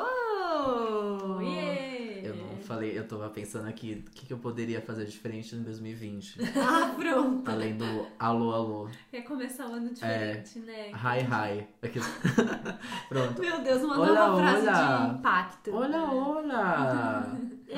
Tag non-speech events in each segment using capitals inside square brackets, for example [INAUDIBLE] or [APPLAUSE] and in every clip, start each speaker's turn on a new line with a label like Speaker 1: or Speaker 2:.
Speaker 1: Alô!
Speaker 2: Oiê!
Speaker 1: [LAUGHS]
Speaker 3: Eu não falei, eu tava pensando aqui, o que, que eu poderia fazer diferente em
Speaker 2: [LAUGHS]
Speaker 3: 2020?
Speaker 2: Ah, pronto!
Speaker 3: Além do alô, alô,
Speaker 2: Quer começar
Speaker 1: um
Speaker 2: o ano diferente,
Speaker 3: É.
Speaker 2: né?
Speaker 3: hi, hi. Aqueles- [LAUGHS] Pronto.
Speaker 2: Meu Deus, uma
Speaker 3: Olá,
Speaker 2: nova frase
Speaker 3: olá.
Speaker 2: de impacto.
Speaker 3: Olha,
Speaker 2: [LAUGHS]
Speaker 3: olha!
Speaker 2: Ê,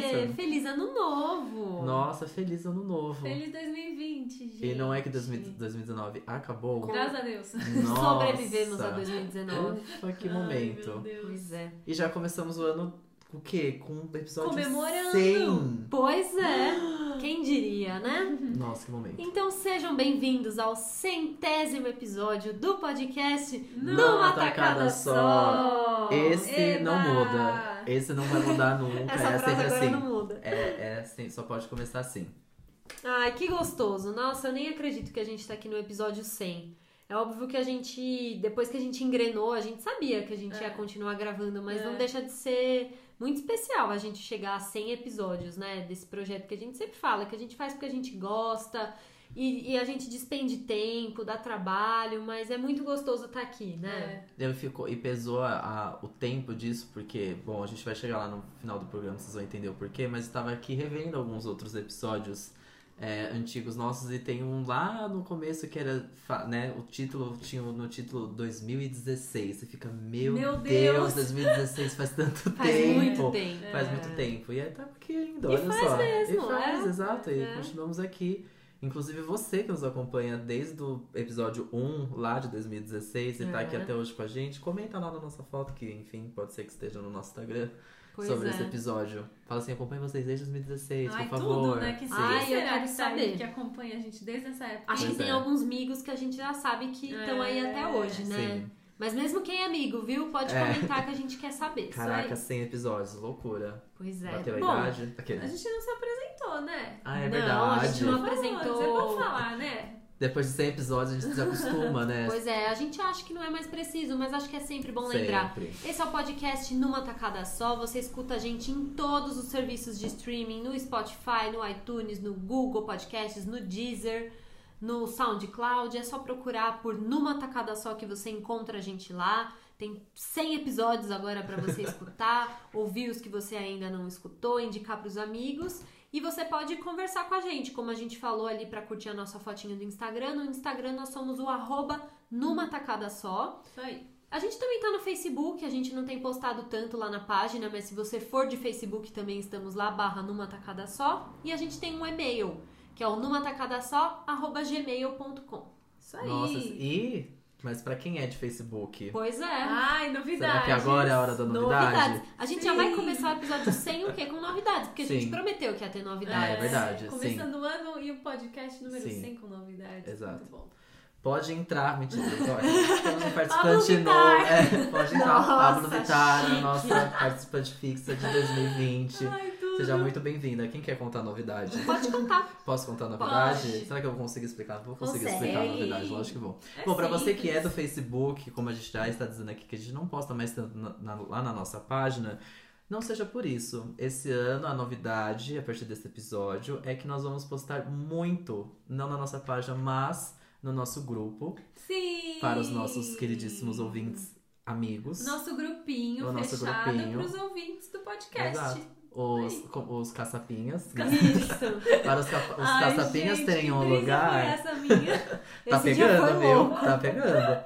Speaker 3: pensando.
Speaker 2: feliz ano novo!
Speaker 3: Nossa, feliz ano novo.
Speaker 2: Feliz 2020, gente!
Speaker 3: E não é que 2000 2019 acabou?
Speaker 2: Graças a Deus!
Speaker 3: Nossa.
Speaker 1: Sobrevivemos a 2019.
Speaker 3: Ufa, que
Speaker 2: Ai, meu
Speaker 3: momento.
Speaker 2: Deus.
Speaker 1: Pois é.
Speaker 3: E já começamos o ano, o quê? Com um episódio
Speaker 2: Comemorando.
Speaker 3: 100.
Speaker 1: Pois
Speaker 3: [GASPS]
Speaker 1: é. Quem diria, né?
Speaker 3: Nossa, que momento.
Speaker 1: Então sejam bem-vindos ao centésimo episódio do podcast Numa
Speaker 3: Numa
Speaker 1: Tacada
Speaker 3: Tacada
Speaker 1: Só.
Speaker 3: Só. Esse
Speaker 2: Então, Eba!
Speaker 3: não muda. Esse não vai mudar
Speaker 1: Essa
Speaker 3: nunca. é
Speaker 1: frase
Speaker 3: sempre
Speaker 1: agora
Speaker 3: assim.
Speaker 1: não muda.
Speaker 3: É, é assim, só pode começar assim.
Speaker 1: Ai, que gostoso. Nossa, eu nem acredito que a gente tá aqui no episódio 100. É óbvio que a gente, depois que a gente engrenou, a gente sabia que a gente
Speaker 2: É.
Speaker 1: ia continuar gravando, mas
Speaker 2: É.
Speaker 1: não deixa de ser muito especial a gente chegar a 100 episódios, né, desse projeto que a gente sempre fala, que a gente faz porque a gente gosta e, e a gente despende tempo, dá trabalho, mas é muito gostoso estar aqui, né?
Speaker 2: É.
Speaker 3: Eu fico, e pesou a- a- o tempo disso, porque, bom, a gente vai chegar lá no final do programa, vocês vão entender o porquê, mas eu tava aqui revendo alguns outros episódios é, antigos nossos e tem um lá no começo que era, fa- né, o título, tinha no título 2016. Você fica, meu,
Speaker 2: Meu
Speaker 3: Deus,
Speaker 2: Deus!
Speaker 3: 2016 faz tanto
Speaker 1: Faz
Speaker 3: tempo.
Speaker 1: muito tempo.
Speaker 3: Faz
Speaker 2: É.
Speaker 3: muito tempo. E aí tá aqui ainda,
Speaker 1: E
Speaker 3: olha
Speaker 1: faz
Speaker 3: só.
Speaker 1: mesmo,
Speaker 3: e faz,
Speaker 1: é.
Speaker 3: exato. E
Speaker 1: É.
Speaker 3: continuamos aqui. Inclusive você que nos acompanha desde o episódio 1 lá de 2016 e tá
Speaker 1: É.
Speaker 3: aqui até hoje com a gente, comenta lá na nossa foto, que enfim, pode ser que esteja no nosso Instagram,
Speaker 1: Pois
Speaker 3: sobre
Speaker 1: é.
Speaker 3: esse episódio. Fala assim, acompanha vocês desde 2016,
Speaker 2: Ai,
Speaker 3: por favor. Ah,
Speaker 2: tudo, né? Que
Speaker 3: Sim.
Speaker 1: Ai, eu
Speaker 2: será
Speaker 1: quero
Speaker 2: que tá aí
Speaker 1: saber.
Speaker 2: que acompanha a gente desde essa época?
Speaker 1: Acho que
Speaker 3: Pois
Speaker 1: tem
Speaker 3: é.
Speaker 1: alguns amigos que a gente já sabe que estão aí
Speaker 2: É.
Speaker 1: até hoje, né?
Speaker 3: Sim.
Speaker 1: Mas mesmo quem é amigo, viu? Pode
Speaker 3: É.
Speaker 1: comentar que a gente quer saber. Isso
Speaker 3: Caraca,
Speaker 1: aí.
Speaker 3: 100 episódios, loucura.
Speaker 1: Pois é.
Speaker 3: Bateu a
Speaker 1: Bom,
Speaker 3: idade. Aquele.
Speaker 2: A gente não se apresentou, né?
Speaker 3: Ah, é
Speaker 1: não,
Speaker 3: verdade.
Speaker 1: a gente não-
Speaker 2: Por favor,
Speaker 1: apresentou.
Speaker 2: É bom falar, né?
Speaker 3: Depois de 100 episódios a gente se acostuma, né?
Speaker 1: pois é, a gente acha que não é mais preciso, mas acho que é sempre bom lembrar.
Speaker 3: Sempre.
Speaker 1: Esse é o podcast numa tacada só. Você escuta a gente em todos os serviços de streaming, no Spotify, no iTunes, no Google Podcasts, no Deezer, no SoundCloud. É só procurar por numa tacada só que você encontra a gente lá. Tem 100 episódios agora pra você escutar, ouvir os que você ainda não escutou, indicar pros amigos. E você pode conversar com a gente, como a gente falou ali pra curtir a nossa fotinha do Instagram. No Instagram nós somos o arroba numa tacada só.
Speaker 2: Isso aí.
Speaker 1: A gente também tá no Facebook, a gente não tem postado tanto lá na página, mas se você for de Facebook também estamos lá, barra numa tacada só. E a gente tem um e-mail, que é o numa tacada só, arroba gmail.com.
Speaker 2: Isso aí.
Speaker 3: Nossa, e. Mas pra quem é de Facebook?
Speaker 1: Pois é.
Speaker 2: Ai, novidade.
Speaker 3: Será que agora é a hora da novidade?
Speaker 1: A gente já vai
Speaker 2: Sim.
Speaker 1: começar o episódio sem o quê? Com novidades, porque a gente
Speaker 3: Sim.
Speaker 1: prometeu que ia ter
Speaker 3: Ah,
Speaker 1: novidades.
Speaker 3: é verdade,
Speaker 2: Começando o ano e o podcast número
Speaker 3: Sim.
Speaker 2: 100 com novidades.
Speaker 3: Exato.
Speaker 2: Muito bom.
Speaker 3: Pode entrar,
Speaker 1: [LAUGHS]
Speaker 3: mentira. Olha, temos um participante
Speaker 2: Pablo
Speaker 3: novo. É, pode entrar,
Speaker 1: Nossa,
Speaker 3: Pablo Vittar, a
Speaker 1: chique.
Speaker 3: nossa participante fixa de 2020.
Speaker 2: Ai, tudo.
Speaker 3: Seja muito bem-vinda. Quem quer contar a novidade?
Speaker 1: Pode contar.
Speaker 3: Posso contar a novidade?
Speaker 2: Pode.
Speaker 3: Será que eu vou conseguir explicar? Vou conseguir
Speaker 1: Consegue.
Speaker 3: explicar a novidade, lógico que vou.
Speaker 2: É
Speaker 3: Bom, pra você
Speaker 2: simples.
Speaker 3: que é do Facebook, como a gente já está dizendo aqui, que a gente não posta mais tanto na- na- lá na nossa página, não seja por isso. Esse ano, a novidade, a partir desse episódio, é que nós vamos postar muito, não na nossa página, mas no nosso grupo,
Speaker 2: Sim.
Speaker 3: para os nossos queridíssimos ouvintes amigos.
Speaker 2: Nosso grupinho
Speaker 3: O nosso
Speaker 2: fechado
Speaker 3: grupinho.
Speaker 2: pros ouvintes do podcast.
Speaker 3: Exato. Os, com- os caçapinhas. né?
Speaker 1: Isso.
Speaker 3: Para os, ca- os
Speaker 2: Ai,
Speaker 3: caçapinhas
Speaker 2: gente, que
Speaker 3: terem um
Speaker 2: brisa
Speaker 3: lugar.
Speaker 2: Foi essa minha.
Speaker 3: [LAUGHS] Tá
Speaker 1: Esse dia
Speaker 3: pegando,
Speaker 1: foi
Speaker 3: viu?
Speaker 1: louco.
Speaker 3: Tá pegando.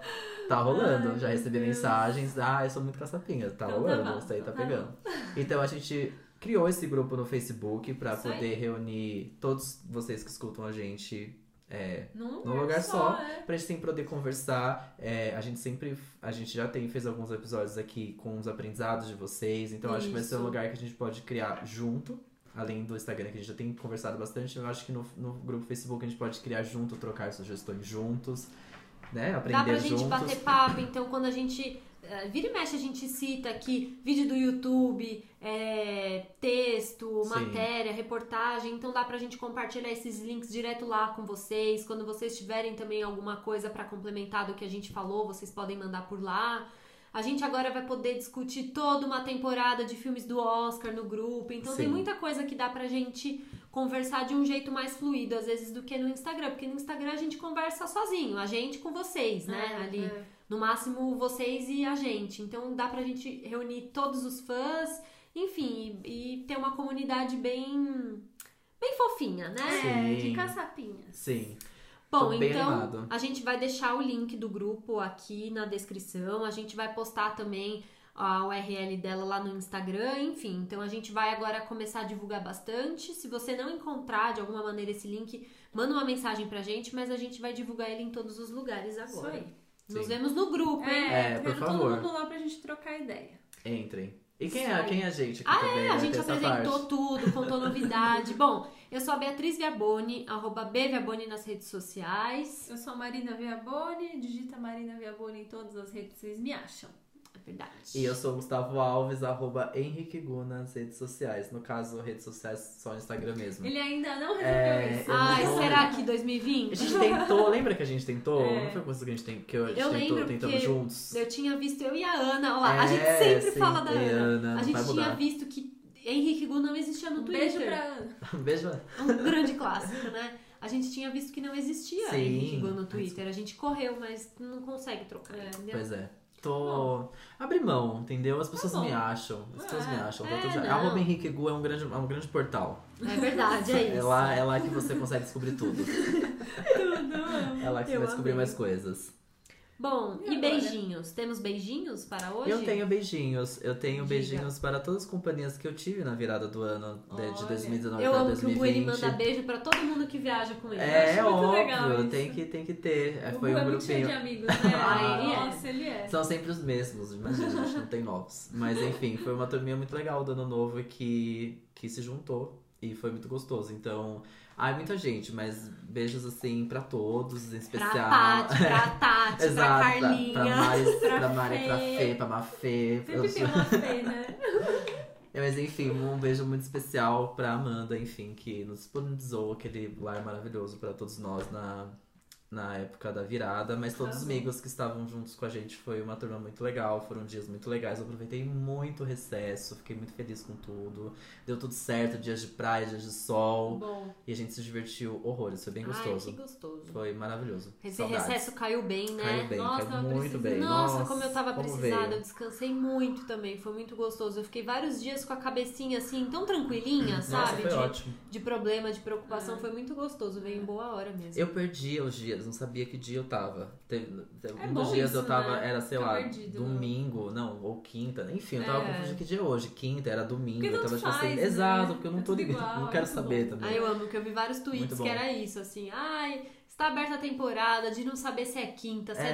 Speaker 3: Tá rolando.
Speaker 2: Ai,
Speaker 3: Já recebi
Speaker 2: meu Deus.
Speaker 3: mensagens. Ah, eu sou muito caçapinha. Tá
Speaker 2: Então tá
Speaker 3: rolando.
Speaker 2: bom,
Speaker 3: Isso aí tá
Speaker 2: então tá
Speaker 3: pegando. Então a gente criou esse grupo no Facebook pra
Speaker 2: Isso aí.
Speaker 3: poder reunir todos vocês que escutam a gente. É,
Speaker 2: Num
Speaker 3: Num lugar só.
Speaker 2: é.
Speaker 3: pra gente sempre poder conversar. É, a gente sempre. A gente já tem, fez alguns episódios aqui com os aprendizados de vocês. Então acho que vai ser um
Speaker 1: Isso.
Speaker 3: lugar que a gente pode criar junto. Além do Instagram, que a gente já tem conversado bastante, eu acho que no, no grupo Facebook a gente pode criar junto, trocar sugestões juntos, né? Aprender
Speaker 1: Dá pra gente
Speaker 3: juntos.
Speaker 1: bater papo, então quando a gente. eh, Vira e mexe, a gente cita aqui vídeo do YouTube, eh, texto,
Speaker 3: Sim.
Speaker 1: matéria, reportagem. Então dá pra gente compartilhar esses links direto lá com vocês. Quando vocês tiverem também alguma coisa pra complementar do que a gente falou, vocês podem mandar por lá. A gente agora vai poder discutir toda uma temporada de filmes do Oscar no grupo. Então tem
Speaker 3: Sim.
Speaker 1: muita coisa que dá pra gente conversar de um jeito mais fluido, às vezes, do que no Instagram. Porque no Instagram a gente conversa sozinho, a gente com vocês, né?
Speaker 2: É,
Speaker 1: ali
Speaker 2: é.
Speaker 1: No máximo vocês e a gente. Então dá pra gente reunir todos os fãs, enfim, e, e ter uma comunidade bem bem fofinha, né?
Speaker 2: É,
Speaker 3: Sim.
Speaker 2: de caçapinhas.
Speaker 3: Sim.
Speaker 1: Bom,
Speaker 3: Tô bem
Speaker 1: então
Speaker 3: animado.
Speaker 1: a gente vai deixar o link do grupo aqui na descrição. A gente vai postar também a URL dela lá no Instagram, enfim. Então a gente vai agora começar a divulgar bastante. Se você não encontrar de alguma maneira esse link, manda uma mensagem pra gente, mas a gente vai divulgar ele em todos os lugares
Speaker 2: Isso
Speaker 1: agora.
Speaker 2: aí.
Speaker 1: Nos
Speaker 3: Sim.
Speaker 1: vemos no grupo, hein?
Speaker 2: É,
Speaker 3: É,
Speaker 2: tô
Speaker 3: por
Speaker 2: vendo
Speaker 3: favor.
Speaker 2: todo mundo lá pra gente trocar ideia.
Speaker 3: Entrem. E quem é,
Speaker 1: Sai.
Speaker 3: quem é a gente? Que
Speaker 1: Ah,
Speaker 3: também
Speaker 1: É, a
Speaker 3: vai
Speaker 1: gente
Speaker 3: ter essa
Speaker 1: apresentou
Speaker 3: parte.
Speaker 1: tudo, contou
Speaker 3: [LAUGHS]
Speaker 1: novidade. Bom, eu sou a Beatriz Viaboni, arroba B Viaboni nas redes sociais.
Speaker 2: Eu sou a Marina Viaboni, digita Marina Viaboni em todas as redes, vocês me acham.
Speaker 1: É verdade.
Speaker 3: E eu sou o Gustavo Alves, arroba Henrique Gu nas redes sociais. No caso, redes sociais só Instagram mesmo. né?
Speaker 2: Ele ainda não resolveu
Speaker 3: É,
Speaker 2: isso.
Speaker 3: eu
Speaker 1: Ai,
Speaker 3: não-
Speaker 1: será que
Speaker 3: A
Speaker 1: 2020?
Speaker 3: gente tentou, lembra que a gente tentou?
Speaker 2: É.
Speaker 3: Não foi coisa que a gente, tem, que a gente
Speaker 1: Eu
Speaker 3: tentou,
Speaker 1: lembro
Speaker 3: tentamos
Speaker 1: porque
Speaker 3: juntos?
Speaker 1: Eu tinha visto eu e a Ana, olha lá, a gente
Speaker 3: É,
Speaker 1: sempre fala da
Speaker 3: sempre,
Speaker 1: Ana. A
Speaker 3: Ana, não vai
Speaker 1: gente tinha
Speaker 3: mudar.
Speaker 1: visto que Henrique Gu não existia no
Speaker 2: Um
Speaker 1: Twitter.
Speaker 2: beijo pra Ana.
Speaker 3: Beijo. né?
Speaker 1: É um grande clássico, né? A gente tinha visto que não existia
Speaker 3: Sim.
Speaker 1: Henrique Gu no Twitter. A gente correu, mas não consegue trocar.
Speaker 2: É.
Speaker 1: entendeu?
Speaker 3: Pois é.
Speaker 1: Tá
Speaker 3: Tô. Abre mão, entendeu? As pessoas
Speaker 2: bom.
Speaker 3: me acham. As pessoas
Speaker 2: É,
Speaker 3: me acham.
Speaker 1: é,
Speaker 3: Tá tudo certo.
Speaker 1: não.
Speaker 3: Arroba Henrique Gu é um grande, é um grande portal.
Speaker 1: É
Speaker 3: [LAUGHS]
Speaker 1: verdade, é isso.
Speaker 3: lá, é lá que você consegue descobrir tudo. É lá que
Speaker 1: [LAUGHS]
Speaker 3: você
Speaker 1: Eu
Speaker 3: vai descobrir
Speaker 1: amei.
Speaker 3: mais coisas.
Speaker 1: Bom,
Speaker 2: E
Speaker 1: e,
Speaker 2: agora?
Speaker 1: beijinhos? Temos beijinhos para hoje?
Speaker 3: Eu tenho beijinhos. Eu tenho
Speaker 1: Diga.
Speaker 3: beijinhos para todas as companhias que eu tive na virada do ano de, de
Speaker 2: Olha,
Speaker 3: 2019
Speaker 1: Eu
Speaker 3: para
Speaker 1: amo que o Guilherme
Speaker 3: 2020.
Speaker 1: manda beijo pra todo mundo que viaja com ele.
Speaker 3: é,
Speaker 2: acho muito legal
Speaker 3: óbvio,
Speaker 2: isso.
Speaker 3: tem que, tem que ter. É,
Speaker 2: O
Speaker 3: Foi
Speaker 2: Gu é
Speaker 3: um
Speaker 2: muito cheio de
Speaker 3: grupinho.
Speaker 2: amigos, né?
Speaker 1: Ah, ele é.
Speaker 2: Nossa, ele é.
Speaker 3: São sempre os mesmos, imagina, a gente não tem novos. Mas enfim, foi uma turminha muito legal do ano novo que, que se juntou e foi muito gostoso. Então, ai, muita gente, mas beijos assim pra todos, em
Speaker 1: Pra
Speaker 3: especial. É,
Speaker 1: Tati,
Speaker 3: [LAUGHS]
Speaker 1: pra Tati, pra
Speaker 3: Exato,
Speaker 1: Carlinha.
Speaker 3: pra Mari, pra, Mari, pra
Speaker 2: Fê.
Speaker 3: Fê, pra Mafê. Eu
Speaker 2: Sempre tem
Speaker 3: sou-
Speaker 2: uma
Speaker 3: [LAUGHS]
Speaker 2: feia, né?
Speaker 3: É, Mas enfim, um beijo muito especial pra Amanda, enfim, que nos disponibilizou aquele lar maravilhoso pra todos nós na, na época da virada. Mas todos os
Speaker 2: Arrasou.
Speaker 3: amigos que estavam juntos com a gente foi uma turma muito legal, foram dias muito legais. Eu aproveitei muito o recesso, fiquei muito feliz com tudo. Deu tudo certo, dias de praia, dias de sol.
Speaker 2: Bom,
Speaker 3: E a gente se divertiu horrores, foi bem
Speaker 1: Ai,
Speaker 3: gostoso.
Speaker 1: que gostoso.
Speaker 3: Foi maravilhoso.
Speaker 1: Esse
Speaker 3: Saudades.
Speaker 1: recesso caiu bem, né?
Speaker 3: Caiu bem,
Speaker 2: Nossa,
Speaker 3: caiu
Speaker 2: eu
Speaker 3: muito
Speaker 2: precisei.
Speaker 3: bem.
Speaker 1: Nossa, como eu tava
Speaker 3: como
Speaker 1: precisada, eu
Speaker 3: veio.
Speaker 1: descansei muito também, foi muito gostoso. Eu fiquei vários dias com a cabecinha assim, tão tranquilinha,
Speaker 3: Nossa,
Speaker 1: sabe?
Speaker 3: foi
Speaker 1: de,
Speaker 3: ótimo.
Speaker 1: de problema, de preocupação,
Speaker 2: Ah.
Speaker 1: foi muito gostoso, veio em boa hora mesmo.
Speaker 3: Eu perdia os dias, não sabia que dia eu tava. Teve, teve-
Speaker 2: É
Speaker 3: um dos
Speaker 2: bom
Speaker 3: dias
Speaker 2: isso,
Speaker 3: eu tava,
Speaker 2: né?
Speaker 3: era, sei
Speaker 2: Ficar
Speaker 3: lá,
Speaker 2: perdido, né?
Speaker 3: domingo, não, ou quinta, enfim, eu tava
Speaker 1: É.
Speaker 3: confundindo que dia é hoje. Quinta, era domingo,
Speaker 2: Porque
Speaker 3: eu
Speaker 2: tanto
Speaker 3: tava tipo assim,
Speaker 2: faz, né?
Speaker 3: exato, porque eu [LAUGHS] não
Speaker 2: É
Speaker 3: tô
Speaker 2: tudo
Speaker 3: ligando,
Speaker 2: igual,
Speaker 3: não
Speaker 2: é
Speaker 3: quero
Speaker 2: tudo
Speaker 3: saber
Speaker 2: bom.
Speaker 1: Aí
Speaker 3: também.
Speaker 1: eu amo que eu vi vários tweets
Speaker 3: Muito bom.
Speaker 1: que era isso, assim, ai, está aberta a temporada, de não saber se é quinta, se é,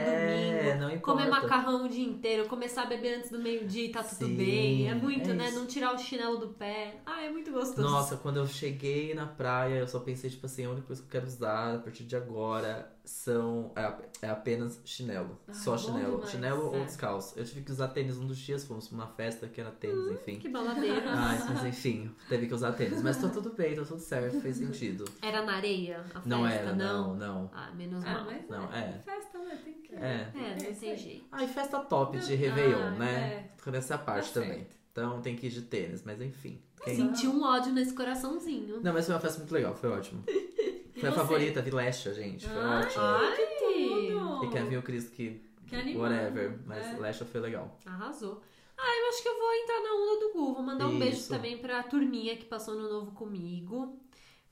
Speaker 1: domingo.
Speaker 3: não importa.
Speaker 1: Comer macarrão o dia inteiro, começar a beber antes do meio-dia e tá tudo
Speaker 3: Sim,
Speaker 1: bem. É muito,
Speaker 3: é
Speaker 1: né?
Speaker 3: isso.
Speaker 1: Não tirar o chinelo do pé. Ah, é muito gostoso.
Speaker 3: Nossa, quando eu cheguei na praia, eu só pensei, tipo assim, a única coisa que eu quero usar a partir de agora são. É, é apenas chinelo.
Speaker 2: Ah,
Speaker 3: só
Speaker 2: bom
Speaker 3: chinelo.
Speaker 2: demais.
Speaker 3: Chinelo
Speaker 1: É.
Speaker 3: ou descalço. Eu tive que usar tênis um dos dias, fomos pra uma festa que era tênis,
Speaker 2: Hum.
Speaker 3: enfim.
Speaker 1: Que baladeira.
Speaker 3: Ai, mas enfim, teve que usar tênis. Mas tá tudo bem, tá tudo certo, fez sentido.
Speaker 1: Era na areia a festa,
Speaker 3: Não era,
Speaker 1: não?
Speaker 3: não, não.
Speaker 1: Ah, menos
Speaker 2: ah,
Speaker 1: mal.
Speaker 2: mas
Speaker 3: Não, é.
Speaker 2: festa, né? Tem que...
Speaker 3: É.
Speaker 1: É, não
Speaker 2: É, isso
Speaker 1: tem
Speaker 2: aí.
Speaker 1: jeito.
Speaker 3: Ai, festa top de Réveillon,
Speaker 2: Ah,
Speaker 3: né? Nessa parte
Speaker 2: Tá
Speaker 3: também. Então tem que ir de tênis, mas enfim. Quem-
Speaker 2: Sim.
Speaker 1: Senti um ódio nesse coraçãozinho.
Speaker 3: Não, mas foi uma festa muito legal, foi ótimo.
Speaker 2: E
Speaker 3: Foi a
Speaker 2: você?
Speaker 3: favorita, vi Lesha, gente. Foi
Speaker 2: Ai,
Speaker 3: ótimo.
Speaker 2: que tudo!
Speaker 3: E quer vir o Cris que.
Speaker 2: Que animal.
Speaker 3: Whatever. Mas
Speaker 2: É.
Speaker 3: Lesha foi legal.
Speaker 1: Arrasou. Ah, eu acho que eu vou entrar na onda do Gu. Vou mandar um beijo
Speaker 3: Isso.
Speaker 1: também pra turminha que passou no novo comigo.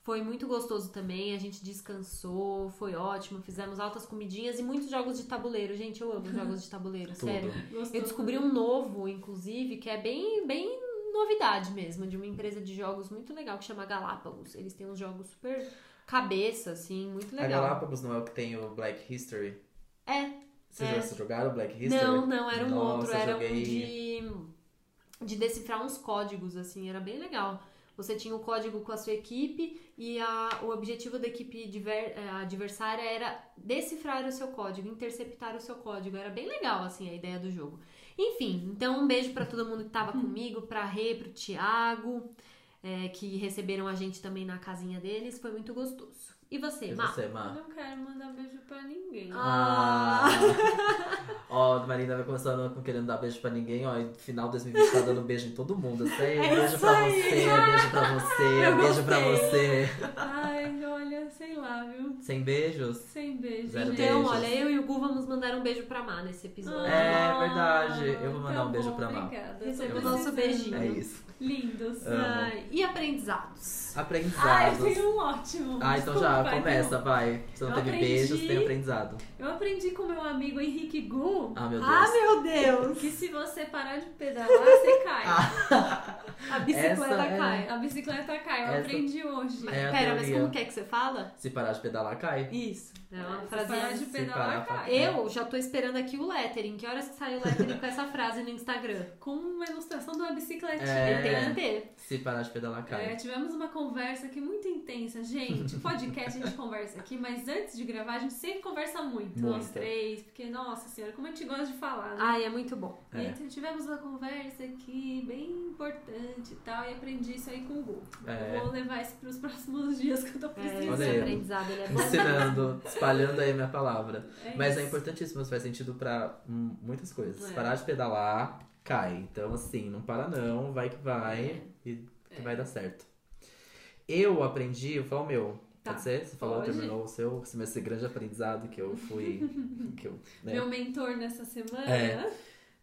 Speaker 1: Foi muito gostoso também, a gente descansou, foi ótimo, fizemos altas comidinhas e muitos jogos de tabuleiro. Gente, eu [LAUGHS] amo jogos de tabuleiro,
Speaker 3: Tudo.
Speaker 1: sério.
Speaker 2: Gostoso.
Speaker 1: Eu descobri um novo, inclusive, que é bem, bem novidade mesmo, de uma empresa de jogos muito legal que chama Galápagos. Eles têm uns jogos super cabeça, assim, muito
Speaker 3: A
Speaker 1: legal.
Speaker 3: Galápagos não é o que tem o Black History?
Speaker 1: É.
Speaker 3: Vocês
Speaker 1: é.
Speaker 3: já se jogaram o Black History?
Speaker 1: Não, não, era um
Speaker 3: né? Nossa,
Speaker 1: outro, era um
Speaker 3: joguei.
Speaker 1: de, de decifrar uns códigos, assim, era bem legal. Você tinha o código com a sua equipe e a- o objetivo da equipe diver- eh, adversária era decifrar o seu código, interceptar o seu código. Era bem legal, assim, a ideia do jogo. Enfim, então um beijo pra todo mundo que tava comigo, pra Rê, pro Thiago, eh, que receberam a gente também na casinha deles. Foi muito gostoso. E você,
Speaker 3: E
Speaker 1: Má?
Speaker 3: você,
Speaker 2: Eu
Speaker 3: Má?
Speaker 2: não quero mandar beijo pra ninguém.
Speaker 1: Ah.
Speaker 3: Ó, a Marina vai começando com querendo dar beijo pra ninguém, ó. E final 2020 tá dando beijo em todo mundo. Isso aí,
Speaker 1: É
Speaker 3: beijo
Speaker 1: isso
Speaker 3: pra
Speaker 1: aí.
Speaker 3: você, beijo pra você,
Speaker 1: Eu
Speaker 3: beijo pra
Speaker 1: gostei.
Speaker 3: você.
Speaker 2: Ai, olha, sei lá, viu?
Speaker 3: Sem beijos?
Speaker 2: Sem beijo.
Speaker 3: Zero
Speaker 2: gente.
Speaker 1: Então,
Speaker 3: beijos.
Speaker 1: olha, eu e o Gu vamos mandar um beijo pra Má nesse episódio.
Speaker 3: É verdade. Eu vou mandar
Speaker 2: tá
Speaker 3: um beijo
Speaker 2: bom,
Speaker 3: pra Má. Ah,
Speaker 2: Obrigada.
Speaker 1: Receba
Speaker 2: Tô
Speaker 1: é o nosso
Speaker 2: precisando.
Speaker 1: beijinho.
Speaker 3: É isso.
Speaker 2: Lindos.
Speaker 3: Amo.
Speaker 1: Ai, Ah, e aprendizados?
Speaker 2: Ai, eu
Speaker 3: Aprendizados.
Speaker 2: tenho um ótimo.
Speaker 3: tá. Ah, então
Speaker 2: Desculpa,
Speaker 3: já,
Speaker 2: então.
Speaker 3: começa, vai. Você não
Speaker 2: Eu
Speaker 3: teve
Speaker 2: aprendi.
Speaker 3: beijos, tem aprendizado.
Speaker 2: Eu aprendi com meu amigo Henrique Gu
Speaker 3: Ah, meu Deus.
Speaker 1: Ah, meu Deus!
Speaker 2: que se você parar de pedalar, você cai.
Speaker 3: Ah,
Speaker 1: A bicicleta
Speaker 3: Essa é-
Speaker 1: cai.
Speaker 2: A bicicleta cai, eu
Speaker 3: Essa-
Speaker 2: aprendi hoje.
Speaker 3: É a
Speaker 1: Pera, mas
Speaker 3: teoria.
Speaker 1: como que é que você fala?
Speaker 3: se parar de pedalar, cai.
Speaker 1: Isso. É uma
Speaker 2: Se
Speaker 1: frase.
Speaker 2: parar de
Speaker 3: Se
Speaker 2: pedalar,
Speaker 3: parar,
Speaker 2: cai.
Speaker 1: Eu já tô esperando aqui o lettering. Que horas que sai o lettering com essa frase no Instagram?
Speaker 2: Com uma ilustração de uma bicicletinha.
Speaker 3: É.
Speaker 1: Tem que ter.
Speaker 3: Se parar de pedalar,
Speaker 2: É,
Speaker 3: cai.
Speaker 2: tivemos uma conversa aqui muito intensa,
Speaker 3: [LAUGHS]
Speaker 2: gente. Podcast a gente conversa aqui, mas antes de gravar, a gente sempre conversa muito, nós
Speaker 3: Muito.
Speaker 2: três, porque, nossa senhora, como a gente gosta de falar, né?
Speaker 1: Ai, é muito bom.
Speaker 3: É.
Speaker 2: Então tivemos uma conversa aqui bem importante e tal, e aprendi isso aí com o Gu.
Speaker 3: É.
Speaker 2: Eu vou levar isso pros próximos [LAUGHS] dias que eu tô
Speaker 1: É, esse
Speaker 2: precisando.
Speaker 3: Olha aí.
Speaker 1: aprendizado ele é bom.
Speaker 3: Ensinando, espalhando aí minha palavra.
Speaker 2: É
Speaker 3: Mas é
Speaker 2: isso.
Speaker 3: importantíssimo, isso faz sentido pra hum, muitas coisas.
Speaker 2: É.
Speaker 3: Parar de pedalar, cai. Então, assim, não para não, vai que vai, e que
Speaker 2: É.
Speaker 3: vai dar certo. Eu aprendi, eu falo o meu.
Speaker 1: Tá.
Speaker 3: Pode ser? Você falou,
Speaker 2: Pode.
Speaker 3: terminou o seu, esse meu esse grande aprendizado que eu
Speaker 2: [LAUGHS]
Speaker 3: fui. que eu, né?
Speaker 2: Meu mentor nessa semana. Ah,
Speaker 3: É.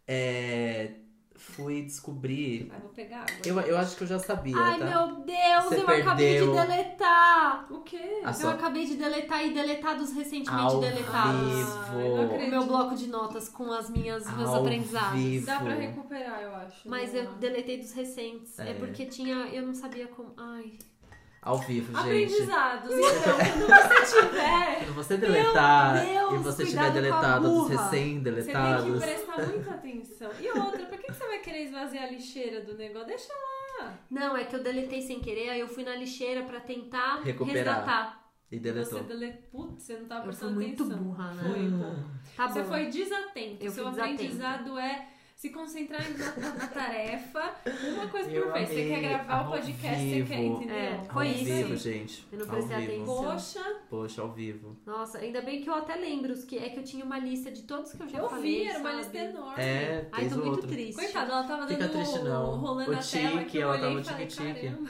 Speaker 3: É, fui descobrir.
Speaker 2: Ai, vou pegar água.
Speaker 3: Eu, eu acho que eu já sabia,
Speaker 1: Ai,
Speaker 3: tá?
Speaker 1: meu Deus,
Speaker 3: Você
Speaker 1: eu acabei de
Speaker 3: perdeu.
Speaker 1: deletar.
Speaker 2: O quê?
Speaker 3: A
Speaker 1: Eu
Speaker 3: sua-
Speaker 1: acabei de deletar e deletar dos recentemente
Speaker 3: Ao
Speaker 1: deletados.
Speaker 3: vivo.
Speaker 2: eu não
Speaker 1: O
Speaker 2: acredito.
Speaker 1: meu bloco de notas com as minhas meus
Speaker 3: Ao
Speaker 1: aprendizados.
Speaker 3: vivo.
Speaker 2: Dá pra recuperar, eu acho.
Speaker 1: Mas
Speaker 2: né?
Speaker 1: eu deletei dos recentes. É.
Speaker 3: É.
Speaker 1: porque tinha. Eu não sabia como. Ai.
Speaker 3: Ao vivo, gente.
Speaker 2: Aprendizados. Então, quando você tiver,
Speaker 3: Quando você deletar
Speaker 1: Meu Deus,
Speaker 3: e
Speaker 1: cuidado
Speaker 3: você tiver
Speaker 1: com a
Speaker 3: deletado dos
Speaker 1: burra.
Speaker 2: você tem que
Speaker 3: recém-deletados.
Speaker 2: prestar muita atenção. E outra, pra que que você vai querer esvaziar a lixeira do negócio? Deixa
Speaker 1: Não, é que eu deletei sem querer, aí eu fui na lixeira pra tentar
Speaker 3: Recuperar.
Speaker 1: resgatar.
Speaker 3: E
Speaker 2: você
Speaker 3: deletou.
Speaker 2: deletar. Putz, você não tá
Speaker 1: Eu fui
Speaker 2: prestando
Speaker 1: muito
Speaker 2: atenção.
Speaker 1: burra, né?
Speaker 2: Foi, pô.
Speaker 1: Tá
Speaker 2: Você
Speaker 1: bom.
Speaker 2: foi desatento.
Speaker 1: Eu
Speaker 2: Seu
Speaker 1: fui desatenta.
Speaker 2: aprendizado é se concentrar na, na tarefa, uma coisa por
Speaker 3: Eu
Speaker 2: vez. Você quer
Speaker 3: amei,
Speaker 2: gravar o
Speaker 3: ao
Speaker 2: podcast, você quer,
Speaker 3: vivo.
Speaker 2: entendeu?
Speaker 1: É,
Speaker 3: Ao
Speaker 1: foi isso.
Speaker 3: vivo, gente.
Speaker 1: Eu não
Speaker 3: ao
Speaker 1: prestei
Speaker 3: vivo.
Speaker 1: atenção.
Speaker 2: Poxa,
Speaker 3: Poxa, ao vivo.
Speaker 1: Nossa, ainda bem que eu até lembro os que é que eu tinha uma lista de todos que eu já
Speaker 2: eu
Speaker 1: falei.
Speaker 2: vi, era uma
Speaker 1: sabe?
Speaker 2: lista enorme.
Speaker 3: É,
Speaker 1: Ai,
Speaker 3: fez
Speaker 1: tô
Speaker 3: o
Speaker 1: muito
Speaker 3: outro.
Speaker 1: triste.
Speaker 2: Coitada, ela tava
Speaker 3: Fica
Speaker 2: dando
Speaker 3: triste, não.
Speaker 2: rolando
Speaker 3: O
Speaker 2: a tela
Speaker 3: tique,
Speaker 2: que eu
Speaker 3: ela
Speaker 2: olhei
Speaker 3: tava
Speaker 2: e falei,
Speaker 3: tique-tique.
Speaker 2: caramba.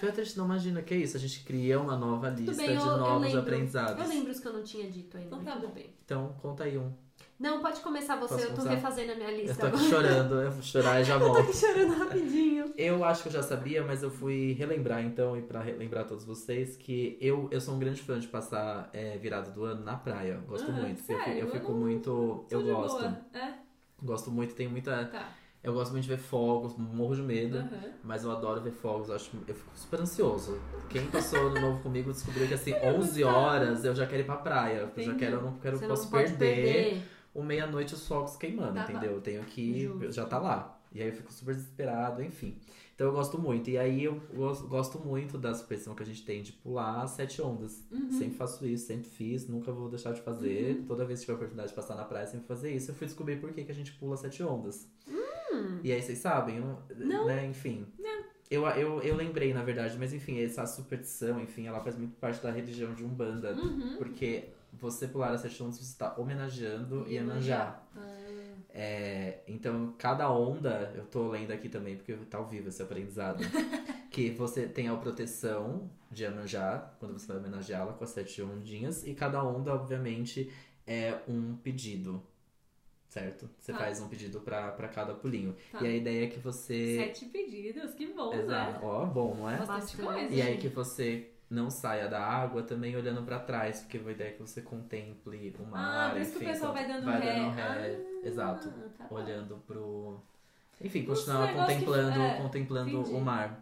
Speaker 3: Foi triste, não imagina, que é isso? A gente cria uma nova lista
Speaker 1: Tudo bem, eu,
Speaker 3: de
Speaker 1: eu
Speaker 3: novos
Speaker 1: lembro.
Speaker 3: aprendizados.
Speaker 1: Eu lembro os que eu não tinha dito ainda.
Speaker 2: Então tá
Speaker 1: Tudo
Speaker 2: bom.
Speaker 1: bem.
Speaker 3: Então, conta aí um.
Speaker 1: Não, pode começar você,
Speaker 3: Posso
Speaker 1: eu tô
Speaker 3: começar?
Speaker 1: refazendo a minha
Speaker 3: Eu
Speaker 1: lista
Speaker 2: [LAUGHS]
Speaker 3: tô aqui
Speaker 1: agora.
Speaker 3: chorando, eu vou chorar
Speaker 1: [LAUGHS]
Speaker 3: e já volto.
Speaker 1: Tô chorando rapidinho.
Speaker 3: Eu acho que eu já sabia, mas eu fui relembrar então, e pra relembrar todos vocês, que eu, eu sou um grande fã de passar é, virada do ano na praia. Gosto
Speaker 2: Ah,
Speaker 3: muito. Eu,
Speaker 2: sério?
Speaker 3: fi- eu
Speaker 2: Eu
Speaker 3: fico
Speaker 2: não-
Speaker 3: muito.
Speaker 2: Tô
Speaker 3: Eu
Speaker 2: de
Speaker 3: gosto.
Speaker 2: boa. É,
Speaker 3: Gosto muito, tenho muita.
Speaker 2: tá.
Speaker 3: Eu gosto muito de ver fogos, morro de medo.
Speaker 2: Aham.
Speaker 3: Mas eu adoro ver fogos, eu, acho, eu fico super ansioso. Quem passou ano novo comigo descobriu que assim, 11 horas eu já quero ir pra praia. Eu já
Speaker 2: Entendi.
Speaker 3: quero, eu não quero,
Speaker 1: você não
Speaker 3: posso
Speaker 1: pode
Speaker 3: perder.
Speaker 1: perder.
Speaker 3: O meia-noite os fogos queimando,
Speaker 2: Tá
Speaker 3: entendeu? Eu tenho que. ir,
Speaker 1: Justo.
Speaker 3: Já tá lá. E aí eu fico super desesperado, enfim. Então eu gosto muito. E aí eu gosto, gosto muito da superstição que a gente tem de pular sete ondas.
Speaker 2: Uhum.
Speaker 3: Sempre faço isso, sempre fiz, nunca vou deixar de fazer.
Speaker 1: Uhum.
Speaker 3: Toda vez que tiver a oportunidade de passar na praia, sempre vou fazer isso. Eu fui descobrir por que, que a gente pula sete ondas. E aí vocês sabem, eu
Speaker 1: Hum. Não.
Speaker 3: né? Enfim. Eu, eu, eu lembrei, na verdade, mas enfim, essa superstição, enfim, ela faz muito parte da religião de Umbanda.
Speaker 2: Uhum.
Speaker 3: Porque você pular a sete ondas, você está homenageando
Speaker 2: Hum,
Speaker 3: Iemanjá.
Speaker 2: ah.
Speaker 3: É, então, cada onda, eu tô lendo aqui também, porque tá ao vivo esse
Speaker 2: [LAUGHS]
Speaker 3: aprendizado. que você tem a proteção de Iemanjá, quando você vai homenageá-la com as sete ondinhas. E cada onda, obviamente, é um pedido. Certo? Você
Speaker 2: Tá.
Speaker 3: faz um pedido pra pra cada pulinho.
Speaker 2: Tá.
Speaker 3: E a ideia é que você.
Speaker 2: Sete pedidos, que bom, né?
Speaker 3: Exato. Ó, bom, não é?
Speaker 2: Bastante
Speaker 1: Bastante.
Speaker 2: coisa.
Speaker 3: E aí
Speaker 2: gente.
Speaker 3: que você não saia da água também olhando pra trás, porque a ideia é que você contemple o mar.
Speaker 2: Ah, por isso que o
Speaker 3: enfim,
Speaker 2: pessoal
Speaker 3: então,
Speaker 2: vai dando
Speaker 3: vai
Speaker 2: ré.
Speaker 3: dando ré.
Speaker 2: Ah,
Speaker 3: Exato.
Speaker 2: tá bom.
Speaker 3: Olhando pro. Enfim,
Speaker 2: Uns
Speaker 3: continuar
Speaker 2: negócios que-
Speaker 3: contemplando,
Speaker 2: é,
Speaker 3: contemplando
Speaker 2: entendi.
Speaker 3: o mar.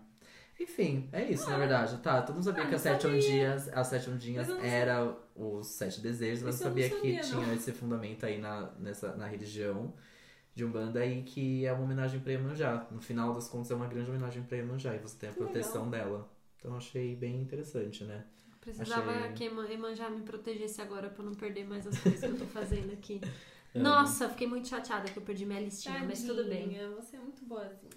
Speaker 3: Enfim, é isso, na
Speaker 2: Ah.
Speaker 3: verdade. Tá, todo mundo sabia
Speaker 2: Ah,
Speaker 3: que
Speaker 2: não
Speaker 3: as sete
Speaker 2: sabia.
Speaker 3: ondinhas, as sete ondinhas
Speaker 2: Mas eu não
Speaker 3: era os sete desejos, mas
Speaker 2: Isso
Speaker 3: eu
Speaker 2: eu não
Speaker 3: sabia, que
Speaker 2: sabia, não.
Speaker 3: tinha esse fundamento aí na, nessa, na religião de Umbanda e que é uma homenagem pra Iemanjá. No final das contas é uma grande homenagem pra Iemanjá e você tem a
Speaker 2: Que
Speaker 3: proteção dela. Então eu achei bem interessante,
Speaker 2: [LAUGHS]
Speaker 3: né?
Speaker 1: Precisava
Speaker 3: Achei-
Speaker 1: que a Eman- Emanjá me protegesse agora pra eu não perder mais as coisas que eu tô fazendo aqui.
Speaker 3: Amo.
Speaker 1: Nossa, fiquei muito chateada que eu perdi minha listinha, mas tudo bem.
Speaker 2: Tadinha, Você é muito boazinha.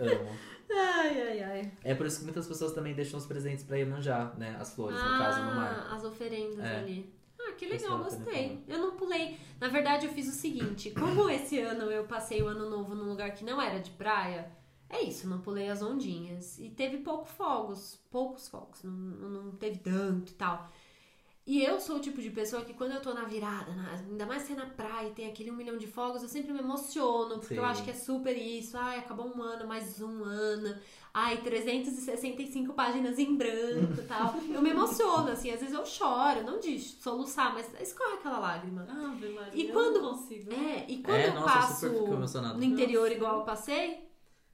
Speaker 3: Amo.
Speaker 1: Ai, ai, ai.
Speaker 3: É por isso que muitas pessoas também deixam os presentes pra Iemanjá, né? As flores,
Speaker 2: Ah,
Speaker 3: no caso, no mar.
Speaker 1: Ah, as oferendas
Speaker 3: É.
Speaker 1: ali. Ah, que
Speaker 3: Esse
Speaker 1: legal,
Speaker 3: é o
Speaker 1: gostei.
Speaker 3: telefone.
Speaker 1: Eu não pulei. Na verdade, eu fiz o seguinte: como esse ano eu passei o ano novo num lugar que não era de praia, é isso, não pulei as ondinhas. E teve poucos fogos, poucos fogos, não, não teve tanto e tal. E eu sou o tipo de pessoa que quando eu tô na virada, na- ainda mais se é na praia e tem aquele um milhão de fogos, eu sempre me emociono, porque eu
Speaker 3: Sim.
Speaker 1: acho que é super isso. Ai, acabou um ano, mais um ano. Ai, 365 páginas em branco e tal. Eu me emociono, assim, às vezes eu choro, não de soluçar, mas escorre aquela lágrima.
Speaker 2: Ave Maria,
Speaker 1: E
Speaker 2: Ah, eu
Speaker 1: quando-
Speaker 2: não consigo.
Speaker 1: É, e quando
Speaker 3: é,
Speaker 1: eu
Speaker 3: nossa,
Speaker 1: passo
Speaker 3: eu super fico emocionado.
Speaker 1: no interior
Speaker 2: Nossa.
Speaker 1: igual eu passei,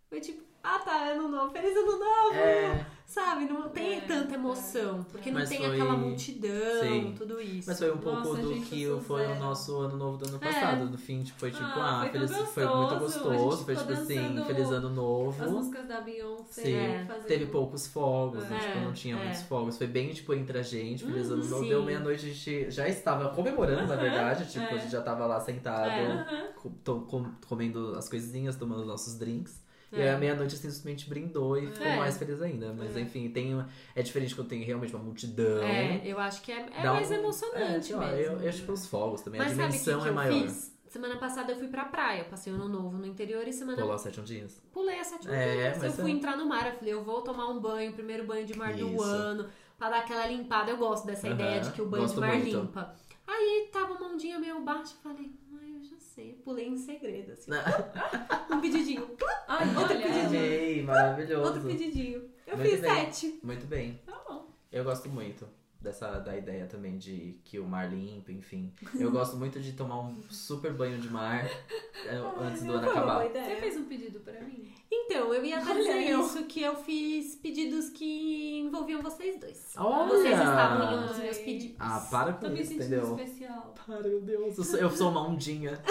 Speaker 1: foi tipo, ah tá, ano novo, feliz ano novo!
Speaker 3: É,
Speaker 1: Sabe, não tem
Speaker 2: É,
Speaker 1: tanta emoção, porque não
Speaker 3: Mas
Speaker 1: tem
Speaker 3: foi-
Speaker 1: aquela multidão,
Speaker 3: Sim.
Speaker 1: tudo isso.
Speaker 3: mas foi um pouco
Speaker 2: Nossa,
Speaker 3: do
Speaker 2: gente, eu
Speaker 3: que
Speaker 2: sou
Speaker 3: foi o
Speaker 2: zero.
Speaker 3: nosso ano novo do ano
Speaker 1: É.
Speaker 3: passado. No fim, tipo, foi tipo,
Speaker 2: Ah,
Speaker 3: ah,
Speaker 2: foi tão
Speaker 3: feliz, foi muito
Speaker 2: gostoso, a
Speaker 3: gostoso.
Speaker 2: gente
Speaker 3: Foi
Speaker 2: ficou
Speaker 3: tipo assim,
Speaker 2: dançando
Speaker 3: feliz ano novo.
Speaker 2: As músicas da Beyoncé.
Speaker 3: Sim.
Speaker 2: né, fazendo-
Speaker 3: Teve poucos fogos, né?
Speaker 1: É,
Speaker 3: Tipo, não tinha
Speaker 1: é.
Speaker 3: muitos fogos. Foi bem, tipo, entre a gente. Feliz ano novo.
Speaker 1: sim.
Speaker 3: Deu meia-noite, a gente já estava comemorando, na verdade. Tipo,
Speaker 2: Uhum, é. uhum.
Speaker 3: a gente já estava lá sentado,
Speaker 1: É.
Speaker 2: Aham.
Speaker 3: co- to- com- comendo as coisinhas, tomando os nossos drinks. E
Speaker 1: É.
Speaker 3: aí, à meia-noite, assim, simplesmente brindou e ficou
Speaker 1: É.
Speaker 3: mais feliz ainda. Mas,
Speaker 2: É.
Speaker 3: enfim, tem, uma- é diferente quando tem realmente uma multidão.
Speaker 1: É, eu acho que é, é
Speaker 3: Dá
Speaker 1: mais
Speaker 3: um- É,
Speaker 1: emocionante
Speaker 3: sei lá,
Speaker 1: mesmo.
Speaker 3: eu, eu acho que os fogos também.
Speaker 1: Mas
Speaker 3: a
Speaker 1: sabe o que,
Speaker 3: dimensão
Speaker 1: que
Speaker 3: é
Speaker 1: eu
Speaker 3: maior.
Speaker 1: fiz? Semana passada eu fui pra praia, eu passei o ano novo no interior e semana
Speaker 3: Pular sete ondinhas.
Speaker 1: Pulei a sétima
Speaker 3: É,
Speaker 1: ondinha. Se eu
Speaker 3: mas
Speaker 1: fui
Speaker 3: é-
Speaker 1: entrar no mar, eu falei, eu vou tomar um banho, primeiro banho de mar do
Speaker 3: Isso.
Speaker 1: ano, pra dar aquela limpada. Eu gosto dessa
Speaker 3: Aham,
Speaker 1: ideia de que o banho de
Speaker 3: gosto
Speaker 1: mar
Speaker 3: muito.
Speaker 1: limpa. Aí tava uma ondinha meio baixa, eu falei, ai, eu já sei. Pulei em segredo, assim. [LAUGHS] um
Speaker 3: [LAUGHS]
Speaker 1: pedidinho,
Speaker 2: Ai,
Speaker 1: Outro
Speaker 2: olha.
Speaker 3: Amei, é maravilhoso.
Speaker 1: outro pedidinho. Eu
Speaker 3: Muito
Speaker 1: fiz
Speaker 3: bem.
Speaker 1: sete.
Speaker 3: Muito bem.
Speaker 2: Tá bom.
Speaker 3: Eu gosto muito dessa da ideia também de que o mar limpa, enfim. Eu gosto muito de tomar um super banho de mar é, antes do ano acabar.
Speaker 2: Você fez um pedido pra mim?
Speaker 1: Então, eu ia até
Speaker 2: Olha
Speaker 1: dizer
Speaker 2: eu.
Speaker 1: isso, que eu fiz pedidos que envolviam vocês dois.
Speaker 3: Olha!
Speaker 1: Vocês estavam em um dos meus
Speaker 2: Ai.
Speaker 1: pedidos.
Speaker 3: Ah, para
Speaker 2: Tô
Speaker 3: com
Speaker 2: me
Speaker 3: isso,
Speaker 2: sentindo
Speaker 3: entendeu?
Speaker 2: especial.
Speaker 3: Para, meu Deus. Eu sou, eu sou
Speaker 1: [LAUGHS]
Speaker 3: uma ondinha.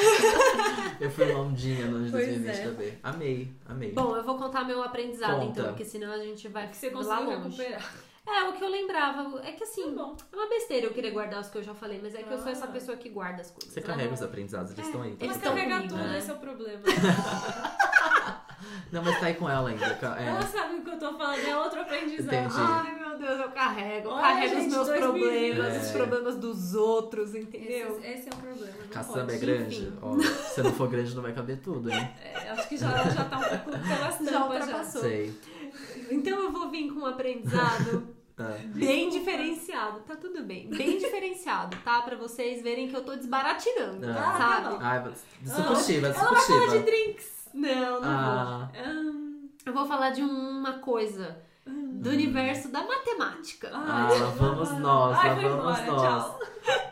Speaker 3: eu fui uma ondinha no ano de
Speaker 1: Pois
Speaker 3: 2020
Speaker 1: é.
Speaker 3: também. Amei, amei.
Speaker 1: Bom, eu vou contar meu aprendizado então,
Speaker 3: Conta.
Speaker 1: porque senão a gente vai
Speaker 2: O É que você
Speaker 1: lá
Speaker 2: conseguiu
Speaker 1: longe.
Speaker 2: recuperar.
Speaker 1: É, o que eu lembrava é que
Speaker 2: Tá
Speaker 1: assim,
Speaker 2: bom.
Speaker 1: é uma besteira eu querer guardar os que eu já falei, mas é que eu sou
Speaker 2: Ah.
Speaker 1: essa pessoa que guarda as coisas.
Speaker 3: Você
Speaker 1: né?
Speaker 3: carrega os aprendizados, eles
Speaker 1: É,
Speaker 3: estão aí. tá
Speaker 1: eles
Speaker 3: tudo
Speaker 2: Mas
Speaker 1: estão
Speaker 3: bem.
Speaker 2: carregar
Speaker 1: comigo,
Speaker 2: tudo,
Speaker 1: né?
Speaker 2: esse é o problema.
Speaker 3: Não, mas tá aí com ela ainda. ca- é.
Speaker 2: Ela sabe o que eu tô falando, é outro aprendizado.
Speaker 3: Entendi.
Speaker 1: Ai, meu Deus, eu carrego. Eu
Speaker 2: Olha,
Speaker 1: carrego os
Speaker 2: gente,
Speaker 1: meus
Speaker 2: 2020.
Speaker 1: problemas,
Speaker 3: É.
Speaker 1: os problemas dos outros, entendeu?
Speaker 2: Esse, esse é o problema. Não
Speaker 3: Caçamba é
Speaker 2: pode.
Speaker 3: grande?
Speaker 1: enfim.
Speaker 3: Ó, se não for grande, não vai caber tudo, hein?
Speaker 2: É, acho que já, já tá um pouco pelas
Speaker 1: Já
Speaker 2: tampas já.
Speaker 1: ultrapassou.
Speaker 3: Sei.
Speaker 2: é-
Speaker 1: Então eu vou vir com um
Speaker 2: [LAUGHS]
Speaker 1: aprendizado
Speaker 3: Tá.
Speaker 1: bem diferenciado. Tá tudo bem. Bem diferenciado, tá? Pra vocês verem que eu tô desbaratinando,
Speaker 3: Ah,
Speaker 2: tá
Speaker 1: sabe?
Speaker 2: bom.
Speaker 3: Ai, mas-
Speaker 2: Ah,
Speaker 3: disruptiva,
Speaker 2: Ela vai falar de
Speaker 3: disruptiva.
Speaker 2: drinks.
Speaker 1: Não, não vou.
Speaker 3: Ah,
Speaker 2: Ahn,
Speaker 1: Eu vou falar de uma coisa do
Speaker 3: Hum.
Speaker 1: universo da matemática.
Speaker 3: ah,
Speaker 2: ai,
Speaker 3: lá vamos nós,
Speaker 2: Ai,
Speaker 3: lá
Speaker 2: foi
Speaker 3: vamos
Speaker 2: embora,
Speaker 3: nós.
Speaker 2: tchau.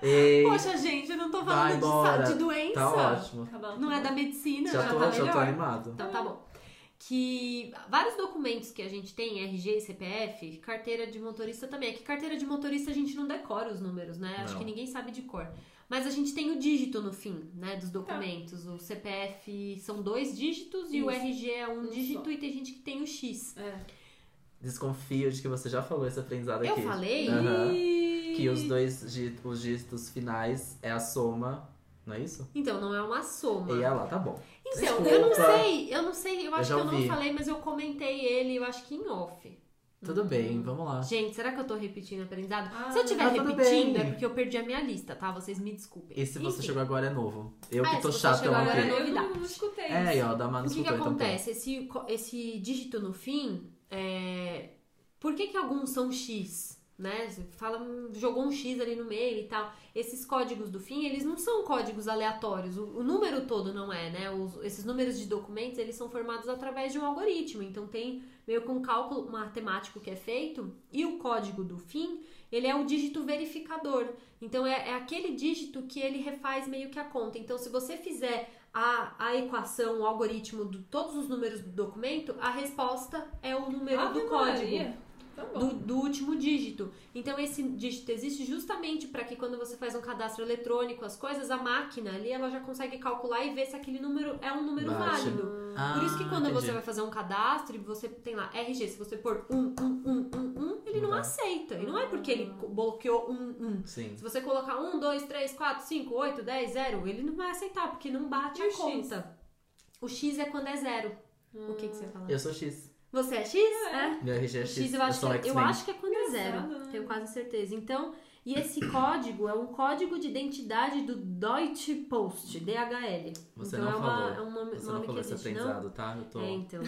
Speaker 3: Ei,
Speaker 1: Poxa, gente, eu não tô
Speaker 3: Vai
Speaker 1: falando de,
Speaker 3: embora.
Speaker 1: sa- de doença.
Speaker 3: tá ótimo.
Speaker 2: Acabou.
Speaker 1: Não é da medicina, já,
Speaker 3: Já tô,
Speaker 1: tá
Speaker 3: já
Speaker 1: melhor.
Speaker 3: tô animado.
Speaker 1: Então tá bom. Que vários documentos que a gente tem, RG, CPF, carteira de motorista também. É que carteira de motorista a gente não decora os números, né? Acho
Speaker 3: Não.
Speaker 1: que ninguém sabe de cor. Mas a gente tem o dígito no fim, né? Dos
Speaker 2: Tá.
Speaker 1: documentos. O CPF são dois dígitos e o
Speaker 2: Isso.
Speaker 1: RG é um
Speaker 2: Um
Speaker 1: dígito
Speaker 2: só.
Speaker 1: e tem gente que tem o X.
Speaker 2: É.
Speaker 3: Desconfio de que você já falou esse aprendizado
Speaker 1: Eu
Speaker 3: aqui.
Speaker 1: falei?
Speaker 3: Aham.
Speaker 2: E-
Speaker 3: Que os dois dí- os dígitos finais é a soma, não é isso?
Speaker 1: Então, não é uma soma.
Speaker 3: E ela, tá bom.
Speaker 1: Então,
Speaker 3: Desculpa.
Speaker 1: eu não sei, eu não sei, eu
Speaker 3: Eu
Speaker 1: acho
Speaker 3: já
Speaker 1: que eu não
Speaker 3: ouvi.
Speaker 1: falei, mas eu comentei ele, eu acho que em off.
Speaker 3: Tudo
Speaker 1: Uhum.
Speaker 3: bem, vamos lá.
Speaker 1: Gente, será que eu tô repetindo aprendizado?
Speaker 2: Ah,
Speaker 1: se eu tiver
Speaker 3: tá tudo
Speaker 1: repetindo,
Speaker 3: bem.
Speaker 1: é porque eu perdi a minha lista, tá? Vocês me desculpem.
Speaker 3: E se você
Speaker 1: Enfim,
Speaker 3: chegou agora é novo. Eu
Speaker 1: Ah,
Speaker 3: que
Speaker 1: se
Speaker 3: tô
Speaker 1: você
Speaker 3: chatão
Speaker 1: chegou
Speaker 2: Agora
Speaker 1: agora
Speaker 3: aqui.
Speaker 1: é
Speaker 2: eu não,
Speaker 1: novidade.
Speaker 2: não escutei.
Speaker 3: Então, É, e ó, dá uma
Speaker 1: O que, que
Speaker 3: desculpa aí também.
Speaker 1: acontece? Esse, co- esse dígito no fim, é, por que, que alguns são X? Né? Você Fala, hum, jogou um X ali no meio e tal. Esses códigos do fim, eles não são códigos aleatórios. O, o número todo não é, né? Os- esses números de documentos, eles são formados através de um algoritmo. Então tem meio que um cálculo matemático que é feito. E o código do fim, ele é o dígito verificador. Então é, é aquele dígito que ele refaz meio que a conta. Então se você fizer a, a equação, o algoritmo de todos os números do documento, a resposta é o número
Speaker 2: Ave
Speaker 1: do
Speaker 2: Maria.
Speaker 1: código.
Speaker 2: Tá bom.
Speaker 1: Do, do último dígito. Então, esse dígito existe justamente para que quando você faz um cadastro eletrônico, as coisas, a máquina ali, ela já consegue calcular e ver se aquele número é um número
Speaker 3: Bate.
Speaker 1: válido.
Speaker 3: Ah,
Speaker 1: Por isso que quando
Speaker 3: entendi.
Speaker 1: você vai fazer um cadastro e você tem lá RG, se você pôr um, um, um, um, um, ele não
Speaker 3: Não dá.
Speaker 1: aceita. E não é porque ele
Speaker 2: Ah.
Speaker 1: co- bloqueou um, um.
Speaker 3: Sim.
Speaker 1: Se você colocar um, dois, três, quatro, cinco, oito, dez, zero, ele não vai aceitar, porque não bate
Speaker 2: E
Speaker 1: a
Speaker 2: o X?
Speaker 1: conta. O X é quando é zero. O que, que você fala?
Speaker 3: Eu sou X.
Speaker 1: Você é X?
Speaker 2: Ah. É.
Speaker 3: Meu RG é
Speaker 1: X,
Speaker 3: X,
Speaker 1: eu acho,
Speaker 3: sou um
Speaker 1: que, eu
Speaker 3: X-Men.
Speaker 1: acho que é quando é zero.
Speaker 2: Engraçado, né?
Speaker 1: Tenho quase certeza. Então, e esse código é um código de identidade do Deutsche Post, DHL.
Speaker 3: Você
Speaker 1: então
Speaker 3: não
Speaker 1: é, uma,
Speaker 3: falou.
Speaker 1: é um nome,
Speaker 3: Você
Speaker 1: nome
Speaker 3: não falou
Speaker 1: que
Speaker 3: esse
Speaker 1: existe, não?
Speaker 3: aprendizado, tá? Eu tô...
Speaker 1: É, então.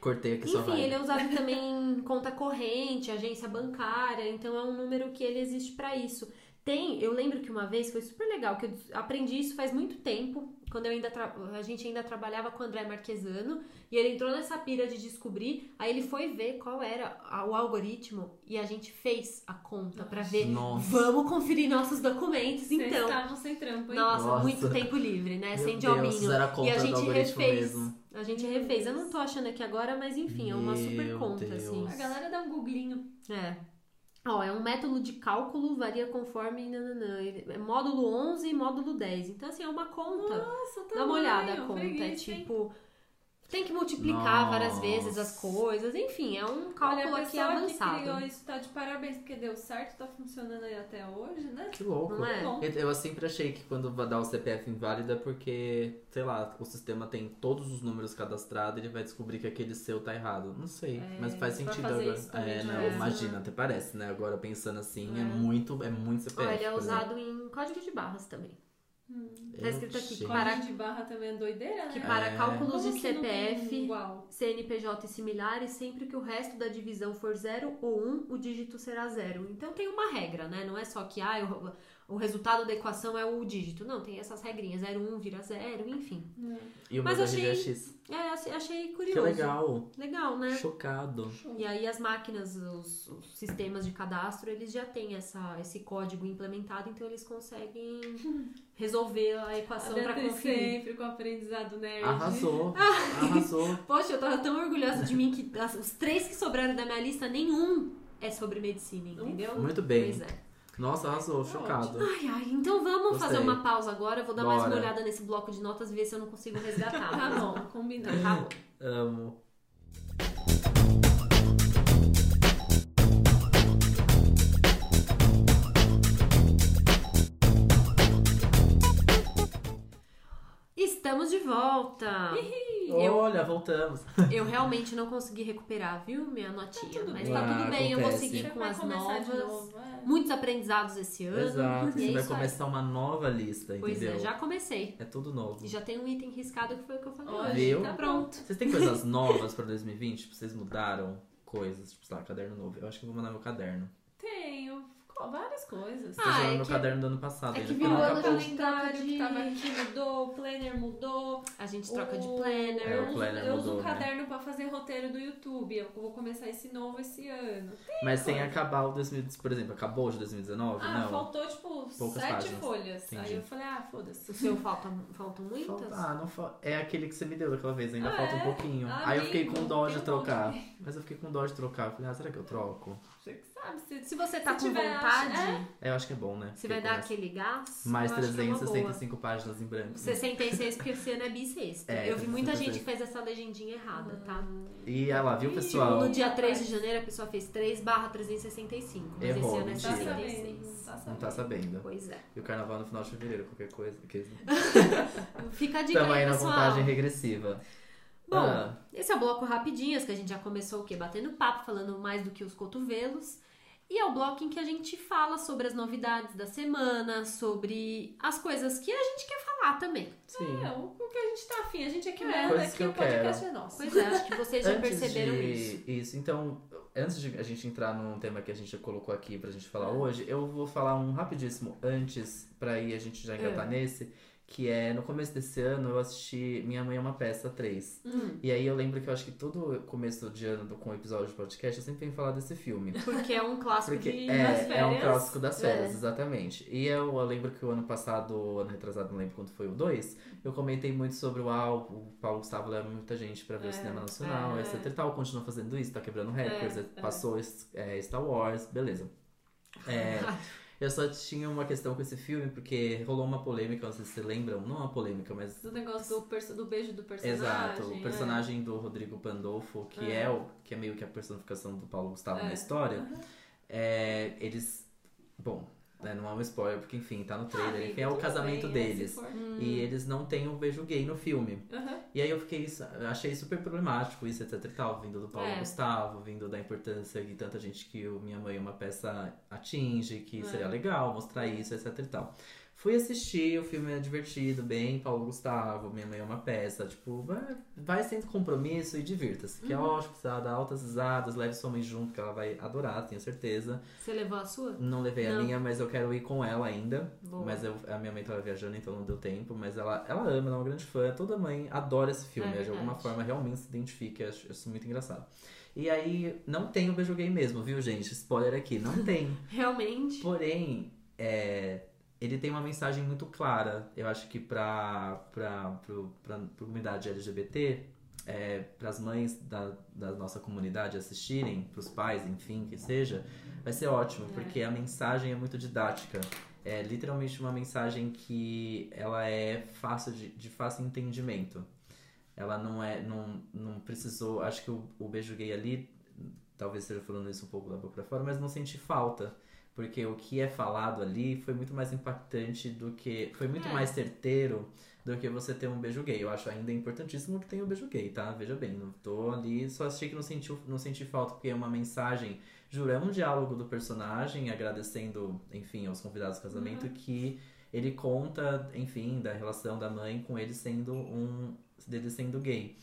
Speaker 3: Cortei aqui só
Speaker 1: Enfim,
Speaker 3: vai.
Speaker 1: ele é usado também em conta corrente, agência bancária, então é um número que ele existe pra isso. Tem, eu lembro que uma vez foi super legal, que eu des- aprendi isso faz muito tempo, quando eu ainda tra- a gente ainda trabalhava com o André Marquesano, e ele entrou nessa pira de descobrir, aí ele foi ver qual era a- o algoritmo e a gente fez a conta pra ver.
Speaker 3: Nossa.
Speaker 1: Vamos conferir nossos documentos,
Speaker 2: Vocês
Speaker 1: então.
Speaker 2: estavam sem trampo, hein?
Speaker 1: Nossa,
Speaker 3: Nossa.
Speaker 1: muito tempo livre, né?
Speaker 3: Meu
Speaker 1: Sem
Speaker 3: Deus,
Speaker 1: jominho.
Speaker 3: fizeram a conta
Speaker 1: E a
Speaker 3: do
Speaker 1: gente
Speaker 3: algoritmo
Speaker 1: refez.
Speaker 3: mesmo.
Speaker 1: A gente
Speaker 2: Meu
Speaker 1: refez. Eu
Speaker 2: Deus.
Speaker 1: não tô achando aqui agora, mas enfim, é uma super
Speaker 3: Meu
Speaker 1: conta,
Speaker 3: Deus.
Speaker 1: assim.
Speaker 2: A galera dá um googlinho.
Speaker 1: É. Ó, é um método de cálculo, varia conforme. nananã. Ele- É módulo 11 e módulo 10. Então, assim, é uma conta.
Speaker 2: Nossa, tá
Speaker 1: Dá uma olhada a
Speaker 2: bom,
Speaker 1: conta.
Speaker 2: preguiça,
Speaker 1: é
Speaker 2: hein?
Speaker 1: tipo. Tem que multiplicar várias
Speaker 3: Nossa.
Speaker 1: vezes as coisas. Enfim, é um
Speaker 2: Olha,
Speaker 1: cálculo aqui
Speaker 2: a pessoa que criou
Speaker 1: avançado.
Speaker 2: isso tá de parabéns, porque deu certo, tá funcionando aí até hoje, né?
Speaker 3: Que louco.
Speaker 1: Não é?
Speaker 2: Bom.
Speaker 3: Eu, eu sempre achei que quando vai dar o CPF inválido é porque, sei lá, o sistema tem todos os números cadastrados ele vai descobrir que aquele seu tá errado. Não sei,
Speaker 1: É,
Speaker 3: mas faz
Speaker 2: pra
Speaker 3: sentido
Speaker 2: fazer
Speaker 3: agora.
Speaker 2: isso também
Speaker 3: é,
Speaker 2: de
Speaker 3: não,
Speaker 1: vez, né?
Speaker 3: imagina, até parece, né? Agora pensando assim, é,
Speaker 1: É.
Speaker 3: muito, é muito
Speaker 1: Ó,
Speaker 3: CPF.
Speaker 1: ele é
Speaker 3: por exemplo.
Speaker 1: usado em código de barras também. tá escrito aqui,
Speaker 3: Gente,
Speaker 1: Para-
Speaker 2: Para de barra também é doideira, né?
Speaker 1: Que para
Speaker 3: É.
Speaker 1: cálculos
Speaker 2: Como
Speaker 1: de
Speaker 2: que não tem
Speaker 1: CPF.
Speaker 2: Igual.
Speaker 1: CNPJ e similares, sempre que o resto da divisão for 0 ou 1, um, o dígito será 0. Então tem uma regra, né? Não é só que ah, o, o resultado da equação é o dígito. Não, tem essas regrinhas. 0, 1 um, vira 0, enfim.
Speaker 3: E o meu
Speaker 1: Mas
Speaker 3: da
Speaker 1: achei
Speaker 3: RGX.
Speaker 1: É, achei- achei
Speaker 3: Que
Speaker 1: curioso.
Speaker 3: legal.
Speaker 1: Legal, né?
Speaker 3: Chocado.
Speaker 2: Show.
Speaker 1: E aí as máquinas, os, os sistemas de cadastro, eles já têm essa, esse código implementado, então eles conseguem resolver a equação
Speaker 2: Até
Speaker 1: para
Speaker 2: tem
Speaker 1: conferir.
Speaker 2: sempre com o aprendizado
Speaker 1: [LAUGHS]
Speaker 2: nerd.
Speaker 3: Arrasou. Arrasou.
Speaker 1: Poxa, eu tava tão orgulhosa de mim que as- os três que sobraram da minha lista, nenhum é sobre medicina, entendeu?
Speaker 3: Muito bem.
Speaker 1: Pois é.
Speaker 3: Nossa, arrasou. Chocado.
Speaker 1: Ai, ai, então vamos
Speaker 3: Gostei.
Speaker 1: fazer uma pausa agora. Eu vou dar mais uma
Speaker 3: Bora.
Speaker 1: olhada nesse bloco de notas e ver se eu não consigo
Speaker 3: [LAUGHS]
Speaker 1: resgatar.
Speaker 2: Tá bom, combinado.
Speaker 1: Tá bom.
Speaker 3: Amo.
Speaker 1: Estamos de
Speaker 3: [LAUGHS]
Speaker 1: volta. Eu-
Speaker 3: Olha, voltamos.
Speaker 1: Eu realmente não consegui recuperar, viu? Minha notinha.
Speaker 2: tudo
Speaker 1: Mas
Speaker 3: bem.
Speaker 1: tá tudo
Speaker 3: Ah,
Speaker 1: bem, eu vou
Speaker 3: acontece.
Speaker 1: seguir com
Speaker 2: Vai
Speaker 1: as
Speaker 2: começar de
Speaker 1: novas.
Speaker 2: novo, é.
Speaker 1: Muitos aprendizados esse ano.
Speaker 3: Exato,
Speaker 1: E
Speaker 3: você
Speaker 1: é
Speaker 3: vai
Speaker 1: isso aí.
Speaker 3: começar uma nova lista,
Speaker 1: Pois
Speaker 3: entendeu?
Speaker 1: é, já comecei.
Speaker 3: É tudo novo.
Speaker 1: E já tem um item riscado que foi o que eu falei
Speaker 2: Olha,
Speaker 1: hoje.
Speaker 3: Viu?
Speaker 1: Tá pronto.
Speaker 3: Vocês têm coisas novas pra 2020? Tipo, vocês mudaram coisas, tipo, sei lá, caderno novo. Eu acho que eu vou mandar meu caderno.
Speaker 2: Tenho co- várias coisas.
Speaker 1: Ah,
Speaker 3: Vocês
Speaker 1: é
Speaker 3: jogaram meu
Speaker 1: que-
Speaker 3: caderno do ano passado.
Speaker 1: é
Speaker 3: ainda
Speaker 1: que
Speaker 3: porque
Speaker 1: virou
Speaker 3: nunca
Speaker 1: ano
Speaker 2: o
Speaker 1: de-
Speaker 3: pôde.
Speaker 2: calendário que tava aqui mudou, o planner mudou.
Speaker 1: A gente troca de
Speaker 2: o-
Speaker 1: planner.
Speaker 3: É,
Speaker 2: Eu
Speaker 3: o
Speaker 2: uso-
Speaker 3: planner
Speaker 2: eu uso
Speaker 3: mudou,
Speaker 2: um
Speaker 3: né?
Speaker 2: caderno pra fazer roteiro do YouTube. Eu vou começar esse novo esse ano.
Speaker 3: Mas sem acabar o 2019. Por exemplo, acabou o de 2019?
Speaker 2: Ah,
Speaker 3: não.
Speaker 2: faltou tipo
Speaker 3: Poucas
Speaker 2: sete
Speaker 3: páginas.
Speaker 2: folhas. Aí
Speaker 3: Entendi.
Speaker 2: eu falei, ah,
Speaker 1: O
Speaker 2: foda-se. [LAUGHS]
Speaker 1: seu falta, faltam muitas?
Speaker 3: Falta- Ah, não fal... É aquele que você me deu daquela vez, ainda
Speaker 2: Ah,
Speaker 3: falta um
Speaker 2: é?
Speaker 3: pouquinho.
Speaker 2: Ah,
Speaker 3: Aí eu fiquei
Speaker 2: amigo,
Speaker 3: com dó
Speaker 2: tem
Speaker 3: de
Speaker 2: um
Speaker 3: trocar. Mas eu fiquei com dó de trocar. Eu falei, ah, será que eu troco?
Speaker 2: Você que sabe. Se,
Speaker 1: Se você tá
Speaker 2: Se
Speaker 1: com
Speaker 2: tiver,
Speaker 1: vontade,
Speaker 2: acho-
Speaker 3: É, eu acho que é bom, né?
Speaker 1: você
Speaker 3: Porque
Speaker 1: vai dar
Speaker 3: começa-
Speaker 1: aquele gás.
Speaker 3: Mais
Speaker 1: eu acho que é uma boa.
Speaker 3: 365 páginas em branco.
Speaker 1: 66, porque esse ano é bissexta.
Speaker 3: É,
Speaker 1: eu vi muita
Speaker 3: 66.
Speaker 1: gente que fez essa legendinha errada, tá?
Speaker 3: E olha lá, viu,
Speaker 2: Ih,
Speaker 3: pessoal?
Speaker 1: No dia 3 de janeiro a pessoa fez 3 barra 365. Mas
Speaker 3: Errou,
Speaker 1: esse
Speaker 2: tá
Speaker 1: ano é
Speaker 3: mentira.
Speaker 1: 66.
Speaker 2: sabendo.
Speaker 3: Não tá sabendo.
Speaker 1: Pois é.
Speaker 3: E o carnaval no final de fevereiro, qualquer coisa. Aqueles...
Speaker 1: Fica a dica
Speaker 3: Tamo aí
Speaker 1: aí,
Speaker 3: na
Speaker 1: pessoal.
Speaker 3: contagem regressiva.
Speaker 1: Bom,
Speaker 3: Ah.
Speaker 1: esse é o bloco rapidinhas, que a gente já começou o quê? Batendo papo, falando mais do que os cotovelos. E é o bloco em que a gente fala sobre as novidades da semana, sobre as coisas que a gente quer falar também.
Speaker 3: Sim.
Speaker 2: É, o o que a gente tá afim. A gente é que
Speaker 1: É.
Speaker 2: manda,
Speaker 3: Coisas
Speaker 2: aqui
Speaker 3: que eu
Speaker 2: o podcast é nosso.
Speaker 1: Pois é, acho que vocês
Speaker 3: [LAUGHS]
Speaker 1: já perceberam
Speaker 3: de...
Speaker 1: isso.
Speaker 3: Então, antes de a gente entrar num tema que a gente já colocou aqui pra gente falar hoje, eu vou falar um rapidíssimo antes, pra aí a gente já
Speaker 1: É.
Speaker 3: engatar nesse. Que é, no começo desse ano, eu assisti Minha Mãe é uma Peça 3.
Speaker 1: Hum,
Speaker 3: E aí eu lembro que eu acho que todo começo de ano com o episódio de podcast, eu sempre venho falar desse filme.
Speaker 1: porque é um clássico
Speaker 3: Porque
Speaker 1: de...
Speaker 3: é,
Speaker 1: das
Speaker 3: é um
Speaker 1: férias.
Speaker 3: clássico das férias,
Speaker 1: É.
Speaker 3: exatamente. E eu, eu lembro que o ano passado, ano retrasado, não lembro quanto foi o 2, eu comentei muito sobre o Al, o Paulo Gustavo leva muita gente pra ver o cinema nacional,
Speaker 1: é.
Speaker 3: etc e tal. Continua fazendo isso, tá quebrando recordes,
Speaker 2: é.
Speaker 3: passou é, Star Wars, beleza.
Speaker 1: [LAUGHS]
Speaker 3: É, eu só tinha uma questão com esse filme, porque rolou uma polêmica, não sei se vocês lembram, não uma polêmica, mas
Speaker 2: Do negócio do, perso- do beijo do personagem.
Speaker 3: Exato, o
Speaker 2: é.
Speaker 3: personagem do Rodrigo Pandolfo, que é.
Speaker 2: É.
Speaker 3: o que é meio que a personificação do Paulo Gustavo
Speaker 2: É.
Speaker 3: na história, é, eles, bom, né, não é um spoiler, porque enfim, tá no
Speaker 2: Ah,
Speaker 3: trailer,
Speaker 2: amiga,
Speaker 3: enfim, é o
Speaker 2: tudo
Speaker 3: casamento
Speaker 2: bem, é, se
Speaker 3: deles. Tipo,
Speaker 2: for.
Speaker 3: E eles não têm um beijo gay no filme.
Speaker 2: Aham.
Speaker 3: E aí eu fiquei, isso- eu achei super problemático isso, etc e tal, vindo do Paulo
Speaker 1: É.
Speaker 3: Gustavo, vindo da importância de tanta gente que o Minha Mãe é uma peça atinge, que
Speaker 1: É.
Speaker 3: seria legal mostrar isso, etc e tal. Fui assistir, o filme é divertido, bem Paulo Gustavo, Minha Mãe é uma peça, tipo, vai, vai sem compromisso e divirta-se,
Speaker 1: Uhum.
Speaker 3: que é ótimo, precisa dar altas risadas, leve sua mãe junto, que ela vai adorar, tenho certeza.
Speaker 1: Você levou a sua?
Speaker 3: Não levei a
Speaker 1: Não.
Speaker 3: minha, mas eu quero ir com ela ainda.
Speaker 1: Boa.
Speaker 3: Mas eu- a minha mãe tava viajando, então não deu tempo. Mas ela, ela ama, ela é uma grande fã. Toda mãe adora esse filme.
Speaker 1: É
Speaker 3: de alguma
Speaker 1: verdade.
Speaker 3: forma realmente se identifica. Eu acho isso muito engraçado. E aí, não tem o beijo gay mesmo, viu, gente? Spoiler aqui, não tem.
Speaker 1: Realmente.
Speaker 3: Porém, é, ele tem uma mensagem muito clara. Eu acho que pra, pra, pro, pra, pra comunidade LGBT, é, pras mães da, da nossa comunidade assistirem, pros pais, enfim, que seja, vai ser ótimo,
Speaker 1: É.
Speaker 3: porque a mensagem é muito didática. É literalmente uma mensagem que ela é fácil de, de fácil entendimento. Ela não é. Não, não precisou. Acho que o, o beijo gay ali, talvez esteja falando isso um pouco da boca pra fora, mas não senti falta. Porque o que é falado ali foi muito mais impactante do que. Foi muito
Speaker 1: É.
Speaker 3: mais certeiro do que você ter um beijo gay. Eu acho ainda importantíssimo que tenha um beijo gay, tá? Veja bem, não tô ali. Só achei que não senti, não senti falta, porque é uma mensagem. Juro, é um diálogo do personagem, agradecendo, enfim, aos convidados do casamento, que ele conta, enfim, da relação da mãe com ele sendo um. dele sendo gay.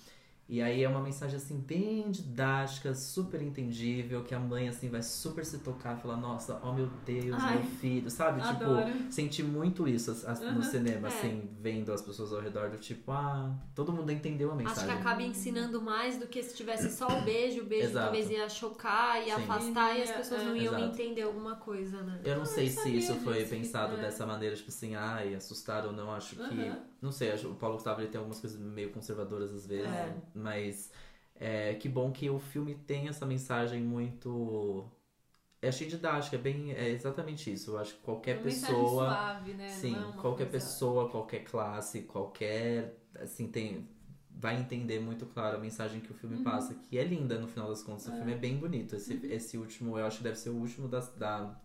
Speaker 3: E aí é uma mensagem assim bem didática, super entendível, que a mãe assim vai super se tocar, falar, nossa, oh meu Deus,
Speaker 2: Ai,
Speaker 3: meu filho, sabe?
Speaker 2: Adoro.
Speaker 3: Tipo, senti muito isso as- as-
Speaker 2: Uhum,
Speaker 3: no cinema,
Speaker 1: é.
Speaker 3: assim, vendo as pessoas ao redor do tipo, ah, todo mundo entendeu a
Speaker 1: Acho
Speaker 3: mensagem.
Speaker 1: que acaba ensinando mais do que se tivesse só o beijo. O beijo
Speaker 3: Exato.
Speaker 1: talvez ia chocar, ia
Speaker 3: Sim.
Speaker 1: afastar e as
Speaker 2: Ia,
Speaker 1: pessoas
Speaker 2: é.
Speaker 1: não iam
Speaker 3: Exato.
Speaker 1: entender alguma coisa, né?
Speaker 3: Eu não sei se
Speaker 2: Ah, sabia
Speaker 3: isso foi
Speaker 2: disso, que-
Speaker 3: pensado
Speaker 2: é.
Speaker 3: dessa maneira, tipo assim, ai, assustar ou não, acho que.
Speaker 2: Aham.
Speaker 3: Não sei, acho- o Paulo Gustavo ele tem algumas coisas meio conservadoras às vezes,
Speaker 1: É.
Speaker 3: mas é, que bom que o filme tem essa mensagem muito. Eu achei didática, é bem. É exatamente isso. Eu acho que qualquer
Speaker 2: Uma mensagem
Speaker 3: pessoa.
Speaker 2: Suave, né?
Speaker 3: Sim,
Speaker 2: Não é uma
Speaker 3: qualquer
Speaker 2: coisa-
Speaker 3: pessoa, qualquer classe, qualquer. Assim, tem. Vai entender muito claro a mensagem que o filme
Speaker 2: Uhum.
Speaker 3: passa, que é linda no final das contas. O
Speaker 2: É. Uhum.
Speaker 3: filme é bem bonito. Esse, esse último, eu acho que deve ser o último da. da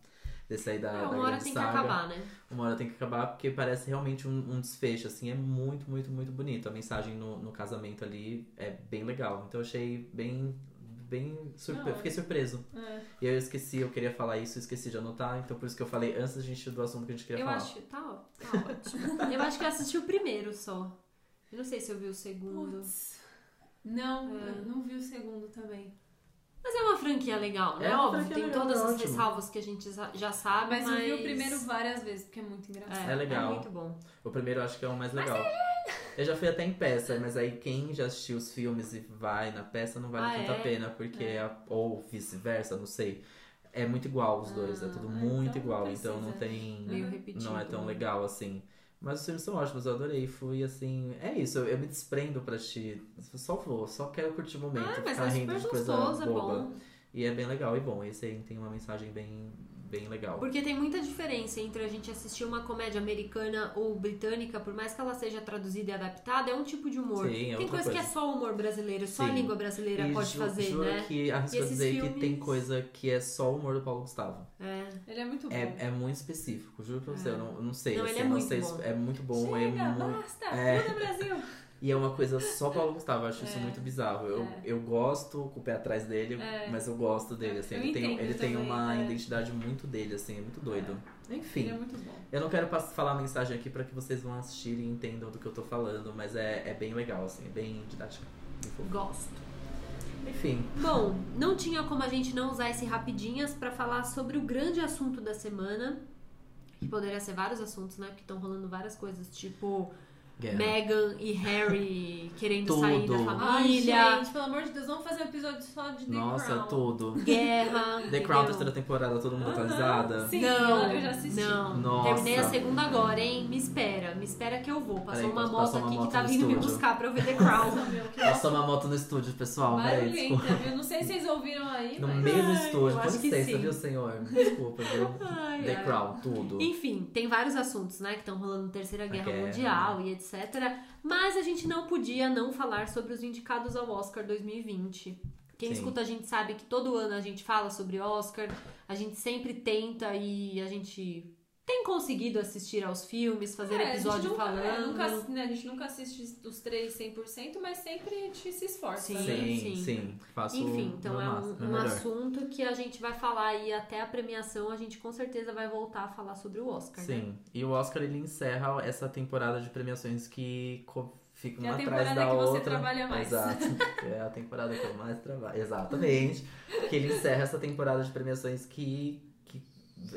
Speaker 3: desse aí da.
Speaker 1: É,
Speaker 3: da
Speaker 1: uma hora
Speaker 3: grande
Speaker 1: tem que
Speaker 3: saga
Speaker 1: acabar, né?
Speaker 3: uma hora tem que acabar, porque parece realmente um, um desfecho, assim, é muito, muito, muito bonito. A mensagem no, no casamento ali é bem legal. Então eu achei bem. Bem surpre...
Speaker 2: Não, é-
Speaker 3: Fiquei surpreso.
Speaker 2: É.
Speaker 3: E eu esqueci, eu queria falar isso, esqueci de anotar. Então por isso que eu falei antes da gente do assunto que a gente queria
Speaker 1: Eu
Speaker 3: falar.
Speaker 1: acho. Tá, ó- tá ótimo. eu acho que eu assisti o primeiro só. Eu não sei se eu vi o segundo.
Speaker 2: Putz. Não,
Speaker 1: É.
Speaker 2: eu não vi o segundo também.
Speaker 1: Mas é uma franquia legal, né?
Speaker 3: É uma
Speaker 1: Óbvio,
Speaker 3: franquia
Speaker 1: tem
Speaker 3: legal,
Speaker 1: todas
Speaker 3: é
Speaker 1: as
Speaker 3: ótimo.
Speaker 1: ressalvas que a gente já- já sabe.
Speaker 2: Ah, Mas,
Speaker 1: Mas,
Speaker 2: eu vi o primeiro várias vezes, porque é muito engraçado.
Speaker 1: É,
Speaker 3: É legal.
Speaker 1: É muito bom.
Speaker 3: O primeiro eu acho que é o mais legal. Eu já fui até em peça, mas aí quem já assistiu os filmes e vai na peça não vale
Speaker 1: Ah,
Speaker 3: tanto
Speaker 1: é?
Speaker 3: a pena, porque é- ou vice-versa, não sei. É muito igual os dois, é tudo muito
Speaker 2: então não
Speaker 3: igual, então não
Speaker 2: precisa.
Speaker 3: tem.
Speaker 2: Uhum.
Speaker 1: Meio repetido.
Speaker 3: não é tão
Speaker 1: né?
Speaker 3: legal assim. Mas os filmes são ótimos, eu adorei. Fui assim. É isso, eu, eu me desprendo pra assistir. Só vou, só quero curtir o momento.
Speaker 1: Ah, mas
Speaker 3: ficar
Speaker 1: é
Speaker 3: rindo
Speaker 1: super
Speaker 3: de coisa
Speaker 1: gostoso, é
Speaker 3: boba.
Speaker 1: bom.
Speaker 3: E é bem legal e bom. Esse aí tem uma mensagem bem, bem legal.
Speaker 1: Porque tem muita diferença entre a gente assistir uma comédia americana ou britânica, por mais que ela seja traduzida e adaptada, é um tipo de humor.
Speaker 3: Sim, é
Speaker 1: tem
Speaker 3: outra
Speaker 1: coisa, que é
Speaker 3: coisa.
Speaker 1: só o humor brasileiro, só a
Speaker 3: Sim.
Speaker 1: língua brasileira
Speaker 3: E
Speaker 1: pode
Speaker 3: ju-
Speaker 1: fazer,
Speaker 3: juro
Speaker 1: né?
Speaker 3: que arrisco
Speaker 1: E esses
Speaker 3: dizer que tem
Speaker 1: filmes-
Speaker 3: coisa que é só o humor do Paulo Gustavo.
Speaker 1: É.
Speaker 2: Ele é muito bom.
Speaker 3: É, é muito específico, juro pra você.
Speaker 1: É.
Speaker 3: Eu não, eu não sei.
Speaker 1: Não,
Speaker 3: assim,
Speaker 1: ele é
Speaker 3: eu não
Speaker 1: muito
Speaker 3: sei
Speaker 1: bom. Ah,
Speaker 3: se- É muito bom.
Speaker 2: Chega,
Speaker 3: é muito...
Speaker 2: basta!
Speaker 3: é.
Speaker 2: Muda Brasil!
Speaker 3: E é uma coisa só Paulo Gustavo, eu acho isso
Speaker 2: É.
Speaker 3: muito bizarro. Eu,
Speaker 2: É.
Speaker 3: eu gosto com o pé atrás dele,
Speaker 2: É.
Speaker 3: mas eu gosto dele, assim.
Speaker 2: Eu
Speaker 3: Ele tem,
Speaker 2: entendo
Speaker 3: ele tem
Speaker 2: também,
Speaker 3: uma
Speaker 2: é.
Speaker 3: identidade muito dele, assim, é muito doido.
Speaker 2: Ele é
Speaker 3: Enfim.
Speaker 2: muito bom.
Speaker 3: Eu não quero pass- falar a mensagem aqui pra que vocês vão assistir e entendam do que eu tô falando, mas é, é bem legal, assim, é bem didática. bem fofa.
Speaker 1: Gosto.
Speaker 3: Enfim,
Speaker 1: Bom, não tinha como a gente não usar esse rapidinhas pra falar sobre o grande assunto da semana. Que poderia ser vários assuntos, né? Porque estão rolando várias coisas, tipo
Speaker 3: guerra.
Speaker 1: Meghan e
Speaker 3: [LAUGHS]
Speaker 1: Harry querendo sair da
Speaker 3: É. Tudo.
Speaker 1: família,
Speaker 2: Ai, gente, pelo amor de Deus, vamos fazer um episódio só de The
Speaker 3: Nossa,
Speaker 2: Crown.
Speaker 3: tudo.
Speaker 1: guerra.
Speaker 3: The Crown tá
Speaker 1: entendeu?
Speaker 3: terceira temporada, todo mundo tá atualizada.
Speaker 2: Sim,
Speaker 1: não,
Speaker 2: eu já assisti.
Speaker 1: Não,
Speaker 3: Nossa.
Speaker 1: terminei a segunda agora, hein? Me espera, me espera que eu vou. Passou
Speaker 3: Peraí,
Speaker 1: uma
Speaker 3: passa-
Speaker 1: moto
Speaker 3: passa uma
Speaker 1: aqui que
Speaker 3: moto
Speaker 1: tá
Speaker 3: no
Speaker 1: vindo me
Speaker 3: estúdio.
Speaker 1: buscar pra eu ver The
Speaker 3: [LAUGHS]
Speaker 1: Crown.
Speaker 2: Nossa, meu, que
Speaker 3: Passou uma moto no estúdio, pessoal, velho. Desculpa.
Speaker 2: barulhenta, viu? Não sei se vocês ouviram aí,
Speaker 3: No
Speaker 2: mas...
Speaker 3: meio do
Speaker 1: Ai, eu
Speaker 3: estúdio, com
Speaker 1: acho que
Speaker 3: licença,
Speaker 1: sim.
Speaker 3: viu, senhor? Desculpa, viu?
Speaker 1: Ai,
Speaker 3: The
Speaker 1: ai.
Speaker 3: Crown, tudo.
Speaker 1: Enfim, tem vários assuntos, né, que estão rolando Terceira Guerra
Speaker 3: guerra, né.
Speaker 1: Mundial e etc. Mas a gente não podia não falar sobre os indicados ao Oscar 2020. Quem
Speaker 3: Sim.
Speaker 1: escuta a gente sabe que todo ano a gente fala sobre Oscar, a gente sempre tenta e a gente tem conseguido assistir aos filmes, fazer
Speaker 2: É, a gente
Speaker 1: episódio
Speaker 2: nunca-
Speaker 1: falando.
Speaker 2: é, nunca- né, a gente nunca assiste os três 100%, mas sempre a gente se esforça.
Speaker 1: Sim.
Speaker 2: né?
Speaker 3: Sim, sim. Faço
Speaker 1: Enfim, então
Speaker 3: meu
Speaker 1: é
Speaker 3: máximo,
Speaker 1: um,
Speaker 3: meu
Speaker 1: um
Speaker 3: melhor.
Speaker 1: assunto que a gente vai falar aí até a premiação, a gente com certeza vai voltar a falar sobre o Oscar, né?
Speaker 3: Sim. E o Oscar ele encerra essa temporada de premiações que co- fica
Speaker 2: Que é
Speaker 3: uma
Speaker 2: a
Speaker 3: atrás
Speaker 2: temporada
Speaker 3: da
Speaker 2: que você
Speaker 3: outra.
Speaker 2: trabalha mais. [LAUGHS]
Speaker 3: Exato. É a temporada que eu mais trabalho. Exatamente. que ele encerra essa temporada de premiações que, que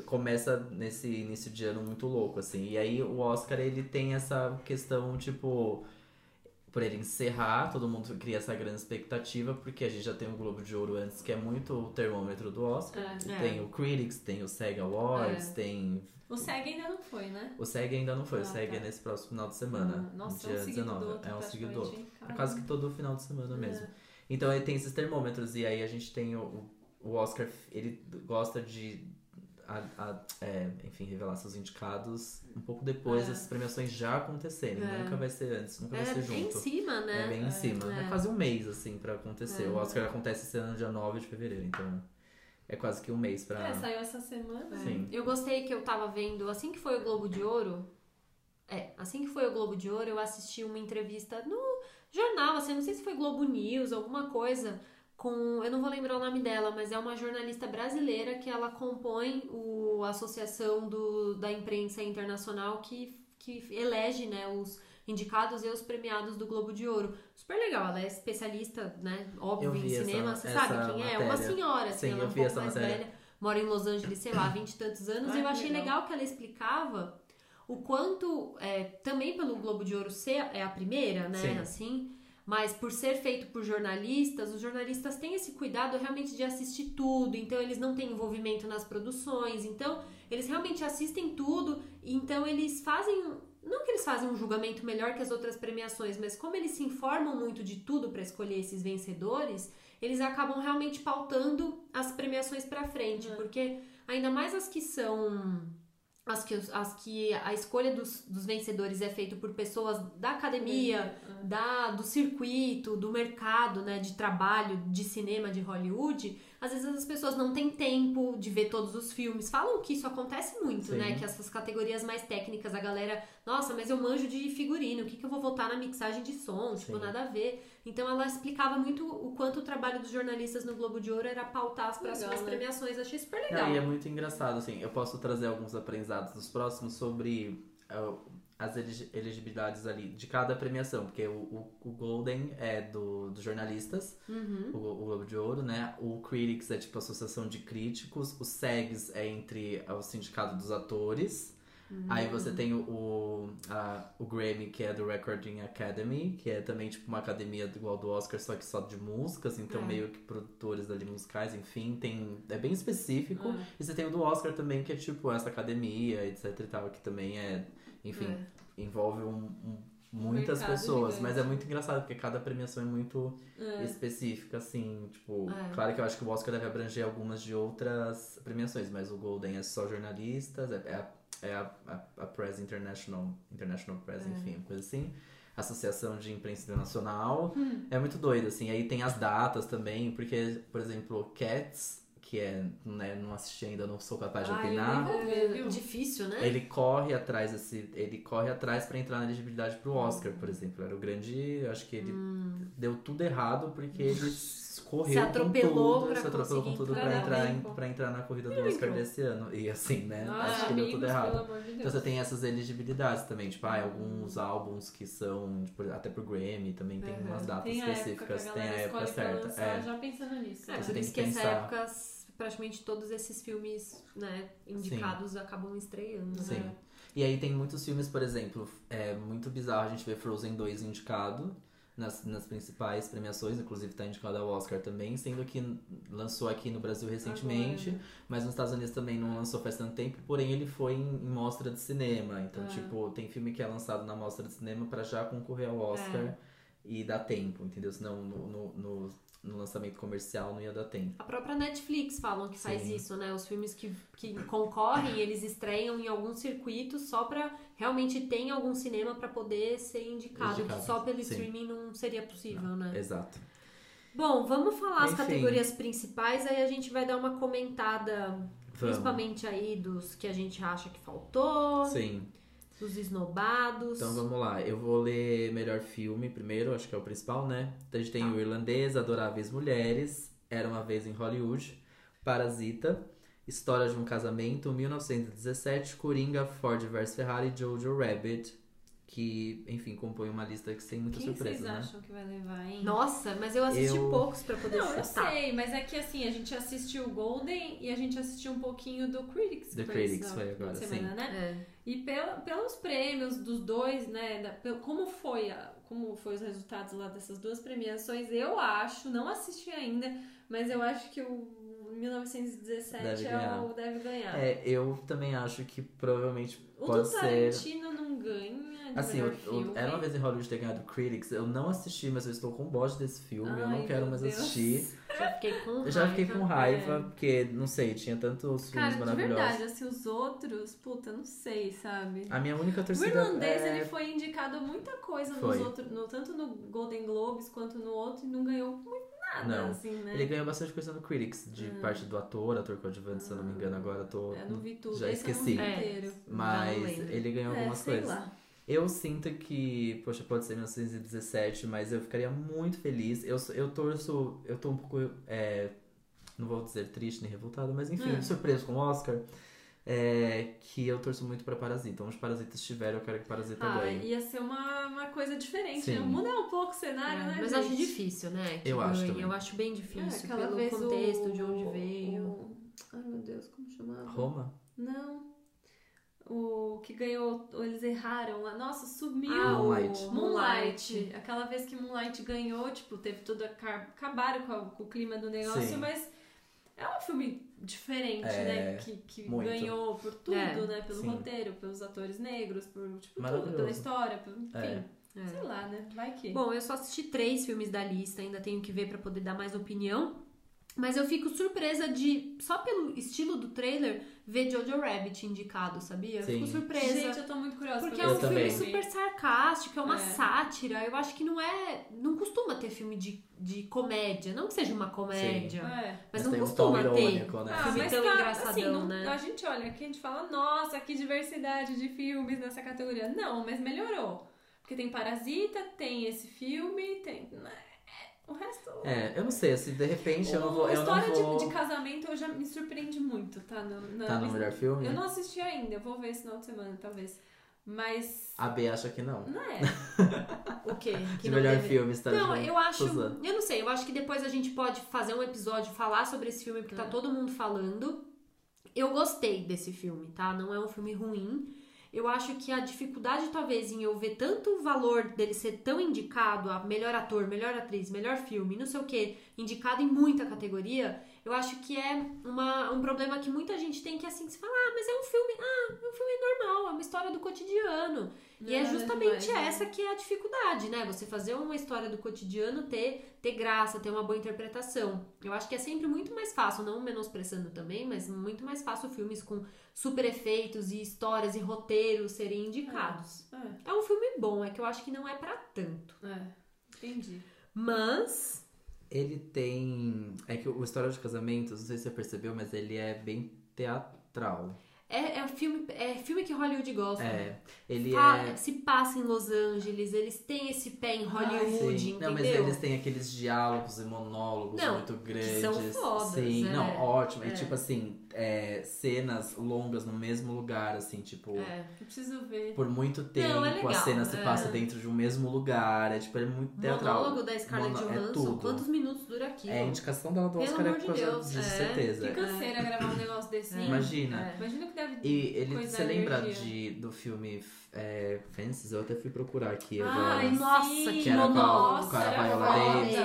Speaker 3: começa nesse início de ano muito louco, assim. E aí o Oscar ele tem essa questão, tipo. Por ele encerrar, todo mundo cria essa grande expectativa, porque a gente já tem o Globo de Ouro antes, que é muito o termômetro do Oscar.
Speaker 2: É.
Speaker 1: É.
Speaker 3: Tem o Critics, tem o SEG Awards, tem
Speaker 2: O SEG ainda não foi, né?
Speaker 3: o SEG ainda não foi,
Speaker 2: Ah,
Speaker 3: o SEG
Speaker 2: tá.
Speaker 3: é nesse próximo final de semana.
Speaker 1: Hum,
Speaker 2: Nossa,
Speaker 3: dia
Speaker 2: um seguido
Speaker 3: 19.
Speaker 2: do outro,
Speaker 3: é um seguido do outro.
Speaker 2: praticamente,
Speaker 3: É
Speaker 2: hein?
Speaker 3: quase que todo final de semana
Speaker 1: É.
Speaker 3: mesmo. Então ele tem esses termômetros, e aí a gente tem o, o- o Oscar, ele gosta de. a- a- é, enfim, revelar seus indicados um pouco depois
Speaker 2: É.
Speaker 3: dessas premiações já acontecerem.
Speaker 1: É.
Speaker 3: Nunca vai ser antes, nunca vai
Speaker 1: É
Speaker 3: ser
Speaker 1: bem em
Speaker 3: junto.
Speaker 1: cima, né?
Speaker 3: É bem em cima.
Speaker 1: É.
Speaker 3: É. quase um mês, assim, pra acontecer.
Speaker 1: É.
Speaker 3: O Oscar acontece esse ano, dia 9 de fevereiro, então é quase que um mês pra.
Speaker 2: É, saiu essa semana.
Speaker 1: É.
Speaker 3: Sim.
Speaker 1: Eu gostei que eu tava vendo, assim que foi o Globo de Ouro. É, assim que foi o Globo de Ouro, eu assisti uma entrevista no jornal, assim, não sei se foi Globo News, alguma coisa, com. Eu não vou lembrar o nome dela, mas é uma jornalista brasileira que ela compõe o, a associação do, da imprensa internacional que, que elege, né, os indicados e os premiados do Globo de Ouro. Super legal, ela é especialista, né, óbvio,
Speaker 3: Eu
Speaker 1: em
Speaker 3: vi essa-
Speaker 1: cinema, você
Speaker 3: essa
Speaker 1: sabe quem é? Uma
Speaker 3: matéria.
Speaker 1: senhora, assim,
Speaker 3: Sim,
Speaker 1: ela é
Speaker 3: eu
Speaker 1: um
Speaker 3: vi
Speaker 1: pouco
Speaker 3: essa
Speaker 1: mais
Speaker 3: matéria.
Speaker 1: velha mora em Los Angeles, sei lá, vinte e tantos anos,
Speaker 2: Ah,
Speaker 1: e eu
Speaker 2: que
Speaker 1: achei legal.
Speaker 2: legal.
Speaker 1: que ela explicava o quanto, é, também pelo Globo de Ouro ser é a primeira, né,
Speaker 3: Sim.
Speaker 1: assim, mas por ser feito por jornalistas, os jornalistas têm esse cuidado realmente de assistir tudo, então eles não têm envolvimento nas produções, então eles realmente assistem tudo, então eles fazem não que eles fazem um julgamento melhor que as outras premiações, mas como eles se informam muito de tudo para escolher esses vencedores, eles acabam realmente pautando as premiações para frente,
Speaker 2: Uhum.
Speaker 1: porque ainda mais as que são as que, os- as que a escolha dos, dos vencedores é feita por pessoas da academia, da do circuito, do mercado, né, de trabalho, de cinema, de Hollywood, às vezes as pessoas não têm tempo de ver todos os filmes. Falam que isso acontece muito,
Speaker 3: Sim.
Speaker 1: né, que essas categorias mais técnicas a galera, nossa, mas eu manjo de figurino, o que, que eu vou votar na mixagem de som, tipo
Speaker 3: Sim.
Speaker 1: nada a ver. Então ela explicava muito o quanto o trabalho dos jornalistas no Globo de Ouro era pautar as próximas
Speaker 2: Legal, né?
Speaker 1: premiações. Achei super
Speaker 3: Não,
Speaker 1: legal.
Speaker 3: e é muito engraçado, assim, eu posso trazer alguns aprendizados dos próximos sobre ah, as elegi- elegibilidades ali de cada premiação, porque o, o- o Golden é do, dos jornalistas,
Speaker 1: Uhum.
Speaker 3: o, o Globo de Ouro, né? O Critics é tipo a associação de críticos, o SEGS é entre ah, o sindicato dos atores.
Speaker 1: Hum.
Speaker 3: Aí você tem o, o, a- o Grammy, que é do Recording Academy, que é também tipo uma academia igual do Oscar, só que só de músicas, então
Speaker 1: É.
Speaker 3: meio que produtores ali musicais, enfim, tem. É bem específico. E você tem o do Oscar também, que é tipo essa academia, etc e tal, que também é, enfim,
Speaker 1: É.
Speaker 3: envolve um- um- muitas
Speaker 2: Mercado
Speaker 3: pessoas.
Speaker 2: gigante.
Speaker 3: Mas é muito engraçado, porque cada premiação é muito
Speaker 2: É.
Speaker 3: específica, assim, tipo,
Speaker 1: É.
Speaker 3: claro que eu acho que o Oscar deve abranger algumas de outras premiações, mas o Golden é só jornalistas, é, é a, é a, a- a Press International, International Press,
Speaker 1: É.
Speaker 3: enfim, coisa assim. Associação de Imprensa Internacional.
Speaker 2: Hum.
Speaker 3: É muito doido, assim. Aí tem as datas também, porque, por exemplo, Cats, que é, né, não assisti ainda, não sou capaz de
Speaker 2: Ai, eu
Speaker 3: opinar.
Speaker 2: nem vou ver, viu?
Speaker 1: É, difícil, né?
Speaker 3: Ele corre atrás desse, ele corre atrás para entrar na elegibilidade pro Oscar, por exemplo. Era o grande, eu acho que ele
Speaker 2: Hum.
Speaker 3: deu tudo errado porque ele correu
Speaker 1: Se
Speaker 3: com
Speaker 1: atropelou
Speaker 3: tudo,
Speaker 1: pra
Speaker 3: se atropelou com
Speaker 1: conseguir
Speaker 3: tudo para
Speaker 2: entrar
Speaker 3: entrar,
Speaker 2: no
Speaker 3: em-
Speaker 2: tempo.
Speaker 3: pra entrar na corrida do
Speaker 1: Ele
Speaker 3: Oscar
Speaker 1: entrou.
Speaker 3: desse ano. E assim, né?
Speaker 2: Nossa,
Speaker 3: acho que deu tudo
Speaker 2: Ah, amigos,
Speaker 3: errado.
Speaker 2: Pelo amor de Deus.
Speaker 3: Então você tem essas elegibilidades também, tipo, ah, alguns álbuns que são, tipo, até pro Grammy também tem umas datas
Speaker 2: Tem a época que a
Speaker 3: específicas, tem a
Speaker 2: galera
Speaker 3: época
Speaker 2: escolhe pra
Speaker 3: certa.
Speaker 2: lançar,
Speaker 3: É.
Speaker 2: já pensando nisso.
Speaker 1: É,
Speaker 3: Então,
Speaker 1: por
Speaker 3: você tem
Speaker 1: isso que
Speaker 3: que
Speaker 1: essa
Speaker 3: pensar.
Speaker 1: época, s- praticamente todos esses filmes né, indicados acabam estreando.
Speaker 3: Sim.
Speaker 1: Né?
Speaker 3: E aí tem muitos filmes, por exemplo, é muito bizarro a gente ver Frozen 2 indicado nas, nas principais premiações, inclusive tá indicado ao Oscar também, sendo que lançou aqui no Brasil recentemente, mas nos Estados Unidos também não lançou faz tanto tempo, porém ele foi em, em mostra de cinema. Então,
Speaker 2: Ah.
Speaker 3: tipo, tem filme que é lançado na mostra de cinema pra já concorrer ao Oscar e dar tempo, entendeu? Senão no, no, no, no lançamento comercial não ia dar tempo.
Speaker 1: A própria Netflix falam que faz
Speaker 3: Sim.
Speaker 1: isso, né? Os filmes que, que concorrem, eles estreiam em alguns circuitos só pra realmente ter em algum cinema pra poder ser indicado.
Speaker 3: Indicado,
Speaker 1: Que só pelo
Speaker 3: sim.
Speaker 1: streaming não seria possível, né?
Speaker 3: Exato.
Speaker 1: Bom, vamos falar as
Speaker 3: Enfim.
Speaker 1: categorias principais, aí a gente vai dar uma comentada
Speaker 3: Vamos.
Speaker 1: Principalmente aí dos que a gente acha que faltou,
Speaker 3: Sim.
Speaker 1: dos esnobados.
Speaker 3: Então vamos lá. Eu vou ler melhor filme primeiro, acho que é o principal, né? Então a gente tem
Speaker 2: Tá.
Speaker 3: o Irlandês, Adoráveis Mulheres, Era uma Vez em Hollywood, Parasita, História de um Casamento, 1917, Coringa, Ford vs Ferrari, Jojo Rabbit, que, enfim, compõe uma lista que sem muita
Speaker 2: Quem
Speaker 3: surpresa,
Speaker 2: vocês
Speaker 3: né?
Speaker 2: acham que vai levar, hein?
Speaker 1: Nossa, tá. mas eu assisti
Speaker 3: Eu-
Speaker 1: poucos pra poder
Speaker 2: Não, eu
Speaker 1: chutar.
Speaker 2: sei, mas é que assim, a gente assistiu o Golden e a gente assistiu um pouquinho do Critics.
Speaker 3: The
Speaker 2: Choice
Speaker 3: Critics
Speaker 2: na
Speaker 3: foi agora,
Speaker 2: semana, né?
Speaker 1: É.
Speaker 2: E pela- pelos prêmios dos dois, né? da- pelo- como foi a- como foi os resultados lá dessas duas premiações, eu acho, não assisti ainda, mas eu acho que o 1917
Speaker 3: Deve
Speaker 2: é
Speaker 3: ganhar.
Speaker 2: o deve ganhar.
Speaker 3: É, eu também acho que provavelmente
Speaker 2: o
Speaker 3: pode
Speaker 2: do
Speaker 3: ser.
Speaker 2: Tarantino não ganha. De
Speaker 3: Assim,
Speaker 2: melhor
Speaker 3: eu- eu-
Speaker 2: filme.
Speaker 3: era uma vez em Hollywood ter ganhado Critics, eu não assisti, mas eu estou com bode desse filme, eu
Speaker 2: Ai,
Speaker 3: não quero
Speaker 2: meu
Speaker 3: mais
Speaker 2: Deus.
Speaker 3: assistir.
Speaker 1: Já fiquei com raiva.
Speaker 3: Eu já fiquei com raiva, porque, não sei, tinha tantos filmes
Speaker 2: é. Cara, de
Speaker 3: maravilhosos.
Speaker 2: verdade, assim, os outros, puta, não sei, sabe?
Speaker 3: A minha única
Speaker 2: O
Speaker 3: torcida.
Speaker 2: irlandês,
Speaker 3: é...
Speaker 2: ele foi indicado a muita coisa
Speaker 3: Foi.
Speaker 2: nos outros, no- tanto no Golden Globes quanto no outro, e não ganhou muito nada,
Speaker 3: Não.
Speaker 2: assim, né?
Speaker 3: Ele ganhou bastante coisa no Critics, de parte do ator, ator coadjuvante, se eu não me engano, agora eu tô.
Speaker 2: Ah. Eu não vi tudo,
Speaker 3: já
Speaker 2: esse
Speaker 3: esqueci.
Speaker 2: eu não
Speaker 1: É.
Speaker 2: vi inteiro.
Speaker 1: Já não
Speaker 3: Mas
Speaker 1: lembro.
Speaker 3: ele ganhou
Speaker 2: É,
Speaker 3: algumas
Speaker 2: sei
Speaker 3: coisas.
Speaker 2: lá.
Speaker 3: Eu sinto que, poxa, pode ser 1917, mas eu ficaria muito feliz. Eu, sou- eu torço, eu tô um pouco, é, não vou dizer triste nem revoltado, mas enfim,
Speaker 2: Hum.
Speaker 3: surpreso com o Oscar. É, que eu torço muito pra Parasita. Onde Parasita estiver, eu quero que Parasita
Speaker 2: Ah,
Speaker 3: ganhe.
Speaker 2: ia ser uma, uma coisa diferente,
Speaker 3: Sim.
Speaker 2: né? Mudar um pouco o cenário, né,
Speaker 1: É, Mas
Speaker 2: gente?
Speaker 1: acho difícil, né? que
Speaker 3: Eu acho
Speaker 1: ganhe.
Speaker 3: também.
Speaker 1: Eu acho bem difícil
Speaker 2: É, aquela
Speaker 1: pelo
Speaker 2: vez o-
Speaker 1: contexto de onde veio.
Speaker 2: o- Ai, meu Deus, como chamava?
Speaker 3: Roma?
Speaker 2: Não. O que ganhou, eles erraram lá. Nossa, sumiu.
Speaker 1: Ah,
Speaker 3: Moonlight.
Speaker 2: Moonlight.
Speaker 1: Moonlight.
Speaker 2: Aquela vez que Moonlight ganhou, tipo, teve tudo. aca- Acabaram com, a- com o clima do negócio,
Speaker 3: Sim.
Speaker 2: mas é um filme diferente,
Speaker 3: É,
Speaker 2: né? Que, que
Speaker 3: muito.
Speaker 2: ganhou por tudo,
Speaker 1: É,
Speaker 2: né? Pelo
Speaker 3: sim.
Speaker 2: roteiro, pelos atores negros, por tipo, tudo,
Speaker 3: Maravilhoso.
Speaker 2: pela história, por, enfim.
Speaker 3: É.
Speaker 1: É.
Speaker 2: Sei lá, né? Vai que.
Speaker 1: Bom, eu só assisti três filmes da lista, ainda tenho que ver pra poder dar mais opinião. Mas eu fico surpresa de, só pelo estilo do trailer, ver Jojo Rabbit indicado, sabia? Eu
Speaker 3: Sim.
Speaker 1: fico surpresa.
Speaker 2: Gente, eu tô muito curiosa.
Speaker 1: porque
Speaker 2: pra
Speaker 1: é um
Speaker 3: eu
Speaker 2: ver
Speaker 3: também.
Speaker 1: filme
Speaker 2: esse
Speaker 1: super sarcástico, é uma
Speaker 2: É.
Speaker 1: sátira. Eu acho que não é. Não costuma ter filme de, de comédia. Não que seja uma comédia.
Speaker 2: É.
Speaker 1: Mas,
Speaker 3: tem
Speaker 1: não
Speaker 3: um tom
Speaker 1: costuma ter.
Speaker 3: irônico, né?
Speaker 2: Ah,
Speaker 1: Filme
Speaker 2: mas
Speaker 1: é tão
Speaker 2: cara,
Speaker 1: engraçadão,
Speaker 2: assim, não-
Speaker 1: né?
Speaker 2: a gente olha aqui e a gente fala, nossa, que diversidade de filmes nessa categoria. Não, mas melhorou. Porque tem Parasita, tem esse filme, tem. né? O resto.
Speaker 3: É, eu não sei, assim, de repente eu não vou. Eu
Speaker 2: a
Speaker 3: não
Speaker 2: história de-
Speaker 3: vou...
Speaker 2: de, casamento eu já me surpreende muito, tá?
Speaker 3: Tá
Speaker 2: Na, na
Speaker 3: no
Speaker 2: lista.
Speaker 1: assim,
Speaker 3: melhor filme?
Speaker 2: Eu não assisti ainda, eu vou ver esse final de semana, talvez. Mas.
Speaker 3: A B acha que não.
Speaker 2: Não é.
Speaker 1: O quê? Que
Speaker 3: de
Speaker 1: não
Speaker 3: melhor
Speaker 1: teve-
Speaker 3: filme, História
Speaker 1: Não,
Speaker 3: de um
Speaker 1: eu acho.
Speaker 3: Suzano.
Speaker 1: Eu não sei, eu acho que depois a gente pode fazer um episódio falar sobre esse filme, porque tá todo mundo falando. Eu gostei desse filme, tá? Não é um filme ruim. Eu acho que a dificuldade, talvez, em eu ver tanto o valor dele ser tão indicado a melhor ator, melhor atriz, melhor filme, não sei o quê, indicado em muita categoria, eu acho que é uma, um problema que muita gente tem que, assim, se fala, ah, mas é um filme, ah, é um filme normal, é uma história do cotidiano. E é
Speaker 2: Nada
Speaker 1: justamente
Speaker 2: demais, né?
Speaker 1: essa que é a dificuldade, né? Você fazer uma história do cotidiano ter, ter graça, ter uma boa interpretação. Eu acho que é sempre muito mais fácil, não menosprezando também, mas muito mais fácil filmes com super efeitos e histórias e roteiros serem indicados.
Speaker 2: É,
Speaker 1: É um filme bom, é que eu acho que não é pra tanto.
Speaker 2: é. Entendi.
Speaker 1: Mas.
Speaker 3: Ele tem. É que o História de Casamentos, não sei se você percebeu, mas ele é bem teatral.
Speaker 1: É, é, um filme, é filme que Hollywood gosta.
Speaker 3: É. Ele
Speaker 1: Fa-
Speaker 3: é. Ah,
Speaker 1: Se passa em Los Angeles, eles têm esse pé
Speaker 2: Ah,
Speaker 1: em Hollywood,
Speaker 3: Sim.
Speaker 1: entendeu?
Speaker 3: Não, mas eles têm aqueles diálogos e monólogos
Speaker 1: Não,
Speaker 3: muito grandes.
Speaker 1: são fodas,
Speaker 3: Sim,
Speaker 1: né?
Speaker 3: não, ótimo.
Speaker 1: É.
Speaker 3: E tipo assim, é, cenas longas no mesmo lugar, assim, tipo.
Speaker 1: É.
Speaker 2: Eu preciso ver.
Speaker 3: Por muito tempo,
Speaker 1: é legal,
Speaker 3: a cena se
Speaker 1: é.
Speaker 3: passa dentro de um mesmo lugar. É tipo, é muito teatral.
Speaker 1: Monólogo da Scarlett
Speaker 3: Mono- é
Speaker 1: Johansson,
Speaker 3: tudo.
Speaker 1: quantos minutos dura aquilo?
Speaker 3: É a indicação dela do
Speaker 1: Pelo
Speaker 3: Oscar é
Speaker 1: amor
Speaker 3: por
Speaker 1: de
Speaker 3: causa
Speaker 1: Deus,
Speaker 3: disso,
Speaker 1: é.
Speaker 3: certeza.
Speaker 2: Que canseira gravar um negócio desse.
Speaker 1: É.
Speaker 2: hein?
Speaker 3: Imagina.
Speaker 1: É.
Speaker 2: Imagina que deve.
Speaker 3: E ele,
Speaker 2: Coisa
Speaker 3: você lembra
Speaker 2: energia.
Speaker 3: de, do filme é, Fences? Eu até fui procurar aqui
Speaker 1: Ah,
Speaker 3: agora.
Speaker 2: Ai,
Speaker 1: Nossa,
Speaker 2: sim.
Speaker 1: que
Speaker 3: era com a-
Speaker 1: monólogo.
Speaker 3: com a Viola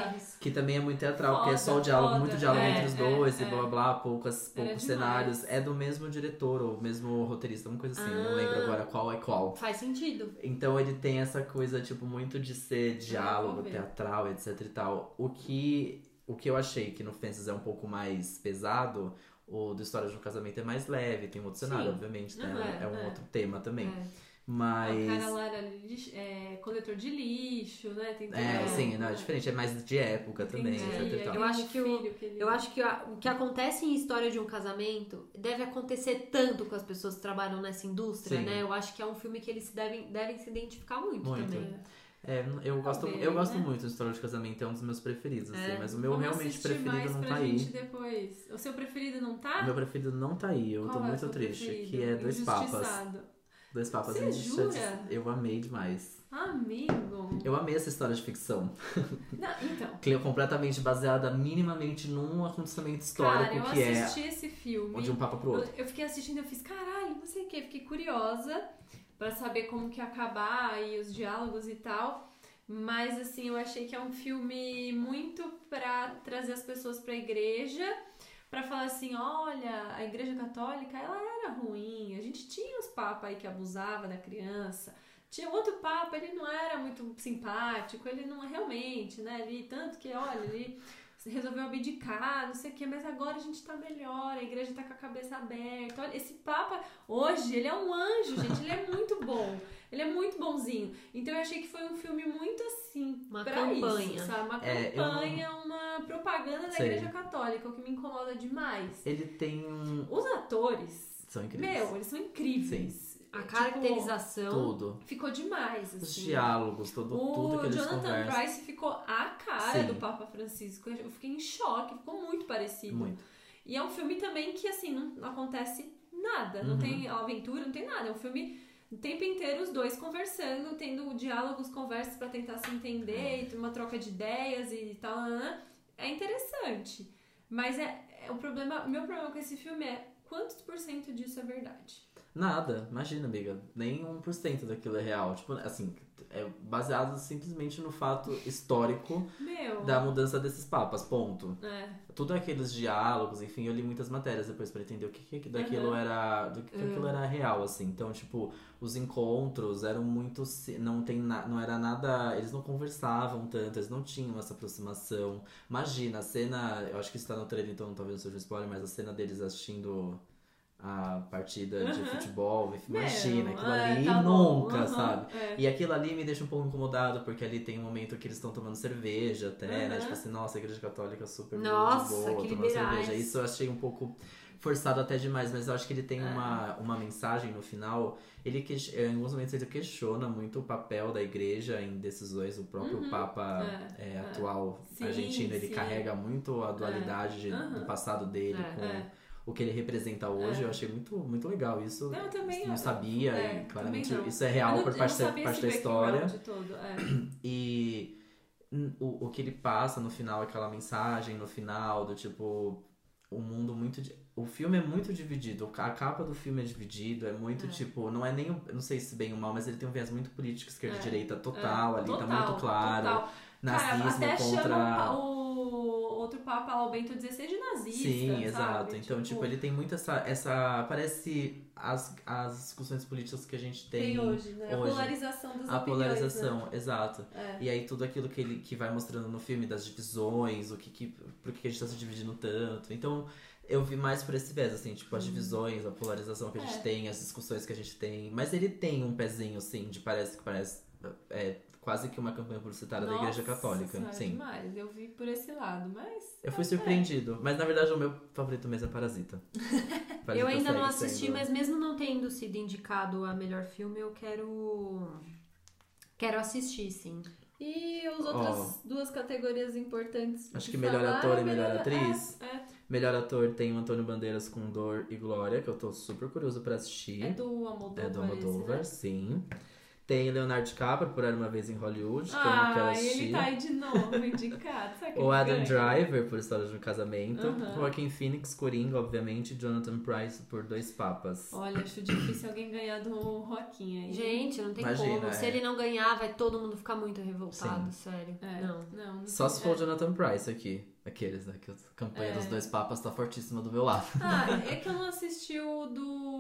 Speaker 3: Davis. Que também é muito teatral, porque é só o
Speaker 2: Foda,
Speaker 3: diálogo,
Speaker 2: foda.
Speaker 3: muito diálogo
Speaker 1: É,
Speaker 3: entre os
Speaker 2: é,
Speaker 3: dois e
Speaker 2: é.
Speaker 3: blá blá blá, poucas, poucos
Speaker 2: demais.
Speaker 3: cenários. É do mesmo diretor ou mesmo roteirista, uma coisa assim,
Speaker 1: Ah.
Speaker 3: não lembro agora qual é qual.
Speaker 1: Faz sentido.
Speaker 3: Então ele tem essa coisa, tipo, muito de ser
Speaker 2: vou
Speaker 3: diálogo,
Speaker 2: ver.
Speaker 3: teatral, etc e tal. O que, o que eu achei que no Fences é um pouco mais pesado, o do História de um Casamento é mais leve, tem um outro cenário,
Speaker 1: Sim.
Speaker 3: obviamente, né?
Speaker 1: Uhum,
Speaker 3: é um
Speaker 1: é.
Speaker 3: outro tema também.
Speaker 1: É.
Speaker 3: Mas.
Speaker 2: O cara lá era lixo- é, coletor de lixo, né? Tem
Speaker 3: É,
Speaker 2: toda-
Speaker 3: sim, não, é diferente, é mais de época também,
Speaker 2: Entendi.
Speaker 3: etc. e
Speaker 2: Aí
Speaker 3: tal.
Speaker 2: tem
Speaker 1: Eu acho
Speaker 2: um
Speaker 1: que o-
Speaker 2: filho que ele-
Speaker 1: Eu acho que a- o que acontece em história de um casamento deve acontecer tanto com as pessoas que trabalham nessa indústria,
Speaker 3: Sim.
Speaker 1: né? Eu acho que é um filme que eles se devem, devem se identificar muito,
Speaker 3: Muito.
Speaker 1: também.
Speaker 3: É, eu gosto,
Speaker 2: Talvez,
Speaker 3: eu gosto
Speaker 2: né?
Speaker 3: muito de História de Casamento, é um dos meus preferidos, assim,
Speaker 1: É.
Speaker 3: mas o meu
Speaker 2: Vamos
Speaker 3: realmente
Speaker 2: assistir
Speaker 3: preferido
Speaker 2: mais
Speaker 3: não
Speaker 2: pra
Speaker 3: tá
Speaker 2: gente
Speaker 3: aí.
Speaker 2: depois. O seu preferido não
Speaker 3: O
Speaker 2: tá?
Speaker 3: meu preferido não tá aí, eu tô
Speaker 2: Qual é o
Speaker 3: muito
Speaker 2: seu
Speaker 3: triste,
Speaker 2: preferido?
Speaker 3: que é Dois Papas.
Speaker 2: Injustiçado.
Speaker 3: Dois Papas
Speaker 2: Você
Speaker 3: Injustiçados.
Speaker 2: jura?
Speaker 3: Eu amei demais.
Speaker 2: Amigo!
Speaker 3: Eu amei essa história de ficção.
Speaker 2: Não, então,
Speaker 3: Que é completamente baseada minimamente num acontecimento histórico
Speaker 2: cara, eu
Speaker 3: que é
Speaker 2: assisti esse filme.
Speaker 3: de um papa pro outro.
Speaker 2: Eu- Eu fiquei assistindo, eu fiz, caralho, não sei o que, fiquei curiosa pra saber como que ia acabar e os diálogos e tal. Mas assim, eu achei que é um filme muito pra trazer as pessoas pra igreja, pra falar assim, olha, a igreja católica, ela era ruim, a gente tinha uns papas aí que abusava da criança. Tinha outro papa, ele não era muito simpático, ele não realmente, né, ele tanto que, olha, ele resolveu abdicar, não sei o que, mas agora a gente tá melhor, a igreja tá com a cabeça aberta. Olha, esse Papa, hoje, ele é um
Speaker 1: [LAUGHS]
Speaker 2: anjo, gente, ele é muito bom. Ele é muito bonzinho. Então eu achei que foi um filme muito assim,
Speaker 1: Uma
Speaker 2: pra
Speaker 1: campanha.
Speaker 2: isso, sabe? Uma
Speaker 3: É, eu não-
Speaker 2: campanha, uma propaganda da
Speaker 3: Sei.
Speaker 2: igreja católica, o que me incomoda demais.
Speaker 3: Ele tem um.
Speaker 2: Os atores,
Speaker 3: São incríveis.
Speaker 2: meu, eles são incríveis.
Speaker 1: A
Speaker 2: Tipo,
Speaker 1: caracterização.
Speaker 3: Tudo.
Speaker 2: ficou demais,
Speaker 3: Os
Speaker 2: assim.
Speaker 3: diálogos, todo, tudo que
Speaker 2: o
Speaker 3: eles
Speaker 2: Jonathan
Speaker 3: conversam.
Speaker 2: Price ficou a cara
Speaker 3: Sim.
Speaker 2: do Papa Francisco. Eu fiquei em choque, ficou muito parecido.
Speaker 3: Muito.
Speaker 2: E é um filme também que, assim, não, não acontece nada. Não
Speaker 3: Uhum.
Speaker 2: tem aventura, não tem nada. É um filme o tempo inteiro os dois conversando, tendo diálogos, conversas pra tentar se
Speaker 3: É.
Speaker 2: entender, e uma troca de ideias e tal. né, né. É interessante. Mas é, é o problema. Meu problema com esse filme é quantos por cento disso é verdade?
Speaker 3: Nada, imagina, amiga. Nem 1% daquilo é real. Tipo, assim, é baseado simplesmente no fato histórico
Speaker 2: Meu.
Speaker 3: da mudança desses papas, ponto.
Speaker 2: É.
Speaker 3: Tudo aqueles diálogos, enfim, eu li muitas matérias depois pra entender o que, que daquilo
Speaker 2: Aham. Uhum.
Speaker 3: era, do que, que aquilo era real, assim. Então, tipo, os encontros eram muito, si- não tem, na- não era nada, eles não conversavam tanto, eles não tinham essa aproximação. Imagina a cena, eu acho que isso tá no trailer, então talvez não seja um spoiler, mas a cena deles assistindo a partida de
Speaker 2: Aham.
Speaker 3: futebol, enfim,
Speaker 2: Uhum. Meu,
Speaker 3: imagina, aquilo
Speaker 2: é,
Speaker 3: ali
Speaker 2: tá bom,
Speaker 3: nunca,
Speaker 2: aham,
Speaker 3: sabe?
Speaker 2: é.
Speaker 3: E aquilo ali me deixa um pouco incomodado, porque ali tem um momento que eles estão tomando cerveja até, né?
Speaker 2: Uhum.
Speaker 3: Tipo assim, nossa, a igreja católica é super
Speaker 1: Nossa,
Speaker 3: de boa,
Speaker 1: que
Speaker 3: tomando
Speaker 1: liberais.
Speaker 3: cerveja. Isso eu achei um pouco forçado até demais, mas eu acho que ele
Speaker 2: É.
Speaker 3: tem uma, uma mensagem no final. Ele que, em alguns momentos ele questiona muito o papel da igreja em decisões, o próprio
Speaker 2: Uhum.
Speaker 3: Papa
Speaker 2: É,
Speaker 3: é,
Speaker 2: é.
Speaker 3: atual
Speaker 2: Sim,
Speaker 3: argentino, ele
Speaker 2: sim.
Speaker 3: carrega muito a dualidade de-
Speaker 2: Uhum.
Speaker 3: do passado dele
Speaker 1: É,
Speaker 3: com
Speaker 2: é.
Speaker 3: o que ele representa hoje.
Speaker 2: É.
Speaker 3: Eu achei muito, muito legal isso.
Speaker 2: Não, eu também
Speaker 3: não
Speaker 2: acho.
Speaker 3: sabia,
Speaker 2: É,
Speaker 3: e
Speaker 2: também
Speaker 3: claramente
Speaker 2: não.
Speaker 3: isso é
Speaker 2: Eu
Speaker 3: real
Speaker 2: não-
Speaker 3: por
Speaker 2: eu
Speaker 3: parte,
Speaker 2: não
Speaker 3: da-
Speaker 2: sabia
Speaker 3: parte da
Speaker 2: esse
Speaker 3: história.
Speaker 2: background todo, é.
Speaker 3: E hum, o, o que ele passa no final, aquela mensagem no final, do tipo, o mundo muito. di- O filme é muito dividido, a capa do filme é dividido, é muito
Speaker 1: É.
Speaker 3: tipo, não é nem, o- eu não sei se bem ou mal, mas ele tem um viés muito político, esquerda e
Speaker 2: É,
Speaker 3: direita
Speaker 2: É,
Speaker 3: total ali, tá
Speaker 2: total,
Speaker 3: muito claro.
Speaker 2: total. Cara,
Speaker 3: Nazismo
Speaker 2: até um
Speaker 3: contra.
Speaker 2: chama o outro Papa lá, o Bento XVI, de nazista.
Speaker 3: Sim,
Speaker 2: sabe?
Speaker 3: exato. Então, tipo, ele tem muito essa. essa parece as, as discussões políticas que a gente tem.
Speaker 2: tem, hoje, né?
Speaker 3: hoje.
Speaker 2: A polarização das
Speaker 3: A
Speaker 2: opiniões,
Speaker 3: polarização, exato.
Speaker 2: né?
Speaker 3: E aí tudo aquilo que ele que vai mostrando no filme, das divisões, o que, que por que que a gente tá se dividindo tanto. Então, eu vi mais por esse viés, assim, tipo, as divisões, a polarização que a gente
Speaker 2: Uhum. É.
Speaker 3: tem, as discussões que a gente tem. Mas ele tem um pezinho, assim, de parece que parece. É quase que uma campanha
Speaker 2: É.
Speaker 3: publicitária da Igreja
Speaker 2: Nossa
Speaker 3: Católica.
Speaker 2: Senhora,
Speaker 3: Sim.
Speaker 2: demais. Eu vi por esse lado, mas...
Speaker 3: Eu fui
Speaker 2: é.
Speaker 3: surpreendido. Mas na verdade o meu favorito mesmo é Parasita.
Speaker 1: Eu
Speaker 2: [LAUGHS]
Speaker 3: Parasita
Speaker 1: ainda não
Speaker 3: segue
Speaker 1: assisti,
Speaker 3: sendo-
Speaker 1: mas mesmo não tendo sido indicado a melhor filme, eu quero. Quero assistir, sim.
Speaker 2: E as outras duas categorias importantes
Speaker 3: Acho
Speaker 2: de
Speaker 3: que melhor
Speaker 2: falar,
Speaker 3: ator e melhor atriz.
Speaker 2: É,
Speaker 3: Melhor ator tem o Antônio Bandeiras com Dor e Glória, que eu tô super curioso pra assistir.
Speaker 2: é. é do Almodóvar.
Speaker 3: É do
Speaker 2: esse, né?
Speaker 3: Almodóvar, sim. Tem Leonardo DiCaprio, por Era Uma Vez em Hollywood, que eu não quero
Speaker 2: Ah,
Speaker 3: assistir.
Speaker 2: ele tá aí de novo, [LAUGHS] indicado. Será que é?
Speaker 3: O
Speaker 2: ele
Speaker 3: Adam
Speaker 2: ganha?
Speaker 3: Driver, por História de um Casamento.
Speaker 2: Aham.
Speaker 3: Joaquin Phoenix, Coringa, obviamente. e Jonathan Price, por Dois Papas.
Speaker 2: Olha, acho difícil alguém ganhar do Roquinha aí.
Speaker 1: Gente, não tem
Speaker 3: Imagina,
Speaker 1: como. Se
Speaker 3: é.
Speaker 1: ele não ganhar, vai todo mundo ficar muito revoltado, sério.
Speaker 2: É,
Speaker 1: Não.
Speaker 2: não, não
Speaker 3: Só
Speaker 2: sei.
Speaker 3: se for o Jonathan Price aqui. Aqueles, né? Que a campanha
Speaker 2: É.
Speaker 3: dos Dois Papas tá fortíssima do meu lado.
Speaker 2: Ah, é que eu não assisti o do.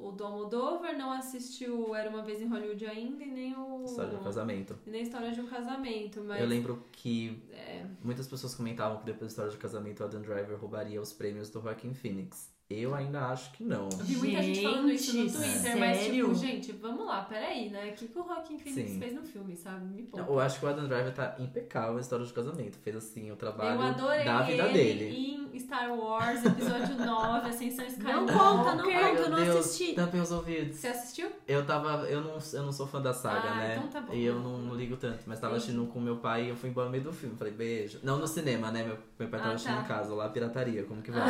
Speaker 2: O do Almodóvar, não assisti o Era uma Vez em Hollywood ainda e nem o.
Speaker 3: História de um Casamento.
Speaker 2: e nem a História de um Casamento, mas.
Speaker 3: Eu lembro que
Speaker 2: É,
Speaker 3: muitas pessoas comentavam que depois da História de um Casamento, o Adam Driver roubaria os prêmios do Joaquin Phoenix. Eu ainda acho que não.
Speaker 2: Eu vi muita gente falando isso no
Speaker 1: Gente,
Speaker 2: Twitter, mas tipo,
Speaker 1: sério?
Speaker 2: gente, vamos lá, peraí, né? O que, que o Rockin Phoenix
Speaker 3: Sim.
Speaker 2: fez no filme, sabe? Me poupa.
Speaker 3: Eu acho que o Adam Driver tá impecável na história de casamento. Fez assim o trabalho
Speaker 2: Eu adorei
Speaker 3: da vida
Speaker 2: ele
Speaker 3: dele.
Speaker 2: em Star Wars, episódio [LAUGHS] 9, Ascensão
Speaker 1: Não
Speaker 2: Skywalker.
Speaker 1: conta, não conta,
Speaker 3: Ai,
Speaker 1: eu
Speaker 3: meu
Speaker 1: não
Speaker 3: Deus,
Speaker 1: assisti.
Speaker 3: Tampem os ouvidos.
Speaker 2: Você assistiu?
Speaker 3: Eu tava. Eu não, eu não sou fã da saga,
Speaker 2: Ah,
Speaker 3: né?
Speaker 2: então tá bom.
Speaker 3: E eu não, não ligo tanto. Mas tava assistindo com meu pai e eu fui embora no meio do filme. Falei, beijo. Não no cinema, né? Meu, meu pai tava
Speaker 2: Ah,
Speaker 3: assistindo
Speaker 2: tá. Ah.
Speaker 3: em casa, lá pirataria, como que vai?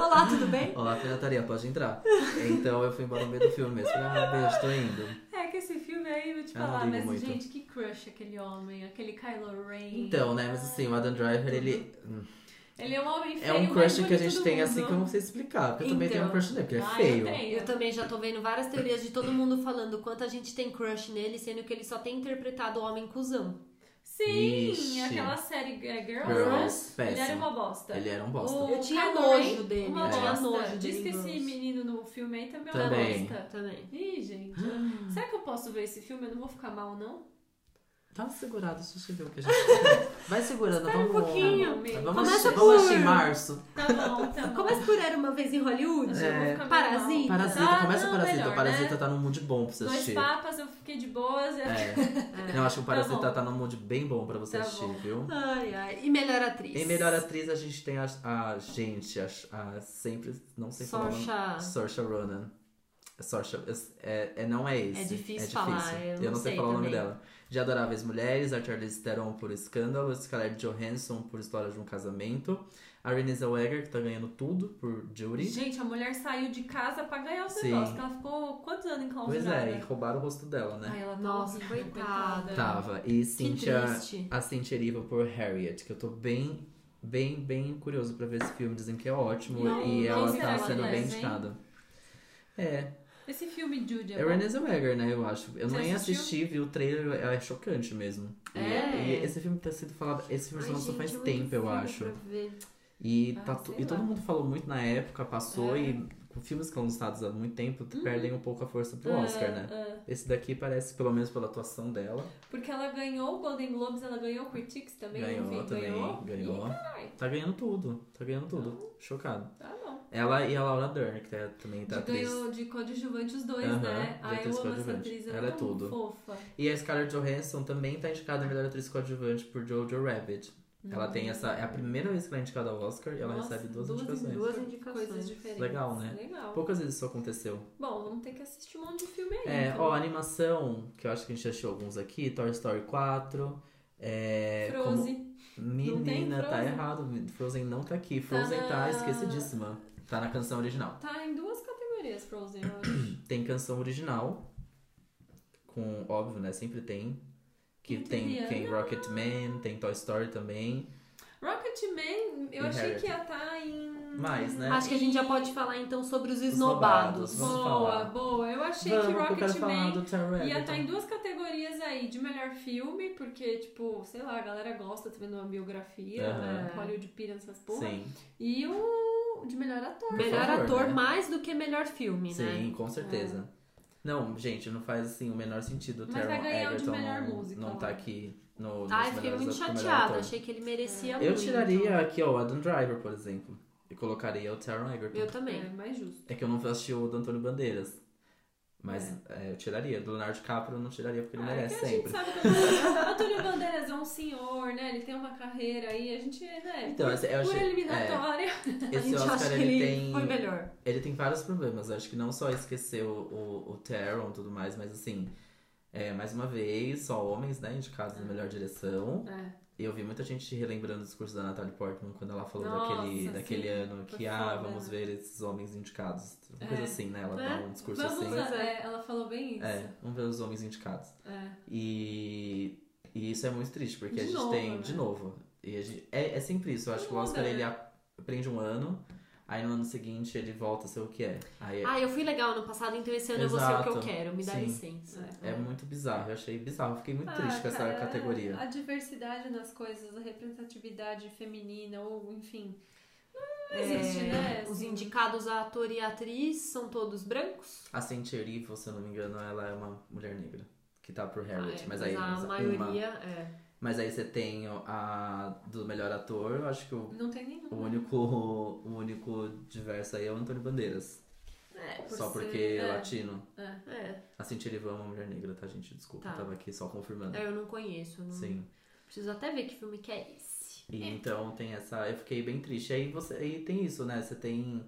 Speaker 1: Olá, tudo bem?
Speaker 3: Olá, pirataria, pode entrar. então eu fui embora no meio do filme mesmo. Falei, ah, beijo, tô indo.
Speaker 2: É que esse filme aí, vou te
Speaker 3: Eu não
Speaker 2: falar,
Speaker 3: ligo
Speaker 2: mas
Speaker 3: muito.
Speaker 2: gente, que crush aquele homem, aquele Kylo Ren.
Speaker 3: Então, né? Mas assim, o Adam Driver, ele.
Speaker 2: Ele é um homem feio,
Speaker 3: É um
Speaker 2: mais
Speaker 3: crush que a
Speaker 2: bonito
Speaker 3: gente
Speaker 2: do
Speaker 3: tem
Speaker 2: mundo.
Speaker 3: assim que eu não sei explicar. Porque eu também
Speaker 1: Então.
Speaker 3: tenho um crush nele, porque ele é
Speaker 2: Ah,
Speaker 3: feio.
Speaker 2: Eu tenho.
Speaker 1: Eu também já tô vendo várias teorias de todo mundo falando o quanto a gente tem crush nele, sendo que ele só tem interpretado o homem cuzão.
Speaker 2: Sim,
Speaker 3: Ixi.
Speaker 2: aquela série é, Girls,
Speaker 3: Girls,
Speaker 2: né? Ele era
Speaker 3: péssimo.
Speaker 2: uma bosta.
Speaker 3: Ele era um bosta.
Speaker 2: O
Speaker 1: Eu tinha
Speaker 2: Kylo
Speaker 1: nojo
Speaker 2: Ren,
Speaker 1: dele,
Speaker 2: Uma
Speaker 1: eu tinha
Speaker 2: bosta.
Speaker 1: nojo
Speaker 2: Diz
Speaker 1: dele
Speaker 2: que
Speaker 1: em
Speaker 2: esse
Speaker 1: Girls.
Speaker 2: menino no filme aí também, é
Speaker 3: Também. Ah.
Speaker 2: uma bosta.
Speaker 1: Também.
Speaker 2: Ih, gente. Será que eu posso ver esse filme? Eu não vou ficar mal, não?
Speaker 3: Tá segurado, deixa eu ver o que a gente. tá Vai segurando,
Speaker 2: Espera um
Speaker 3: vamos.
Speaker 2: pouquinho.
Speaker 3: Vamos,
Speaker 1: Começa
Speaker 3: assistir- vamos
Speaker 1: por-
Speaker 3: assistir em março.
Speaker 2: Tá
Speaker 1: [LAUGHS]
Speaker 2: bom, tá bom.
Speaker 1: Começa por Era Uma Vez em Hollywood.
Speaker 2: Eu vou
Speaker 3: É.
Speaker 2: ficar meio
Speaker 1: assim? Parasita.
Speaker 2: mal.
Speaker 3: Parasita,
Speaker 2: Ah,
Speaker 3: começa
Speaker 2: não,
Speaker 3: Parasita.
Speaker 2: melhor,
Speaker 3: Parasita
Speaker 2: né?
Speaker 3: tá num mundo bom pra você
Speaker 2: Dois
Speaker 3: assistir.
Speaker 2: papas, eu fiquei de boas. [LAUGHS] e-
Speaker 3: É. Eu acho que o Parasita
Speaker 2: Tá bom.
Speaker 3: tá, num mundo bem bom pra você
Speaker 2: Tá
Speaker 3: assistir,
Speaker 2: bom.
Speaker 3: viu?
Speaker 1: Ai, ai. E melhor atriz.
Speaker 3: Em melhor atriz, a gente tem a, a gente, a, a- sempre. Não sei falar o nome.
Speaker 1: Sorcha.
Speaker 3: Saoirse Ronan. Saoirse, é, é, não é esse.
Speaker 1: É difícil falar, eu não sei
Speaker 3: falar o nome
Speaker 1: também.
Speaker 3: dela. De Adoráveis Mulheres, a Charlize Theron por Escândalo, Scarlett Johansson por História de um Casamento, a Renée Zellweger, que tá ganhando tudo, por Judy.
Speaker 2: Gente, a mulher saiu de casa pra ganhar os
Speaker 3: Sim.
Speaker 2: negócios. que Ela ficou quantos anos
Speaker 3: Pois
Speaker 2: enclausurada?
Speaker 3: é, e roubaram o rosto dela, né? Tá.
Speaker 2: Ai, ela tá
Speaker 1: Nossa,
Speaker 2: horrível,
Speaker 1: coitada.
Speaker 3: Tava. E
Speaker 1: Que
Speaker 3: Cynthia,
Speaker 1: triste.
Speaker 3: a Cynthia Erivo por Harriet, que eu tô bem, bem, bem curioso pra ver esse filme. Dizem que é ótimo
Speaker 2: Não,
Speaker 3: e
Speaker 2: não
Speaker 3: ela
Speaker 2: será
Speaker 3: tá
Speaker 2: que
Speaker 3: sendo
Speaker 2: vai,
Speaker 3: bem
Speaker 2: hein?
Speaker 3: indicada. É,
Speaker 2: Esse filme, Judy,
Speaker 3: é
Speaker 2: bom?
Speaker 3: Renée Zellweger, né, eu acho. Eu
Speaker 2: Você
Speaker 3: nem
Speaker 2: assistiu?
Speaker 3: assisti, vi o trailer, é chocante mesmo. E-
Speaker 1: É.
Speaker 3: E, esse filme tá sendo falado, esse filme
Speaker 1: Ai,
Speaker 3: lançou
Speaker 1: gente,
Speaker 3: faz
Speaker 1: é muito
Speaker 3: tempo, eu
Speaker 1: filme
Speaker 3: acho.
Speaker 1: pra ver.
Speaker 3: E,
Speaker 2: Ah,
Speaker 3: tá tu-
Speaker 2: sei
Speaker 3: e todo
Speaker 2: lá.
Speaker 3: mundo falou muito na época, passou
Speaker 2: É. Uhum.
Speaker 3: e com filmes que são lançados há muito tempo perdem um pouco a força pro
Speaker 2: Ah,
Speaker 3: Oscar, né?
Speaker 2: ah.
Speaker 3: Esse daqui parece, pelo menos pela atuação dela,
Speaker 2: Porque ela ganhou o Golden Globes, ela ganhou o Critics também. eu
Speaker 3: ganhou
Speaker 2: vi,
Speaker 3: também,
Speaker 2: ganhou.
Speaker 3: ganhou.
Speaker 2: Ih, caralho,
Speaker 3: Tá ganhando tudo, tá ganhando tudo. Chocado.
Speaker 2: tá bom.
Speaker 3: Ela e a Laura Dern, que tá- também tá
Speaker 2: De
Speaker 3: atriz.
Speaker 2: ganhou de coadjuvante os dois,
Speaker 3: Aham,
Speaker 2: né?
Speaker 3: de
Speaker 2: Ai,
Speaker 3: atriz
Speaker 2: eu amo essa
Speaker 3: coadjuvante.
Speaker 2: atriz,
Speaker 3: Ela é
Speaker 2: tão
Speaker 3: tudo.
Speaker 2: fofa.
Speaker 3: E a Scarlett Johansson também tá indicada a melhor atriz coadjuvante por Jojo Rabbit. Ela tem essa. É a primeira vez que ela é indicada ao Oscar e ela
Speaker 2: Nossa,
Speaker 3: recebe duas,
Speaker 2: duas em
Speaker 3: indicações.
Speaker 1: Duas
Speaker 2: Coisas
Speaker 1: indicações.
Speaker 2: diferentes.
Speaker 3: Legal, né?
Speaker 2: Legal.
Speaker 3: Poucas vezes isso aconteceu.
Speaker 2: Bom, vamos ter que assistir um monte de filme aí.
Speaker 3: É,
Speaker 2: então.
Speaker 3: ó, animação, que eu acho que a gente achou alguns aqui, Toy Story 4. É, como-
Speaker 2: Frozen.
Speaker 3: Menina, tá
Speaker 2: Frozen?
Speaker 3: errado. Frozen não tá aqui. Frozen
Speaker 2: na-
Speaker 3: tá, esquecidíssima. Tá na canção original.
Speaker 2: Tá em duas categorias, Frozen, eu acho.
Speaker 3: Tem canção original, com, óbvio, né? Sempre tem. Que
Speaker 2: Muito
Speaker 3: tem,
Speaker 2: Rihanna.
Speaker 3: tem Rocketman, tem Toy Story também.
Speaker 2: Rocketman, eu
Speaker 3: E
Speaker 2: achei
Speaker 3: Harriet.
Speaker 2: que ia tá em...
Speaker 3: Mais, né?
Speaker 1: Acho que a gente já pode falar então sobre os
Speaker 3: Esnobados.
Speaker 1: esnobados.
Speaker 3: Vamos
Speaker 2: boa,
Speaker 3: falar.
Speaker 2: boa. Eu achei
Speaker 3: Vamos, eu
Speaker 2: que
Speaker 3: quero falar
Speaker 2: Rocketman
Speaker 3: do então. Terry
Speaker 2: ia
Speaker 3: Egerton.
Speaker 2: tá em duas categorias aí. De melhor filme, porque, tipo, sei lá, a galera gosta, tá vendo uma biografia,
Speaker 3: Aham.
Speaker 2: né? Hollywood Pira, essas porra.
Speaker 3: Sim,
Speaker 2: E o de melhor ator.
Speaker 1: Melhor
Speaker 3: favor,
Speaker 1: ator
Speaker 3: né?
Speaker 1: mais do que melhor filme,
Speaker 3: sim,
Speaker 1: né?
Speaker 3: com certeza. Não, gente, não faz assim o menor sentido. O
Speaker 2: Mas vai
Speaker 3: Taron
Speaker 2: ganhar o de
Speaker 3: Egerton
Speaker 2: melhor
Speaker 3: não,
Speaker 2: música,
Speaker 3: não
Speaker 2: né? Ah,
Speaker 3: tá aqui no. nos
Speaker 1: Ai, fiquei
Speaker 3: melhores
Speaker 1: muito
Speaker 3: do melhor
Speaker 1: chateada.
Speaker 3: ator.
Speaker 1: Achei que ele merecia
Speaker 3: Eu
Speaker 1: muito.
Speaker 3: tiraria aqui, ó, o Adam Driver, por exemplo. E colocaria o Taron Egerton.
Speaker 1: Eu também.
Speaker 2: É, mais justo.
Speaker 3: É que eu não assisti o do Antônio Bandeiras. Mas é, eu tiraria. Do Leonardo DiCaprio eu não tiraria porque ele
Speaker 2: Ah, é
Speaker 3: merece
Speaker 2: que a gente
Speaker 3: sempre.
Speaker 2: sabe que o Antônio Bandeiras é um senhor, né? Ele tem uma carreira aí, a gente, né?
Speaker 3: Então, esse, eu
Speaker 2: por
Speaker 3: achei, é,
Speaker 2: eliminatória.
Speaker 1: a
Speaker 3: esse
Speaker 1: gente
Speaker 3: Oscar
Speaker 1: acha que
Speaker 3: ele,
Speaker 1: ele
Speaker 3: tem,
Speaker 1: foi melhor.
Speaker 3: ele tem vários problemas. Eu acho que não só esqueceu o, o Taron e tudo mais, mas assim, é, mais uma vez, só homens, né, indicados
Speaker 2: Uhum.
Speaker 3: na melhor direção.
Speaker 2: É.
Speaker 3: E eu vi muita gente relembrando o discurso da Natalie Portman quando ela falou
Speaker 2: Nossa,
Speaker 3: daquele, daquele
Speaker 2: sim.
Speaker 3: ano
Speaker 2: Foi
Speaker 3: que, ah,
Speaker 2: foda,
Speaker 3: vamos
Speaker 2: né?
Speaker 3: ver esses homens indicados. Uma
Speaker 2: É.
Speaker 3: coisa assim, né? Ela
Speaker 1: É.
Speaker 3: dá um discurso
Speaker 2: Vamos
Speaker 3: assim.
Speaker 2: lá.
Speaker 1: é.
Speaker 2: É, ela falou bem isso.
Speaker 3: É, vamos ver os homens indicados.
Speaker 2: É.
Speaker 3: E, e isso é muito triste, porque
Speaker 2: De
Speaker 3: a gente
Speaker 2: novo,
Speaker 3: tem,
Speaker 2: né?
Speaker 3: de novo. E a gente, é, é sempre isso. Eu acho que o
Speaker 2: Muda,
Speaker 3: Oscar
Speaker 2: né?
Speaker 3: ele aprende um ano, aí no ano seguinte ele volta a ser o que é. Aí é,
Speaker 1: Ah, eu fui legal ano passado, então esse ano eu vou ser o que eu
Speaker 3: Exato.
Speaker 1: quero. Me dá
Speaker 3: Sim.
Speaker 1: licença.
Speaker 3: é muito bizarro. Eu achei bizarro. Eu fiquei muito triste com
Speaker 2: Ah,
Speaker 3: essa
Speaker 2: cara,
Speaker 3: categoria.
Speaker 2: A diversidade nas coisas, a representatividade feminina, ou enfim. Não existe,
Speaker 1: É,
Speaker 2: né?
Speaker 1: Os
Speaker 2: Assim,
Speaker 1: indicados a ator e atriz são todos brancos.
Speaker 3: A Cynthia Erivo, se eu não me engano, ela é uma mulher negra. Que tá pro Harriet,
Speaker 1: Ah, é,
Speaker 3: mas aí
Speaker 1: a
Speaker 3: mas
Speaker 1: maioria é.
Speaker 2: É,
Speaker 3: Mas aí você tem a do melhor ator, eu acho que o,
Speaker 2: Não tem nenhum.
Speaker 3: o único o único diverso aí é o Antônio Bandeiras.
Speaker 1: É,
Speaker 2: Por
Speaker 3: só
Speaker 2: ser-
Speaker 3: porque é
Speaker 2: é.
Speaker 3: latino.
Speaker 2: É.
Speaker 1: é,
Speaker 3: Assim, Tirivan é uma mulher negra, tá, gente? Desculpa,
Speaker 1: Tá. É.
Speaker 3: eu tava aqui só confirmando.
Speaker 1: eu não conheço. Não...
Speaker 3: Sim.
Speaker 1: Preciso até ver que filme que é esse.
Speaker 3: E então tem essa. Eu fiquei bem triste. Aí você. Aí tem isso, né? Você tem.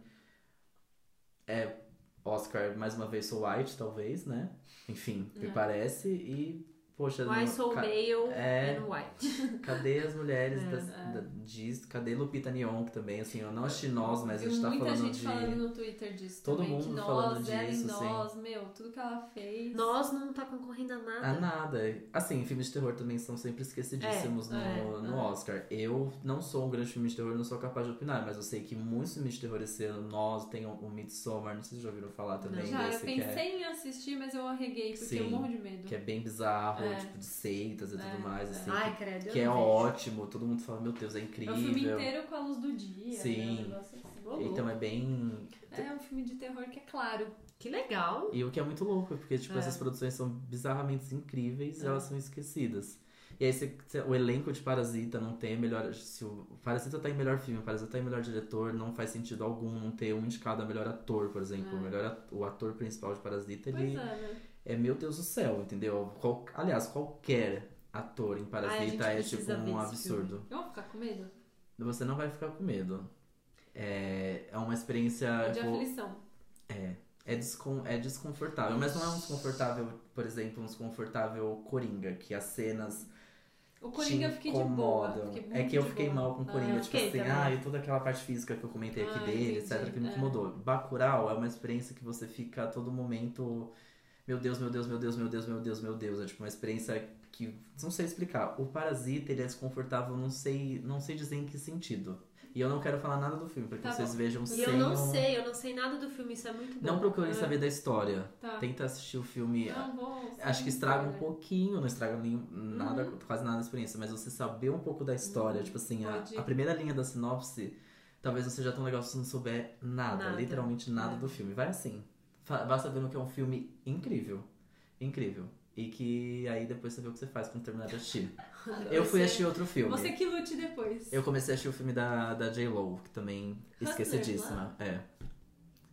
Speaker 3: É. Oscar, mais uma vez, Soul White, talvez, né? Enfim, me
Speaker 2: É.
Speaker 3: parece. E. Poxa,
Speaker 1: Why
Speaker 3: não-
Speaker 1: Soul
Speaker 3: ca-
Speaker 1: Male
Speaker 2: [LAUGHS]
Speaker 3: é.
Speaker 1: and [LAUGHS] White.
Speaker 3: cadê as mulheres
Speaker 1: É,
Speaker 3: das,
Speaker 2: é.
Speaker 3: da- disso? Cadê Lupita Nyong'o também? Assim, eu não assisti Nós, mas a
Speaker 2: Viu
Speaker 3: gente tá
Speaker 2: muita
Speaker 3: falando
Speaker 2: gente
Speaker 3: de...
Speaker 2: falando no Twitter disso
Speaker 3: Todo
Speaker 2: também, que
Speaker 3: mundo
Speaker 2: nós,
Speaker 3: falando
Speaker 2: ela
Speaker 3: disso,
Speaker 2: e
Speaker 3: sim.
Speaker 2: nós, meu, tudo que ela fez.
Speaker 1: Nós não tá concorrendo a nada.
Speaker 3: A nada. Assim, filmes de terror também são sempre esquecidíssimos
Speaker 2: É, é,
Speaker 3: no, no
Speaker 2: é.
Speaker 3: Oscar. Eu não sou um grande filme de terror, não sou capaz de opinar, mas eu sei que muitos filmes de terror esse ano, nós, tem o, o Midsommar, não sei se já ouviram falar também
Speaker 2: Já, eu
Speaker 3: desse, que é,
Speaker 2: pensei em assistir, mas eu arreguei, porque
Speaker 3: Sim,
Speaker 2: eu morro de medo.
Speaker 3: que é bem bizarro,
Speaker 2: É.
Speaker 3: tipo, de seitas e
Speaker 2: É,
Speaker 3: tudo mais,
Speaker 2: é.
Speaker 3: assim.
Speaker 1: Ai, credo.
Speaker 3: que
Speaker 1: eu
Speaker 3: que é
Speaker 1: não vejo.
Speaker 3: ótimo, todo mundo fala, meu Deus, é
Speaker 2: É
Speaker 3: incrível.
Speaker 2: um filme inteiro com a luz do dia.
Speaker 3: Sim.
Speaker 2: Né? Um negócio assim, bom louco.
Speaker 3: Então é bem.
Speaker 2: É um filme de terror que é claro.
Speaker 1: Que legal.
Speaker 3: E o que é muito louco, porque, tipo,
Speaker 2: É.
Speaker 3: essas produções são bizarramente incríveis e
Speaker 2: É.
Speaker 3: elas são esquecidas. E aí, você- você- o elenco de Parasita não tem melhor. Se o o Parasita tá em melhor filme, o Parasita tá em melhor diretor, não faz sentido algum não ter um indicado a melhor ator, por exemplo.
Speaker 2: É.
Speaker 3: O, melhor, at- o ator principal de Parasita,
Speaker 2: Pois
Speaker 3: ele
Speaker 2: é, né?
Speaker 3: é, meu Deus do céu, entendeu? Qual- aliás, qualquer ator em Parasita
Speaker 1: Ai, a
Speaker 3: é,
Speaker 1: gente
Speaker 3: tipo,
Speaker 1: precisa ver
Speaker 3: um
Speaker 1: esse filme.
Speaker 3: absurdo.
Speaker 2: Eu vou ficar com medo.
Speaker 3: Você não vai ficar com medo. É, é uma experiência.
Speaker 1: Um
Speaker 2: de
Speaker 3: vo-
Speaker 2: Um aflição.
Speaker 3: é. É, descon- é desconfortável, mas não é um desconfortável, por exemplo, um desconfortável Coringa, que as cenas
Speaker 2: O Coringa eu
Speaker 3: te
Speaker 2: fiquei de boa.
Speaker 3: incomodam.
Speaker 2: Fiquei
Speaker 3: é
Speaker 2: muito
Speaker 3: que eu
Speaker 2: de
Speaker 3: fiquei
Speaker 2: boa.
Speaker 3: mal com o Coringa,
Speaker 1: eu
Speaker 3: tipo
Speaker 1: fiquei
Speaker 3: assim,
Speaker 1: também.
Speaker 3: ah, e toda aquela parte física que eu comentei aqui
Speaker 2: Ah,
Speaker 3: dele,
Speaker 2: entendi,
Speaker 3: etc, que me
Speaker 2: é.
Speaker 3: incomodou. Bacurau é uma experiência que você fica a todo momento, meu Deus, meu Deus, meu Deus, meu Deus, meu Deus, meu Deus, é tipo uma experiência que não sei explicar. O Parasita, ele é desconfortável, não sei, não sei dizer em que sentido. E eu não quero falar nada do filme, para que
Speaker 2: Tá
Speaker 3: vocês
Speaker 2: bom.
Speaker 3: vejam
Speaker 1: E
Speaker 3: sem
Speaker 1: eu não
Speaker 3: o-
Speaker 1: sei, eu não sei nada do filme, isso é muito bom.
Speaker 3: Não procurem
Speaker 2: É.
Speaker 3: saber da história.
Speaker 2: Tá.
Speaker 3: Tenta assistir o filme.
Speaker 2: Não, vou.
Speaker 3: Acho que estraga um
Speaker 2: spoiler.
Speaker 3: pouquinho, não estraga nenhum, nada, quase nada da experiência, mas você saber um pouco da história, tipo assim, a,
Speaker 2: pode.
Speaker 3: a primeira linha da sinopse, talvez não seja tão legal se você não souber nada,
Speaker 1: Nada.
Speaker 3: literalmente nada
Speaker 1: É.
Speaker 3: do filme. Vai assim. Fa- Vá sabendo que é um filme incrível. Incrível. E que aí depois você vê o que você faz quando terminar de assistir. Eu fui
Speaker 2: Você-
Speaker 3: assistir outro filme.
Speaker 2: Você que lute depois.
Speaker 3: Eu comecei a assistir o filme da, da J-Lo, que também
Speaker 2: Hustler,
Speaker 3: esquecidíssima. É.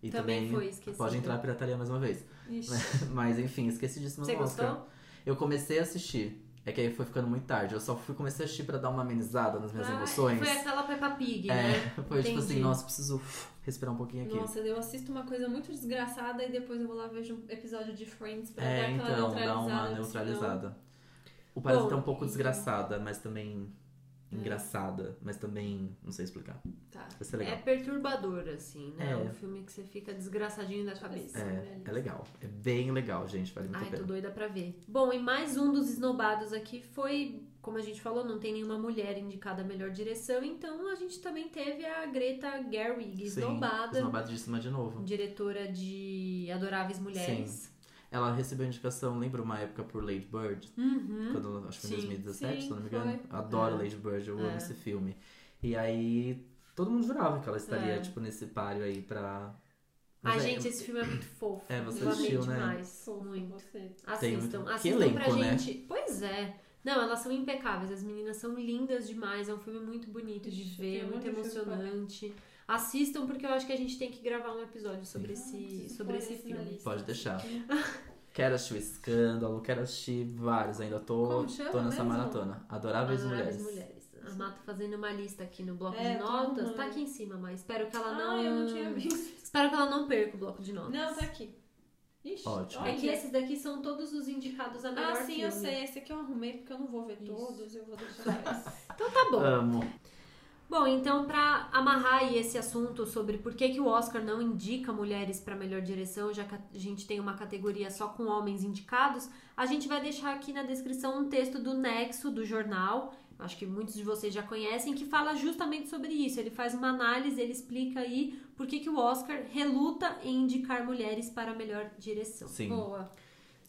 Speaker 3: E
Speaker 1: Também
Speaker 3: também,
Speaker 1: foi esquecida.
Speaker 3: pode entrar a pirataria mais uma vez. [LAUGHS]
Speaker 2: Ixi.
Speaker 3: Mas enfim, esquecidíssima
Speaker 1: Você
Speaker 3: no Oscar.
Speaker 1: gostou?
Speaker 3: Eu comecei a assistir. É que aí foi ficando muito tarde. Eu só fui comecei a assistir pra dar uma amenizada nas minhas
Speaker 2: Ah,
Speaker 3: emoções.
Speaker 1: Foi aquela Peppa Pig, né?
Speaker 3: É, [LAUGHS] foi tipo
Speaker 1: Entendi.
Speaker 3: assim, nossa, preciso uf, respirar um pouquinho aqui.
Speaker 2: Nossa, eu assisto uma coisa muito desgraçada e depois eu vou lá e vejo um episódio de Friends pra dar
Speaker 3: é,
Speaker 2: aquela
Speaker 3: então,
Speaker 2: neutralizada. tipo,
Speaker 3: dá uma
Speaker 2: porque senão-
Speaker 3: neutralizada. O Parasita é
Speaker 1: né?
Speaker 3: um
Speaker 1: Bom, Hum.
Speaker 3: pouco
Speaker 2: e-
Speaker 3: desgraçada, mas também
Speaker 2: É.
Speaker 3: engraçada, mas também não sei explicar.
Speaker 2: Tá.
Speaker 3: Vai ser
Speaker 1: É
Speaker 3: legal.
Speaker 1: perturbador, assim, né?
Speaker 3: É.
Speaker 1: É um filme que você fica desgraçadinho da cabeça.
Speaker 2: É.
Speaker 3: É, é legal. É bem legal, gente. Vale É, muito a
Speaker 1: né, Ai, tô
Speaker 3: pena.
Speaker 1: doida pra ver. Bom, e mais um dos esnobados aqui foi, como a gente falou, não tem nenhuma mulher indicada a melhor direção, então a gente também teve a Greta Gerwig
Speaker 3: Sim,
Speaker 1: esnobada,
Speaker 3: Esnobadíssima de novo.
Speaker 1: diretora de Adoráveis Mulheres.
Speaker 3: Ela recebeu indicação, lembra uma época por Lady Bird?
Speaker 1: Uhum.
Speaker 3: quando acho que foi em
Speaker 1: Sim,
Speaker 3: 2017, se eu não me
Speaker 2: sim,
Speaker 3: engano. Adoro
Speaker 1: É.
Speaker 3: Lady Bird, eu
Speaker 1: É.
Speaker 3: amo esse filme. E aí todo mundo jurava que ela estaria,
Speaker 1: É.
Speaker 3: tipo, nesse páreo aí pra.
Speaker 1: Ai,
Speaker 3: Mas é-
Speaker 1: gente, esse filme é muito fofo.
Speaker 3: É, você
Speaker 1: Eu amei
Speaker 3: assistiu, né?
Speaker 1: demais.
Speaker 2: Fofo,
Speaker 1: Muito.
Speaker 2: Você.
Speaker 3: Tem
Speaker 1: Assistam,
Speaker 3: muito- Que
Speaker 1: assistam pra
Speaker 3: elenco, né?
Speaker 1: gente. Pois é. Não, elas são impecáveis, as meninas são lindas demais, é um filme muito bonito de
Speaker 2: Ixi,
Speaker 1: ver,
Speaker 2: tem um
Speaker 1: muito
Speaker 2: monte de filme pra ver.
Speaker 1: emocionante. Assistam porque eu acho que a gente tem que gravar um episódio sobre
Speaker 2: Ah,
Speaker 1: esse,
Speaker 2: preciso
Speaker 1: sobre
Speaker 2: pôr
Speaker 1: esse
Speaker 2: esse na
Speaker 1: filme.
Speaker 2: lista.
Speaker 3: Pode deixar. [LAUGHS] Quero assistir o escândalo, quero assistir vários ainda. Tô,
Speaker 2: Como chama
Speaker 3: tô nessa
Speaker 2: mesmo?
Speaker 3: maratona. Adoráveis,
Speaker 1: Adoráveis
Speaker 3: Mulheres.
Speaker 1: mulheres. A Mato fazendo uma lista aqui no bloco
Speaker 2: assim. É,
Speaker 1: de
Speaker 2: tô
Speaker 1: notas,
Speaker 2: arrumando.
Speaker 1: tá aqui em cima, mas espero que ela não
Speaker 2: Ah, eu não tinha visto.
Speaker 1: Espero que ela não perca o bloco de notas.
Speaker 2: Não, tá aqui. Ixi,
Speaker 3: Ótimo.
Speaker 2: olha.
Speaker 1: É que esses daqui são todos os indicados a melhor
Speaker 2: Ah, sim, eu
Speaker 1: filme.
Speaker 2: sei. Esse aqui eu arrumei porque eu não vou ver
Speaker 1: Isso.
Speaker 2: todos. Eu vou deixar esse.
Speaker 1: Então tá bom.
Speaker 3: Amo.
Speaker 1: Bom, então pra amarrar aí esse assunto sobre por que, que o Oscar não indica mulheres pra melhor direção, já que a gente tem uma categoria só com homens indicados, a gente vai deixar aqui na descrição um texto do Nexo do jornal. Acho que muitos de vocês já conhecem, que fala justamente sobre isso. Ele faz uma análise, ele explica aí por que, que o Oscar reluta em indicar mulheres para melhor direção.
Speaker 3: Sim.
Speaker 2: Boa.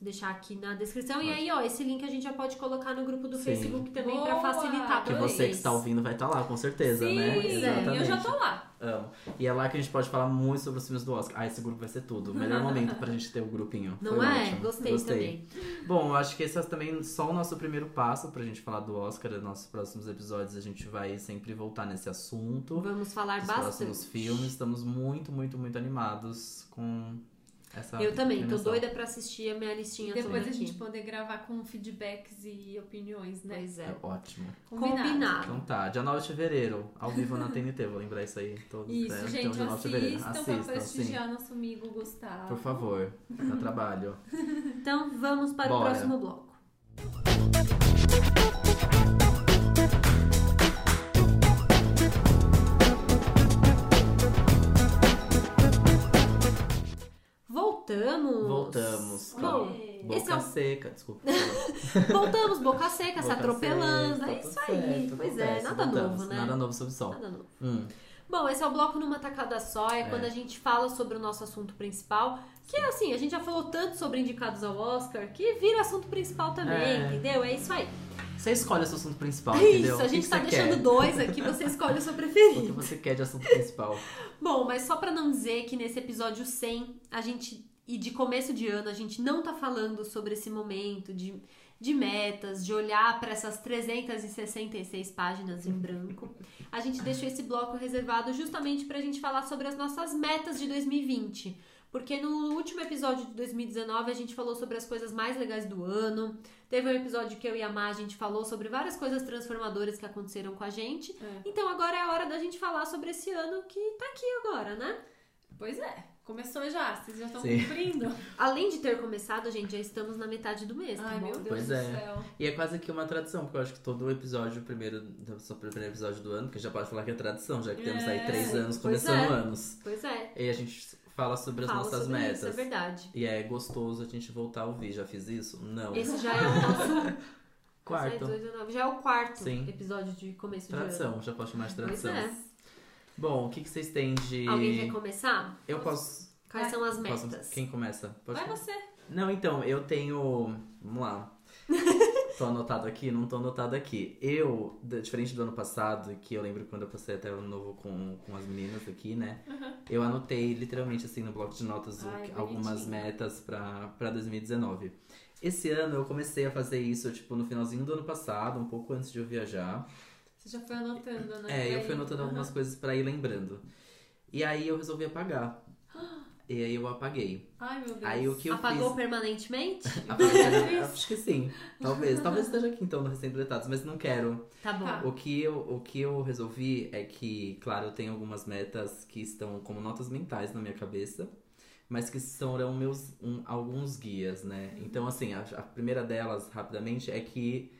Speaker 1: deixar aqui na descrição. E
Speaker 3: Pode.
Speaker 1: aí, ó, esse link a gente já pode colocar no grupo do
Speaker 3: Sim.
Speaker 1: Facebook também pra
Speaker 2: Boa!
Speaker 1: facilitar
Speaker 3: Que
Speaker 1: pra
Speaker 3: você que tá
Speaker 1: vocês.
Speaker 3: está ouvindo vai estar lá, com certeza, né?
Speaker 1: pois é,
Speaker 2: eu já tô lá.
Speaker 3: Amo. E é lá que a gente pode falar muito sobre os filmes do Oscar. Ah, esse grupo vai ser tudo. O melhor momento pra gente ter o grupinho.
Speaker 1: Não
Speaker 3: Foi
Speaker 1: é?
Speaker 3: ótimo.
Speaker 1: Gostei, também.
Speaker 3: Bom, eu acho que esse é também só o nosso primeiro passo pra gente falar do Oscar. Nos nossos próximos episódios a gente vai sempre voltar nesse assunto.
Speaker 1: Vamos falar
Speaker 3: Nos
Speaker 1: bastante.
Speaker 3: próximos filmes. Estamos muito, muito, muito animados com essa.
Speaker 1: Eu também, tô
Speaker 3: premiação.
Speaker 1: doida pra assistir a minha listinha toda
Speaker 2: Depois a
Speaker 1: aqui.
Speaker 2: gente poder gravar com feedbacks e opiniões, né?
Speaker 1: Pois é.
Speaker 3: É ótimo.
Speaker 1: Combinado.
Speaker 3: Então tá, dia 9 de fevereiro, ao vivo na TNT, vou lembrar isso aí. Todos,
Speaker 2: Isso,
Speaker 3: né? Então,
Speaker 2: gente,
Speaker 3: dia 9 de fevereiro.
Speaker 2: assistam,
Speaker 1: tá
Speaker 2: pra
Speaker 3: Assistam, sim.
Speaker 2: prestigiar nosso amigo Gustavo.
Speaker 3: Por favor, dá trabalho.
Speaker 1: Então vamos para o
Speaker 3: Bora.
Speaker 1: próximo bloco. Voltamos.
Speaker 3: Voltamos.
Speaker 1: Bom,
Speaker 2: Oi.
Speaker 3: Boca
Speaker 1: esse é o- [LAUGHS]
Speaker 3: seca, desculpa.
Speaker 1: voltamos, boca seca, se
Speaker 3: Boca
Speaker 1: atropelando.
Speaker 3: seca,
Speaker 1: É
Speaker 3: tá
Speaker 1: isso aí.
Speaker 3: certo,
Speaker 1: pois é,
Speaker 3: acontece,
Speaker 1: nada
Speaker 3: voltamos.
Speaker 1: novo, né?
Speaker 3: Nada novo sob o sol.
Speaker 1: Nada novo.
Speaker 3: Hum,
Speaker 1: Bom, esse é o bloco numa tacada só, é,
Speaker 3: É.
Speaker 1: quando a gente fala sobre o nosso assunto principal, que é assim, a gente já falou tanto sobre indicados ao Oscar que vira assunto principal também,
Speaker 3: É.
Speaker 1: entendeu? É isso aí.
Speaker 3: Você escolhe o seu assunto principal,
Speaker 1: é
Speaker 3: entendeu?
Speaker 1: isso, a
Speaker 3: O que
Speaker 1: gente
Speaker 3: que
Speaker 1: tá
Speaker 3: você
Speaker 1: deixando
Speaker 3: quer?
Speaker 1: dois aqui, você escolhe o seu
Speaker 3: [LAUGHS] O que
Speaker 1: preferido.
Speaker 3: você quer de assunto principal?
Speaker 1: Bom, mas só pra não dizer que nesse episódio 100, a gente, e de começo de ano, a gente não tá falando sobre esse momento de, de metas, de olhar pra essas 366 páginas em branco. A gente deixou esse bloco reservado justamente pra gente falar sobre as nossas metas de 2020. Porque no último episódio de 2019 a gente falou sobre as coisas mais legais do ano. Teve um episódio que eu e a Má, a gente falou sobre várias coisas transformadoras que aconteceram com a gente.
Speaker 2: É.
Speaker 1: Então agora é a hora da gente falar sobre esse ano que tá aqui agora, né?
Speaker 2: Pois é, começou já, vocês já estão
Speaker 3: Sim.
Speaker 2: cumprindo.
Speaker 1: Além de ter começado, gente, já estamos na metade do mês, [LAUGHS] tá
Speaker 2: Ai,
Speaker 1: bom?
Speaker 2: meu Deus
Speaker 3: Pois
Speaker 2: do
Speaker 3: é.
Speaker 2: céu.
Speaker 3: E é quase que uma tradição, porque eu acho que todo episódio, o primeiro, do seu primeiro episódio do ano, que já pode falar que é tradição, já que temos aí
Speaker 2: É,
Speaker 3: três anos
Speaker 1: pois
Speaker 3: começando
Speaker 1: é.
Speaker 3: anos.
Speaker 1: Pois é.
Speaker 3: E a gente fala sobre as
Speaker 1: fala
Speaker 3: nossas
Speaker 1: sobre
Speaker 3: metas.
Speaker 1: Isso, é verdade.
Speaker 3: E é gostoso a gente voltar a ouvir. Já fiz isso? Não.
Speaker 1: Esse já
Speaker 3: [LAUGHS]
Speaker 1: é o nosso
Speaker 3: Quarto.
Speaker 1: 18, 19, já é o quarto
Speaker 3: Sim.
Speaker 1: episódio de começo de ano.
Speaker 3: Tradição, já posso chamar de
Speaker 1: Pois
Speaker 3: tradição.
Speaker 1: é.
Speaker 3: Bom, o que, que vocês têm de.
Speaker 1: Alguém quer começar?
Speaker 3: Eu posso.
Speaker 1: Quais
Speaker 2: Vai.
Speaker 1: são as
Speaker 3: posso-
Speaker 1: metas?
Speaker 3: Quem começa? Pode
Speaker 2: Vai você.
Speaker 3: Não, então, eu tenho. Vamos
Speaker 2: [LAUGHS]
Speaker 3: lá. tô anotado aqui, não tô anotado aqui. Eu, da- diferente do ano passado, que eu lembro quando eu passei até o ano novo com, com as meninas aqui, né? Eu anotei literalmente assim no bloco de notas o-
Speaker 2: Uhum. Ai, bonitinho.
Speaker 3: algumas metas pra, pra 2019. Esse ano eu comecei a fazer isso, tipo, no finalzinho do ano passado, um pouco antes de eu viajar.
Speaker 2: Você já foi anotando, né?
Speaker 3: É, eu
Speaker 2: Aí- Uhum.
Speaker 3: fui anotando algumas coisas pra ir lembrando. E aí eu resolvi
Speaker 2: [GASPS]
Speaker 3: apagar. E aí eu apaguei.
Speaker 2: Ai, meu Deus.
Speaker 3: Aí o
Speaker 2: [LAUGHS]
Speaker 3: que eu fiz.
Speaker 1: Apagou permanentemente?
Speaker 3: Apagou? Acho que sim. Talvez. Talvez esteja aqui então no Recém-Deletados, mas não quero.
Speaker 1: Tá bom.
Speaker 2: Tá.
Speaker 3: O que, eu, o que eu resolvi é que, claro, eu tenho algumas metas que estão como notas mentais na minha cabeça, mas que serão meus um- alguns guias, né? Então, assim, a, a primeira delas, rapidamente, é que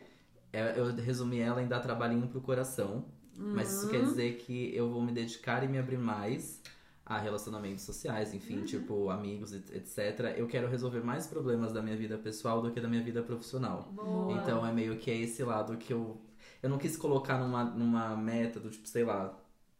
Speaker 3: é, eu resumi ela em dar trabalhinho pro coração. Mas isso quer dizer que eu vou me dedicar e me abrir mais a relacionamentos sociais, enfim, tipo, amigos, et- etc. Eu quero resolver mais problemas da minha vida pessoal do que da minha vida profissional.
Speaker 2: Boa.
Speaker 3: Então é meio que é esse lado que eu. Eu não quis colocar numa, numa meta do tipo, sei lá,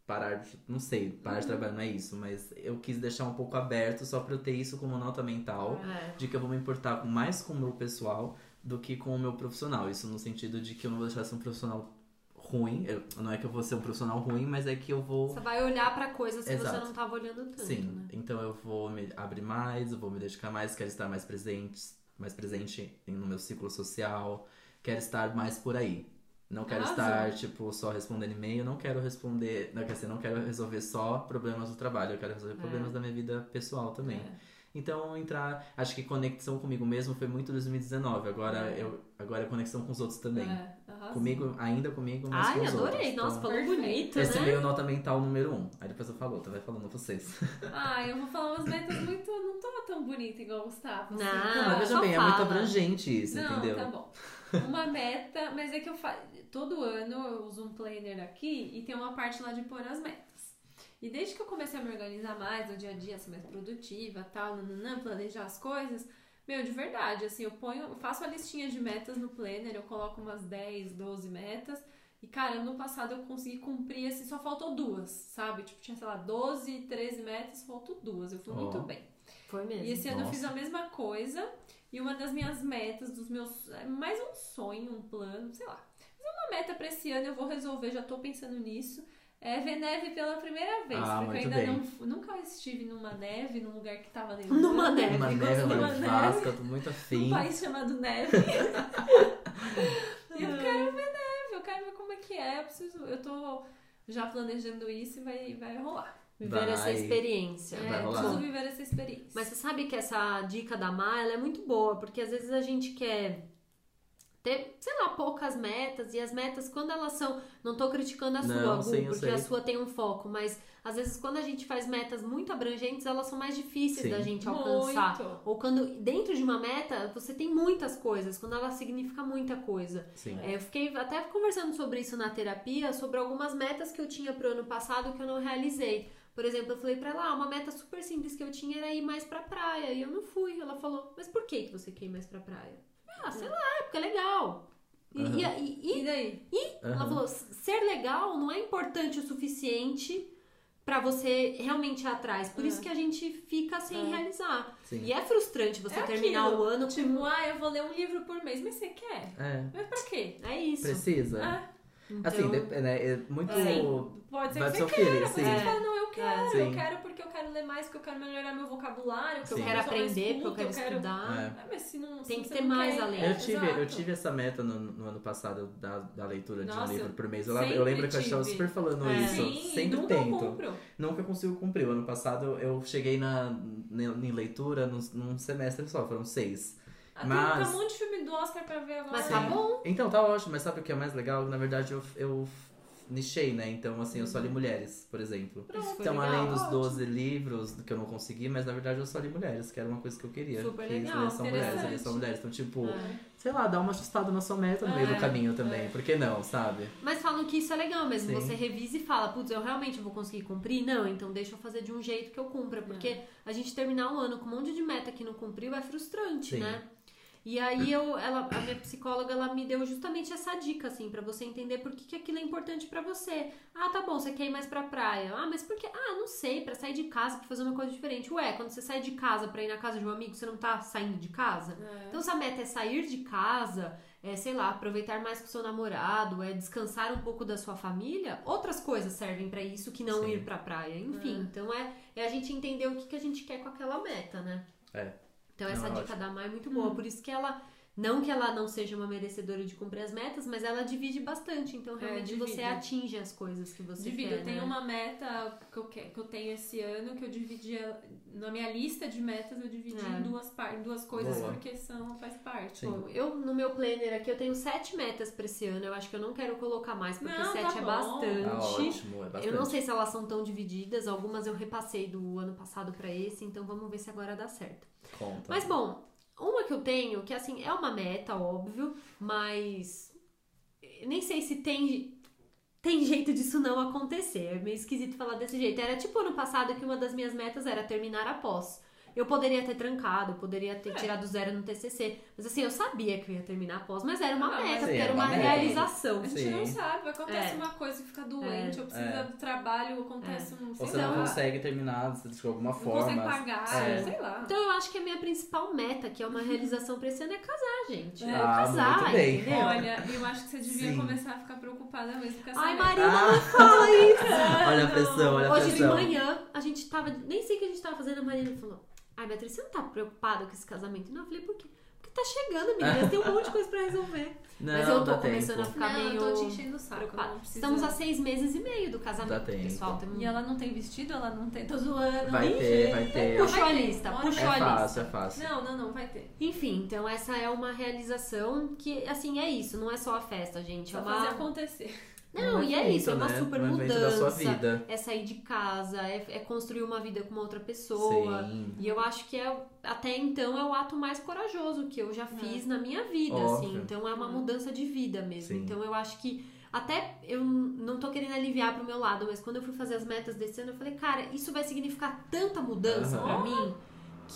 Speaker 3: parar de. Não sei, parar de trabalhar não é isso, mas eu quis deixar um pouco aberto só pra eu ter isso como nota mental
Speaker 1: É.
Speaker 3: de que eu vou me importar com- mais com o meu pessoal do que com o meu profissional. Isso no sentido de que eu não vou deixar de ser um profissional ruim. Eu- não é que eu vou ser um profissional ruim, mas é que eu vou.
Speaker 1: Você vai olhar pra coisas que você
Speaker 3: Exato.
Speaker 1: não tava olhando tanto,
Speaker 3: Sim.
Speaker 1: né?
Speaker 3: Então eu vou me abrir mais, eu vou me dedicar mais, quero estar mais presente, mais presente em- no meu ciclo social, quero estar mais por aí. Não quero
Speaker 2: Arrasou.
Speaker 3: estar, tipo, só respondendo e-mail, não quero responder. Não, quer dizer, não quero resolver só problemas do trabalho, eu quero
Speaker 1: É.
Speaker 3: resolver problemas da minha vida pessoal também.
Speaker 2: É.
Speaker 3: Então, entrar. Acho que conexão comigo mesmo foi muito 2019. Agora,
Speaker 2: É.
Speaker 3: eu, agora é conexão com os outros também.
Speaker 2: É, arrasou.
Speaker 3: Comigo, ainda comigo, mas com
Speaker 1: Ai,
Speaker 3: os
Speaker 1: adorei.
Speaker 3: outros.
Speaker 1: Nossa,
Speaker 3: então,
Speaker 1: falou
Speaker 2: Perfeito.
Speaker 1: bonito,
Speaker 3: Esse
Speaker 1: né?
Speaker 3: veio nota mental número um. Aí depois eu falo outra, vai falando vocês.
Speaker 2: Ah, eu vou falar umas metas muito. Não tô tão bonita igual o Gustavo. assim.
Speaker 1: Não,
Speaker 2: Ah,
Speaker 1: mas
Speaker 3: Mas veja
Speaker 1: só
Speaker 3: bem, é muito
Speaker 1: fala.
Speaker 3: abrangente isso,
Speaker 2: Não,
Speaker 3: entendeu?
Speaker 2: tá bom. Uma meta, mas é que eu faço. Todo ano eu uso um planner aqui e tem uma parte lá de pôr as metas. E desde que eu comecei a me organizar mais no dia a dia, ser mais produtiva, tal, nananã, planejar as coisas, meu, de verdade, assim, eu ponho, eu faço a listinha de metas no planner, eu coloco umas 10, 12 metas. E, cara, ano passado eu consegui cumprir, assim, só faltou duas, sabe? Tipo, tinha, sei lá, 12, 13 metas, faltou duas. Eu fui
Speaker 3: Ó.
Speaker 2: muito bem.
Speaker 1: Foi mesmo.
Speaker 2: E esse ano eu
Speaker 3: Nossa.
Speaker 2: fiz a mesma coisa. E uma das minhas metas, dos meus. é Mais um sonho, um plano, sei lá. Mas é uma meta pra esse ano, eu vou resolver, já tô pensando nisso. É ver neve pela primeira vez.
Speaker 3: Ah,
Speaker 2: porque eu
Speaker 3: muito
Speaker 2: ainda
Speaker 3: bem.
Speaker 2: não fu- nunca estive numa neve, num lugar que tava nevando.
Speaker 1: Numa neve,
Speaker 3: Uma
Speaker 1: gosto
Speaker 3: neve,
Speaker 1: de
Speaker 3: uma
Speaker 2: uma
Speaker 3: nevasca, eu tô
Speaker 2: [LAUGHS]
Speaker 3: muito
Speaker 2: Num
Speaker 3: afim.
Speaker 2: país
Speaker 3: [LAUGHS]
Speaker 2: chamado neve. E eu quero ver neve, eu quero ver como é que é. Eu, preciso, eu tô já planejando isso e vai, vai rolar.
Speaker 1: Viver essa
Speaker 3: Vai.
Speaker 1: experiência.
Speaker 3: Vai
Speaker 2: É,
Speaker 3: rolar.
Speaker 2: preciso viver essa experiência.
Speaker 1: Mas você sabe que essa dica da Má, ela é muito boa, porque às vezes a gente quer ter, sei lá, poucas metas, e as metas, quando elas são. Não tô criticando a
Speaker 3: Não,
Speaker 1: sua, Gu,
Speaker 3: sim, eu
Speaker 1: porque
Speaker 3: sei.
Speaker 1: a sua tem um foco, mas às vezes quando a gente faz metas muito abrangentes, elas são mais difíceis
Speaker 3: Sim.
Speaker 1: da gente alcançar.
Speaker 2: muito.
Speaker 1: Ou quando dentro de uma meta você tem muitas coisas, quando ela significa muita coisa.
Speaker 3: Sim.
Speaker 1: É, eu fiquei até conversando sobre isso na terapia, sobre algumas metas que eu tinha pro ano passado que eu não realizei. Por exemplo, eu falei pra ela, ah, uma meta super simples que eu tinha era ir mais pra praia, e eu não fui. Ela falou, mas por que que você quer ir mais pra praia? Ah, sei lá, é porque é legal. E, e-
Speaker 3: Aham.
Speaker 1: e- e-
Speaker 2: E daí?
Speaker 1: ela
Speaker 3: Aham.
Speaker 1: falou, ser legal não é importante o suficiente pra você realmente ir atrás. Por
Speaker 2: É.
Speaker 1: isso que a gente fica sem
Speaker 2: É.
Speaker 1: realizar.
Speaker 3: Sim.
Speaker 1: E é frustrante você
Speaker 2: É
Speaker 1: terminar
Speaker 2: aquilo.
Speaker 1: o ano com.
Speaker 2: Tipo, ah, eu vou ler um livro por mês. Mas você quer?
Speaker 3: É.
Speaker 2: Mas pra quê?
Speaker 1: É isso.
Speaker 3: Precisa?
Speaker 2: Ah,
Speaker 1: Então,
Speaker 3: Assim, dep- né, é muito.
Speaker 2: Sim. pode ser
Speaker 3: Vai do
Speaker 2: que você
Speaker 3: seu filho,
Speaker 2: queira. Pode
Speaker 3: sim.
Speaker 2: ser que você fala, não, eu
Speaker 1: É.
Speaker 2: quero. Eu
Speaker 3: Sim.
Speaker 2: quero porque eu quero ler mais, porque eu quero melhorar meu vocabulário. Porque
Speaker 1: eu
Speaker 3: Sim.
Speaker 2: eu
Speaker 1: quero
Speaker 2: sou mais
Speaker 1: aprender, porque eu
Speaker 2: culta,
Speaker 1: quero estudar.
Speaker 3: É.
Speaker 2: Ah, mas se não,
Speaker 1: Tem
Speaker 2: se
Speaker 1: que
Speaker 2: você
Speaker 1: ter
Speaker 2: não
Speaker 1: mais
Speaker 2: quer,
Speaker 1: além.
Speaker 2: é,
Speaker 3: Eu tive, eu
Speaker 2: exato.
Speaker 3: tive essa meta no, no ano passado da, da leitura de
Speaker 2: Nossa,
Speaker 3: um livro por mês. Eu,
Speaker 2: sempre
Speaker 3: eu lembro que eu
Speaker 2: tive.
Speaker 3: estava super falando
Speaker 1: É.
Speaker 3: isso.
Speaker 2: Sim,
Speaker 3: sempre
Speaker 2: nunca
Speaker 3: tento.
Speaker 2: Compro.
Speaker 3: Nunca consigo cumprir. O ano passado eu- eu cheguei na, ne- em leitura num, num semestre só, foram seis.
Speaker 2: Ah, Tem
Speaker 3: Mas-
Speaker 2: um monte de filme do Oscar pra ver agora.
Speaker 1: Mas tá
Speaker 3: Sim.
Speaker 1: bom.
Speaker 3: Então tá ótimo, mas sabe o que é mais legal? Na verdade eu, eu nichei, né? Então assim, eu só
Speaker 1: Uhum.
Speaker 3: li mulheres, por exemplo.
Speaker 1: Isso foi
Speaker 3: então,
Speaker 1: legal.
Speaker 3: além dos
Speaker 2: ótimo.
Speaker 3: 12 livros que eu não consegui, mas na verdade eu só li mulheres, que era uma coisa que eu queria.
Speaker 1: Super
Speaker 3: que
Speaker 1: legal,
Speaker 3: ler só mulheres, ler só
Speaker 2: interessante.
Speaker 3: mulheres. Então, tipo,
Speaker 1: É.
Speaker 3: sei lá, dá uma ajustada na sua meta no meio
Speaker 1: Ah,
Speaker 2: É,
Speaker 3: do caminho também.
Speaker 2: é.
Speaker 3: Por que não, sabe?
Speaker 1: Mas falam que isso é legal mesmo.
Speaker 3: Sim.
Speaker 1: Você revisa e fala, putz, eu realmente vou conseguir cumprir? Não, então deixa eu fazer de um jeito que eu cumpra. Porque
Speaker 3: É.
Speaker 1: a gente terminar o ano com um monte de meta que não cumpriu é frustrante,
Speaker 3: Sim.
Speaker 1: né? E aí eu, ela, a minha psicóloga, ela me deu justamente essa dica, assim, pra você entender por que, que aquilo é importante pra você. Ah, tá bom, você quer ir mais pra praia. Ah, mas por que? Ah, não sei, pra sair de casa, pra fazer uma coisa diferente. Ué, quando você sai de casa pra ir na casa de um amigo, você não tá saindo de casa?
Speaker 2: É.
Speaker 1: Então, se a meta é sair de casa, é, sei lá, aproveitar mais com seu namorado, é descansar um pouco da sua família, outras coisas servem pra isso que não
Speaker 3: Sim.
Speaker 1: ir pra praia. Enfim,
Speaker 2: É.
Speaker 1: então é, é a gente entender o que, que a gente quer com aquela meta, né?
Speaker 3: É.
Speaker 1: Então,
Speaker 3: Não,
Speaker 1: essa
Speaker 3: é
Speaker 1: dica
Speaker 3: ótimo.
Speaker 1: da Mai é muito boa.
Speaker 2: Hum.
Speaker 1: Por isso que ela. Não que ela não seja uma merecedora de cumprir as metas, mas ela divide bastante. Então,
Speaker 2: É,
Speaker 1: realmente,
Speaker 2: divide.
Speaker 1: você atinge as coisas que você
Speaker 2: Divido,
Speaker 1: quer.
Speaker 2: eu tenho
Speaker 1: né?
Speaker 2: uma meta que eu, que, que eu tenho esse ano que eu dividi ela- na minha lista de metas, eu dividi
Speaker 1: É.
Speaker 2: em duas, par- em duas coisas
Speaker 3: Boa.
Speaker 2: porque são faz parte.
Speaker 3: Sim.
Speaker 1: Bom, Eu, no meu planner aqui, eu tenho sete metas pra esse ano. Eu acho que eu não quero colocar mais, porque
Speaker 2: Não, tá
Speaker 1: sete é
Speaker 2: bom.
Speaker 1: bastante.
Speaker 3: Tá ótimo, é bastante.
Speaker 1: Eu não sei se elas são tão divididas, algumas eu repassei do ano passado pra esse, então vamos ver se agora dá certo.
Speaker 3: Conta.
Speaker 1: Mas bom, uma que eu tenho, que assim, é uma meta, óbvio, mas eu nem sei se tem tem jeito disso não acontecer. É meio esquisito falar desse jeito. Era tipo ano passado que uma das minhas metas era terminar a pós. Eu poderia ter trancado, eu poderia ter
Speaker 2: É.
Speaker 1: tirado zero no TCC, mas assim, eu sabia que eu ia terminar a pós, mas era uma
Speaker 2: Ah, mas
Speaker 1: meta,
Speaker 2: sim,
Speaker 1: porque era
Speaker 3: era
Speaker 1: uma
Speaker 3: uma meta.
Speaker 1: realização.
Speaker 2: A gente não
Speaker 3: Sim.
Speaker 2: sabe, acontece
Speaker 1: É.
Speaker 2: uma coisa, fica doente, ou precisa
Speaker 3: É.
Speaker 2: do trabalho, acontece um.
Speaker 3: Ou
Speaker 2: Sei
Speaker 3: você
Speaker 2: lá,
Speaker 3: não consegue terminar de alguma
Speaker 2: não
Speaker 3: forma.
Speaker 2: consegue pagar,
Speaker 3: É.
Speaker 2: sei lá.
Speaker 1: Então eu acho que a minha principal meta, que é uma realização pra esse ano, é casar, gente.
Speaker 2: É,
Speaker 1: Eu
Speaker 3: ah,
Speaker 1: casar,
Speaker 3: muito bem.
Speaker 1: entendeu?
Speaker 2: Olha, eu acho que você devia
Speaker 3: Sim.
Speaker 2: começar a ficar preocupada mesmo com essa
Speaker 1: Ai,
Speaker 2: meta.
Speaker 1: Marina,
Speaker 3: Ah.
Speaker 1: não fala isso.
Speaker 3: Olha a pressão, olha a
Speaker 1: Hoje de
Speaker 3: pressão.
Speaker 1: manhã, a gente tava. Nem sei o que a gente tava fazendo, a Marina falou: Ai, Beatriz, você não tá preocupada com esse casamento? Não, eu falei, por quê? Porque tá chegando, menina, tem um monte de coisa pra resolver.
Speaker 3: [LAUGHS] Não,
Speaker 1: Mas eu tô
Speaker 3: dá
Speaker 1: começando a
Speaker 3: tempo.
Speaker 1: ficar
Speaker 2: não,
Speaker 1: meio.
Speaker 2: eu tô te enchendo o saco.
Speaker 1: preocupada.
Speaker 2: Não precisa...
Speaker 1: Estamos assim. há seis meses e meio do
Speaker 3: Dá
Speaker 1: casamento,
Speaker 3: tempo.
Speaker 1: pessoal. Tem... um
Speaker 2: E ela não tem vestido, ela não tem. Tô zoando.
Speaker 3: Vai
Speaker 2: Ih,
Speaker 3: ter,
Speaker 1: né?
Speaker 3: vai ter.
Speaker 2: Não,
Speaker 1: Puxou a
Speaker 2: vai ter.
Speaker 1: lista,
Speaker 2: Uma hora
Speaker 1: puxou
Speaker 3: É
Speaker 1: a lista.
Speaker 3: fácil, é fácil.
Speaker 2: Não, não, não, vai ter.
Speaker 1: Enfim, então essa é uma realização que, assim, é isso. Não é só a festa, gente. É
Speaker 2: Só
Speaker 1: uma...
Speaker 2: fazer acontecer.
Speaker 1: Não,
Speaker 3: Um
Speaker 1: e é
Speaker 3: evento,
Speaker 1: isso, é uma
Speaker 3: né?
Speaker 1: super
Speaker 3: um evento
Speaker 1: mudança.
Speaker 3: da sua vida.
Speaker 1: É sair de casa, é, é construir uma vida com uma outra pessoa.
Speaker 3: Sim.
Speaker 1: E eu acho que é, até então é o ato mais corajoso que
Speaker 2: É.
Speaker 1: eu já fiz na minha vida,
Speaker 3: Óbvio.
Speaker 1: assim. Então é uma
Speaker 2: Hum.
Speaker 1: mudança de vida mesmo.
Speaker 3: Sim.
Speaker 1: Então eu acho que até eu não tô querendo aliviar pro meu lado, mas quando eu fui fazer as metas desse ano, eu falei, cara, isso vai significar tanta mudança
Speaker 3: Aham.
Speaker 1: pra mim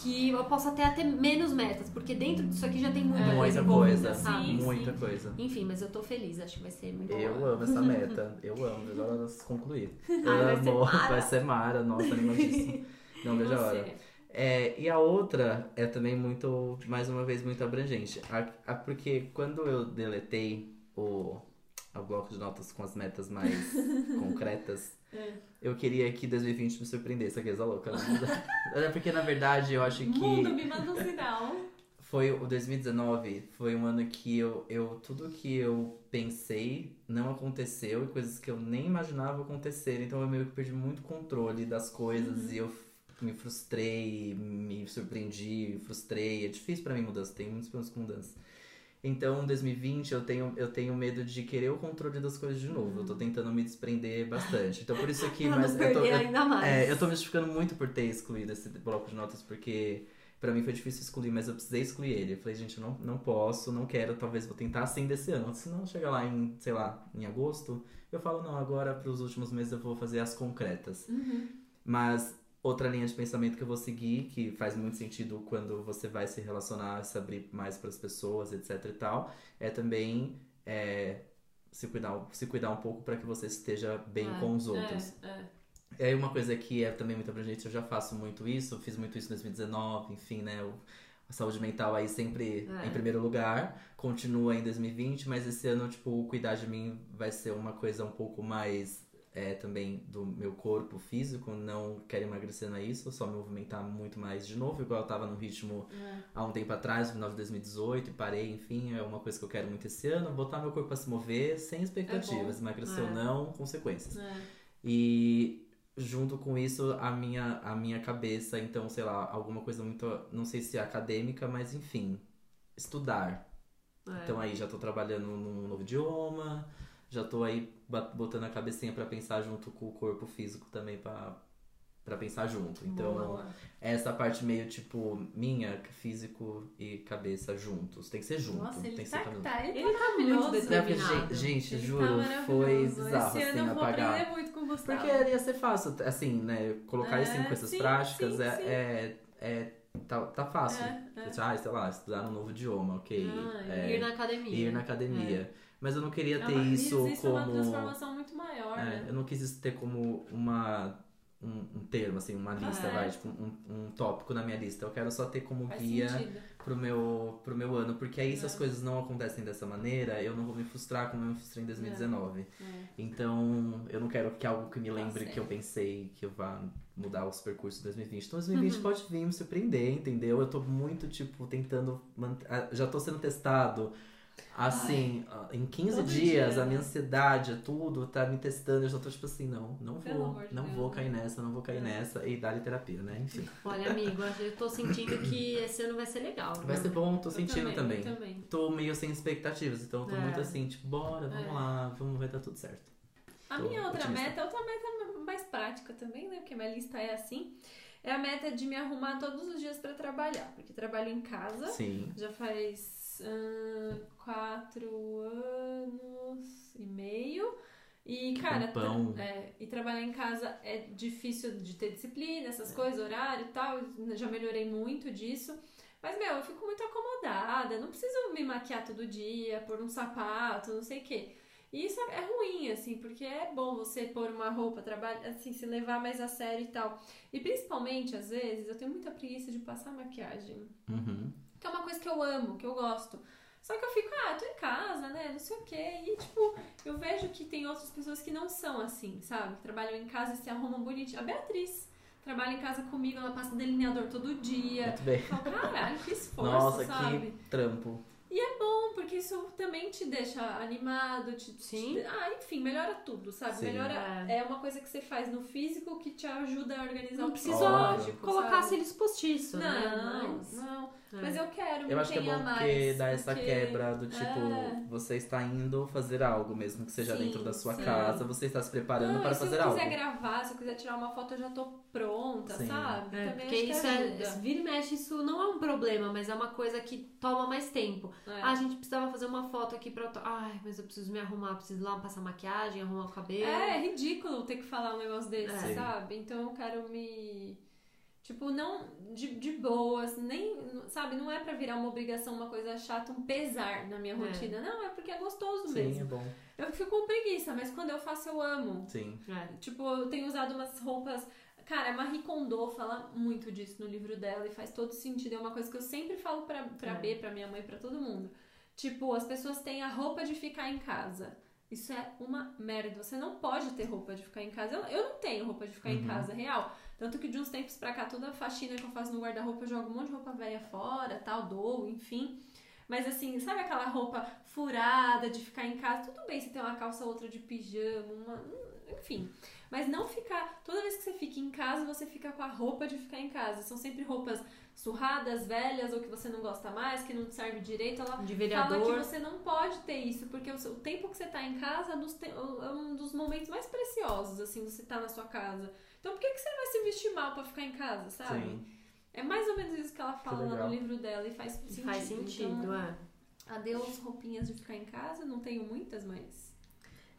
Speaker 1: que eu posso até ter menos metas, porque dentro disso aqui já tem muita
Speaker 2: É.
Speaker 1: coisa
Speaker 3: Muita
Speaker 1: envolvida,
Speaker 3: coisa,
Speaker 1: sabe?
Speaker 2: Sim,
Speaker 3: muita
Speaker 2: sim.
Speaker 3: coisa.
Speaker 1: Enfim, mas eu tô feliz, acho que vai ser muito bom.
Speaker 3: Eu amo
Speaker 1: [LAUGHS]
Speaker 3: essa meta, eu amo, vejo a hora de concluir. Eu
Speaker 1: Ai, vai ser
Speaker 3: amo,
Speaker 1: Mara.
Speaker 3: vai ser Mara, nossa, animadíssima. Não vejo a hora.
Speaker 2: Você.
Speaker 3: É, e a outra é também muito, mais uma vez, muito abrangente. A, a- porque quando eu deletei o, o bloco de notas com as metas
Speaker 1: [LAUGHS]
Speaker 3: mais concretas,
Speaker 2: É.
Speaker 3: eu queria que 2020 me surpreendesse, aqueles
Speaker 1: [LAUGHS]
Speaker 3: a louca. né? Mas é porque, na verdade, eu acho que
Speaker 2: Mundo, me manda um sinal.
Speaker 3: foi o 2019 foi um ano que eu, eu tudo que eu pensei não aconteceu e coisas que eu nem imaginava acontecer então eu meio que perdi muito controle das coisas e eu f- me frustrei me surpreendi frustrei é difícil pra mim mudança tenho muitos problemas com mudança então 2020 eu tenho eu tenho medo de querer o controle das coisas de novo eu tô tentando me desprender bastante então por isso
Speaker 1: [LAUGHS]
Speaker 3: que
Speaker 1: Pra
Speaker 3: mas
Speaker 1: não
Speaker 3: eu
Speaker 1: perder
Speaker 3: tô, eu-
Speaker 1: ainda mais.
Speaker 3: é, eu tô me justificando muito por ter excluído esse bloco de notas, porque pra mim foi difícil excluir, mas eu precisei excluir ele. Eu falei, gente, eu não, não posso, não quero, talvez vou tentar assim desse ano. Se não chegar lá em, sei lá, em agosto, eu falo, não, agora pros últimos meses eu vou fazer as concretas.
Speaker 2: Uhum.
Speaker 3: Mas outra linha de pensamento que eu vou seguir, que faz muito sentido quando você vai se relacionar, se abrir mais pras pessoas, etc e tal, é também é, se, cuidar, se cuidar um pouco pra que você esteja bem
Speaker 1: Ah,
Speaker 3: com os outros.
Speaker 2: É, é.
Speaker 3: É uma coisa que é também muito abrangente, eu já faço muito isso, eu fiz muito isso em 2019, enfim, né? o- a saúde mental aí sempre
Speaker 1: É.
Speaker 3: em primeiro lugar, continua em 2020, mas esse ano, tipo, cuidar de mim vai ser uma coisa um pouco mais é, também do meu corpo físico, não quero emagrecer não é isso, só me movimentar muito mais de novo, igual eu tava num ritmo
Speaker 1: É.
Speaker 3: há um tempo atrás, no final de 2018, e parei, enfim, é uma coisa que eu quero muito esse ano, botar meu corpo a se mover sem expectativas, emagrecer ou
Speaker 1: É.
Speaker 3: não, consequências.
Speaker 2: é.
Speaker 3: E junto com isso, a minha, a minha cabeça, então, sei lá, alguma coisa muito, não sei se é acadêmica, mas enfim, estudar.
Speaker 1: É.
Speaker 3: Então aí já tô trabalhando num novo idioma, já tô aí ba- botando a cabecinha pra pensar junto com o corpo físico também pra para pensar junto. Então,
Speaker 2: Boa.
Speaker 3: essa parte meio tipo minha, físico e cabeça juntos. Tem que ser junto,
Speaker 2: Nossa,
Speaker 3: tem
Speaker 2: ele
Speaker 3: que ser
Speaker 2: tá,
Speaker 3: caminho.
Speaker 2: tá, ele
Speaker 1: Ele tá
Speaker 2: tá
Speaker 1: muito
Speaker 2: maravilhoso.
Speaker 3: Não, porque,
Speaker 1: determinado.
Speaker 3: gente, gente,
Speaker 2: Ele tá
Speaker 3: juro, foi bizarro
Speaker 2: maravilhoso. Esse ano
Speaker 3: assim
Speaker 2: eu vou
Speaker 3: apagar.
Speaker 2: aprender muito com você.
Speaker 3: Porque é ia ser fácil, assim, né? Colocar
Speaker 2: É,
Speaker 3: isso em coisas
Speaker 2: sim,
Speaker 3: práticas
Speaker 2: sim,
Speaker 3: é,
Speaker 2: sim.
Speaker 3: é, é- tá, tá fácil. Ah, sei lá, estudar um novo idioma, ok.
Speaker 2: É, Ah,
Speaker 3: É,
Speaker 1: Ir na academia.
Speaker 3: ir na academia. Mas eu não queria ter isso
Speaker 2: isso, é uma
Speaker 3: como.
Speaker 2: transformação muito maior,
Speaker 3: é,
Speaker 2: né?
Speaker 3: eu não quis isso ter como uma. Um, um termo, assim, uma lista,
Speaker 2: é.
Speaker 3: vai, tipo, um, um tópico na minha lista. Eu quero só ter como
Speaker 2: Faz
Speaker 3: guia
Speaker 2: sentido.
Speaker 3: pro meu, pro meu ano, porque aí se as
Speaker 2: É.
Speaker 3: coisas não acontecem dessa maneira, eu não vou me frustrar como eu me frustrei em 2019.
Speaker 2: É.
Speaker 3: Então, eu não quero que algo que me lembre
Speaker 2: Tá
Speaker 3: que eu pensei que eu vá mudar os percursos de 2020. Então,
Speaker 2: Uhum.
Speaker 3: 2020 pode vir me surpreender, entendeu? Eu tô muito, tipo, tentando. mant- ah, Já tô sendo testado. Assim, ah, em 15
Speaker 2: Todo
Speaker 3: dias,
Speaker 2: dia,
Speaker 3: a
Speaker 2: né?
Speaker 3: minha ansiedade, tudo, tá me testando. Eu já tô tipo assim, não, não
Speaker 2: Pelo
Speaker 3: vou,
Speaker 2: amor de
Speaker 3: não
Speaker 2: Deus,
Speaker 3: vou cair
Speaker 2: né?
Speaker 3: nessa, não vou cair
Speaker 2: É.
Speaker 3: nessa. E dar terapia, né? Enfim.
Speaker 1: Olha, amigo, eu tô sentindo que esse ano vai ser legal. né?
Speaker 3: Vai
Speaker 1: viu?
Speaker 3: ser bom, tô
Speaker 2: Eu
Speaker 3: sentindo também.
Speaker 2: eu também.
Speaker 3: Tô meio sem expectativas, então eu tô
Speaker 1: É.
Speaker 3: muito assim, tipo, bora, vamos
Speaker 2: É.
Speaker 3: lá, vamos, vai dar tudo certo.
Speaker 2: A
Speaker 3: Tô
Speaker 2: minha outra
Speaker 3: otimista.
Speaker 2: meta, outra meta mais prática também, né? Porque minha lista é assim. É a meta de me arrumar todos os dias pra trabalhar. Porque trabalho em casa.
Speaker 3: Sim.
Speaker 2: Já faz ahn, quatro anos e meio. E, cara, tra-
Speaker 3: Tempão.
Speaker 2: é, e trabalhar em casa é difícil de ter disciplina, essas coisas, horário e tal. eu Já melhorei muito disso. Mas, meu, eu fico muito acomodada. Não preciso me maquiar todo dia, pôr um sapato, não sei o quê. E isso é ruim, assim, porque é bom você pôr uma roupa, trabalhar, assim, se levar mais a sério e tal. E principalmente, às vezes, eu tenho muita preguiça de passar maquiagem
Speaker 3: Uhum.
Speaker 2: que é uma coisa que eu amo, que eu gosto. Só que eu fico, ah, tô em casa, né? Não sei o quê. E, tipo, eu vejo que tem outras pessoas que não são assim, sabe? Que trabalham em casa e se arrumam bonitinho. A Beatriz trabalha em casa comigo, ela passa delineador todo dia.
Speaker 3: Muito bem.
Speaker 2: Eu falo, caralho, que esforço,
Speaker 3: Nossa,
Speaker 2: sabe?
Speaker 3: que trampo.
Speaker 2: Bom, porque isso também te deixa animado, te, te-
Speaker 1: Sim.
Speaker 2: ah, enfim, melhora tudo, sabe?
Speaker 3: Sim.
Speaker 2: Melhora. É uma coisa que você faz no físico que te ajuda a organizar
Speaker 1: Não
Speaker 2: o
Speaker 1: precisa
Speaker 2: psicológico,
Speaker 1: Colocar
Speaker 2: sabe?
Speaker 1: cílios postiços, né?
Speaker 2: Não,
Speaker 1: Mas-
Speaker 2: não.
Speaker 1: é.
Speaker 2: Mas eu quero
Speaker 3: Eu acho que é
Speaker 2: tenha
Speaker 3: bom porque
Speaker 2: mais,
Speaker 3: dá essa
Speaker 2: porque-
Speaker 3: quebra do tipo,
Speaker 2: É.
Speaker 3: você está indo fazer algo, mesmo que seja
Speaker 2: Sim,
Speaker 3: dentro da sua
Speaker 2: sim.
Speaker 3: casa, você está se preparando
Speaker 2: Não,
Speaker 3: para
Speaker 2: e se
Speaker 3: fazer
Speaker 2: eu
Speaker 3: algo.
Speaker 2: quiser gravar, se eu quiser tirar uma foto, eu já tô pronta,
Speaker 3: Sim.
Speaker 2: sabe?
Speaker 1: É,
Speaker 2: Também
Speaker 1: porque
Speaker 2: acho
Speaker 1: isso
Speaker 2: que
Speaker 1: é,
Speaker 2: ajuda.
Speaker 1: vira e mexe, isso não é um problema, mas é uma coisa que toma mais tempo.
Speaker 2: É.
Speaker 1: Ah, a gente precisava fazer uma foto aqui pra. eu to- Ai, mas eu preciso me arrumar, preciso ir lá passar maquiagem, arrumar o cabelo.
Speaker 2: É, é ridículo ter que falar um negócio desse,
Speaker 3: É. Sim.
Speaker 2: sabe? Então eu quero me. Tipo, não de, de boas, nem. Sabe? Não é pra virar uma obrigação, uma coisa chata, um pesar na minha
Speaker 1: É.
Speaker 2: rotina. Não, é porque é gostoso
Speaker 3: Sim,
Speaker 2: mesmo.
Speaker 3: é bom.
Speaker 2: né? Eu fico com preguiça, mas quando eu faço, eu amo.
Speaker 3: Sim.
Speaker 1: É.
Speaker 2: Tipo, eu tenho usado umas roupas Cara, a Marie Kondo fala muito disso no livro dela e faz todo sentido. É uma coisa que eu sempre falo pra, pra
Speaker 1: É.
Speaker 2: B, pra minha mãe, pra todo mundo. Tipo, as pessoas têm a roupa de ficar em casa. Isso é uma merda. Você não pode ter roupa de ficar em casa. Eu, eu não tenho roupa de ficar em
Speaker 3: Uhum.
Speaker 2: casa, real. Tanto que de uns tempos pra cá, toda a faxina que eu faço no guarda-roupa, eu jogo um monte de roupa velha fora, tal, dou, enfim. Mas assim, sabe aquela roupa furada de ficar em casa? Tudo bem se tem uma calça ou outra de pijama, uma... enfim. Mas não ficar. Toda vez que você fica em casa, você fica com a roupa de ficar em casa. São sempre roupas surradas, velhas, ou que você não gosta mais, que não te serve direito. Ela
Speaker 1: De
Speaker 2: fala
Speaker 1: vereador.
Speaker 2: que você não pode ter isso, porque o, seu- o tempo que você tá em casa nos te- é um dos momentos mais preciosos, assim, você tá na sua casa. Então por que, que você vai se vestir mal pra ficar em casa, sabe?
Speaker 3: Sim.
Speaker 2: É mais ou menos isso que ela fala lá
Speaker 3: legal.
Speaker 2: no livro dela e faz sentido.
Speaker 1: Faz sentido, é.
Speaker 2: Então, adeus roupinhas de ficar em casa, não tenho muitas, mas...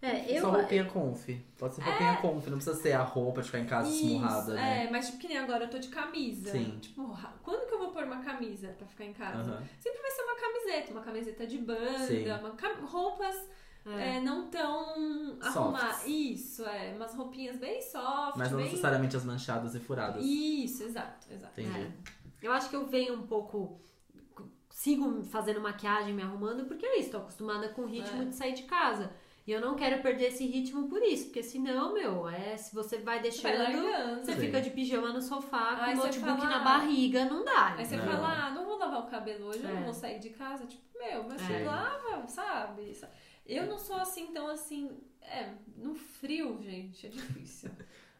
Speaker 1: É, eu.
Speaker 3: Só roupinha conf. Pode ser roupinha conf, não precisa ser a roupa de ficar em casa esmurrada,
Speaker 2: É. Isso,
Speaker 3: né?
Speaker 2: É, mas tipo que nem agora, eu tô de camisa.
Speaker 3: Sim.
Speaker 2: Tipo, ra- quando que eu vou pôr uma camisa pra ficar em casa?
Speaker 3: Aham.
Speaker 2: Sempre vai ser uma camiseta, uma camiseta de
Speaker 3: Sim.
Speaker 2: banda, uma cam- roupas
Speaker 1: é.
Speaker 2: É, não tão
Speaker 3: Softs.
Speaker 2: arrumar. Isso, é. Umas roupinhas bem soft,
Speaker 3: Mas não
Speaker 2: bem.
Speaker 3: necessariamente as manchadas e furadas.
Speaker 2: Isso, é. exato, exato.
Speaker 3: Entendi.
Speaker 1: Eu acho que eu venho um pouco. Sigo fazendo maquiagem, me arrumando, porque é isso, tô acostumada com o ritmo
Speaker 2: É.
Speaker 1: de sair de casa. E eu não quero perder esse ritmo por isso, porque senão, meu, é se você vai
Speaker 2: Você vai
Speaker 1: deixando.
Speaker 2: largando.
Speaker 1: Você
Speaker 3: Sim.
Speaker 1: fica de pijama no sofá, com
Speaker 2: Aí
Speaker 1: o
Speaker 2: você
Speaker 1: notebook
Speaker 2: fala- "Ah,
Speaker 1: na barriga, não dá.
Speaker 2: Aí você
Speaker 3: Não.
Speaker 2: fala, ah, não vou lavar o cabelo hoje, eu
Speaker 1: É.
Speaker 2: não vou sair de casa. Tipo, meu, mas
Speaker 1: É.
Speaker 2: você lava, sabe? Sa- Eu não sou assim, então assim. É, no frio, gente,
Speaker 1: [LAUGHS]
Speaker 2: é difícil.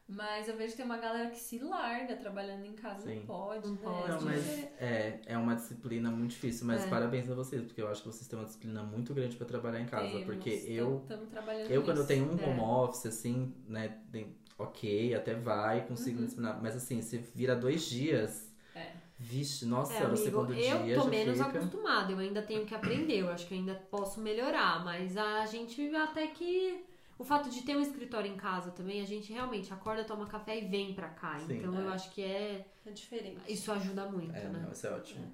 Speaker 2: mas eu vejo que tem uma galera que se larga trabalhando em casa,
Speaker 3: Sim.
Speaker 2: não pode,
Speaker 1: Não
Speaker 2: né?
Speaker 1: pode.
Speaker 3: Não,
Speaker 2: Às
Speaker 3: mas
Speaker 2: vezes
Speaker 3: é, é uma disciplina muito difícil, mas
Speaker 1: É.
Speaker 3: parabéns a vocês, porque eu acho que vocês têm uma disciplina muito grande pra trabalhar em casa,
Speaker 2: temos,
Speaker 3: porque
Speaker 2: tam-
Speaker 3: eu
Speaker 2: tamo trabalhando
Speaker 3: Eu, quando eu
Speaker 2: nisso.
Speaker 3: tenho um
Speaker 1: É.
Speaker 3: home office, assim, né, tem- ok, até vai, consigo
Speaker 1: Uhum.
Speaker 3: me disciplinar. Mas assim, se vira dois dias,
Speaker 2: É.
Speaker 3: vixe, nossa,
Speaker 1: É,
Speaker 3: era o
Speaker 1: amigo,
Speaker 3: segundo
Speaker 1: eu
Speaker 3: dia
Speaker 1: tô
Speaker 3: já
Speaker 1: menos
Speaker 3: fica.
Speaker 1: acostumada, eu ainda tenho que aprender, eu acho que eu ainda posso melhorar, mas a gente até que. O fato de ter um escritório em casa também, a gente realmente acorda, toma café e vem pra cá.
Speaker 3: Sim.
Speaker 1: então eu
Speaker 2: É.
Speaker 1: acho que é.
Speaker 2: É diferente.
Speaker 1: Isso ajuda muito,
Speaker 3: É,
Speaker 1: né?
Speaker 3: não, isso é ótimo.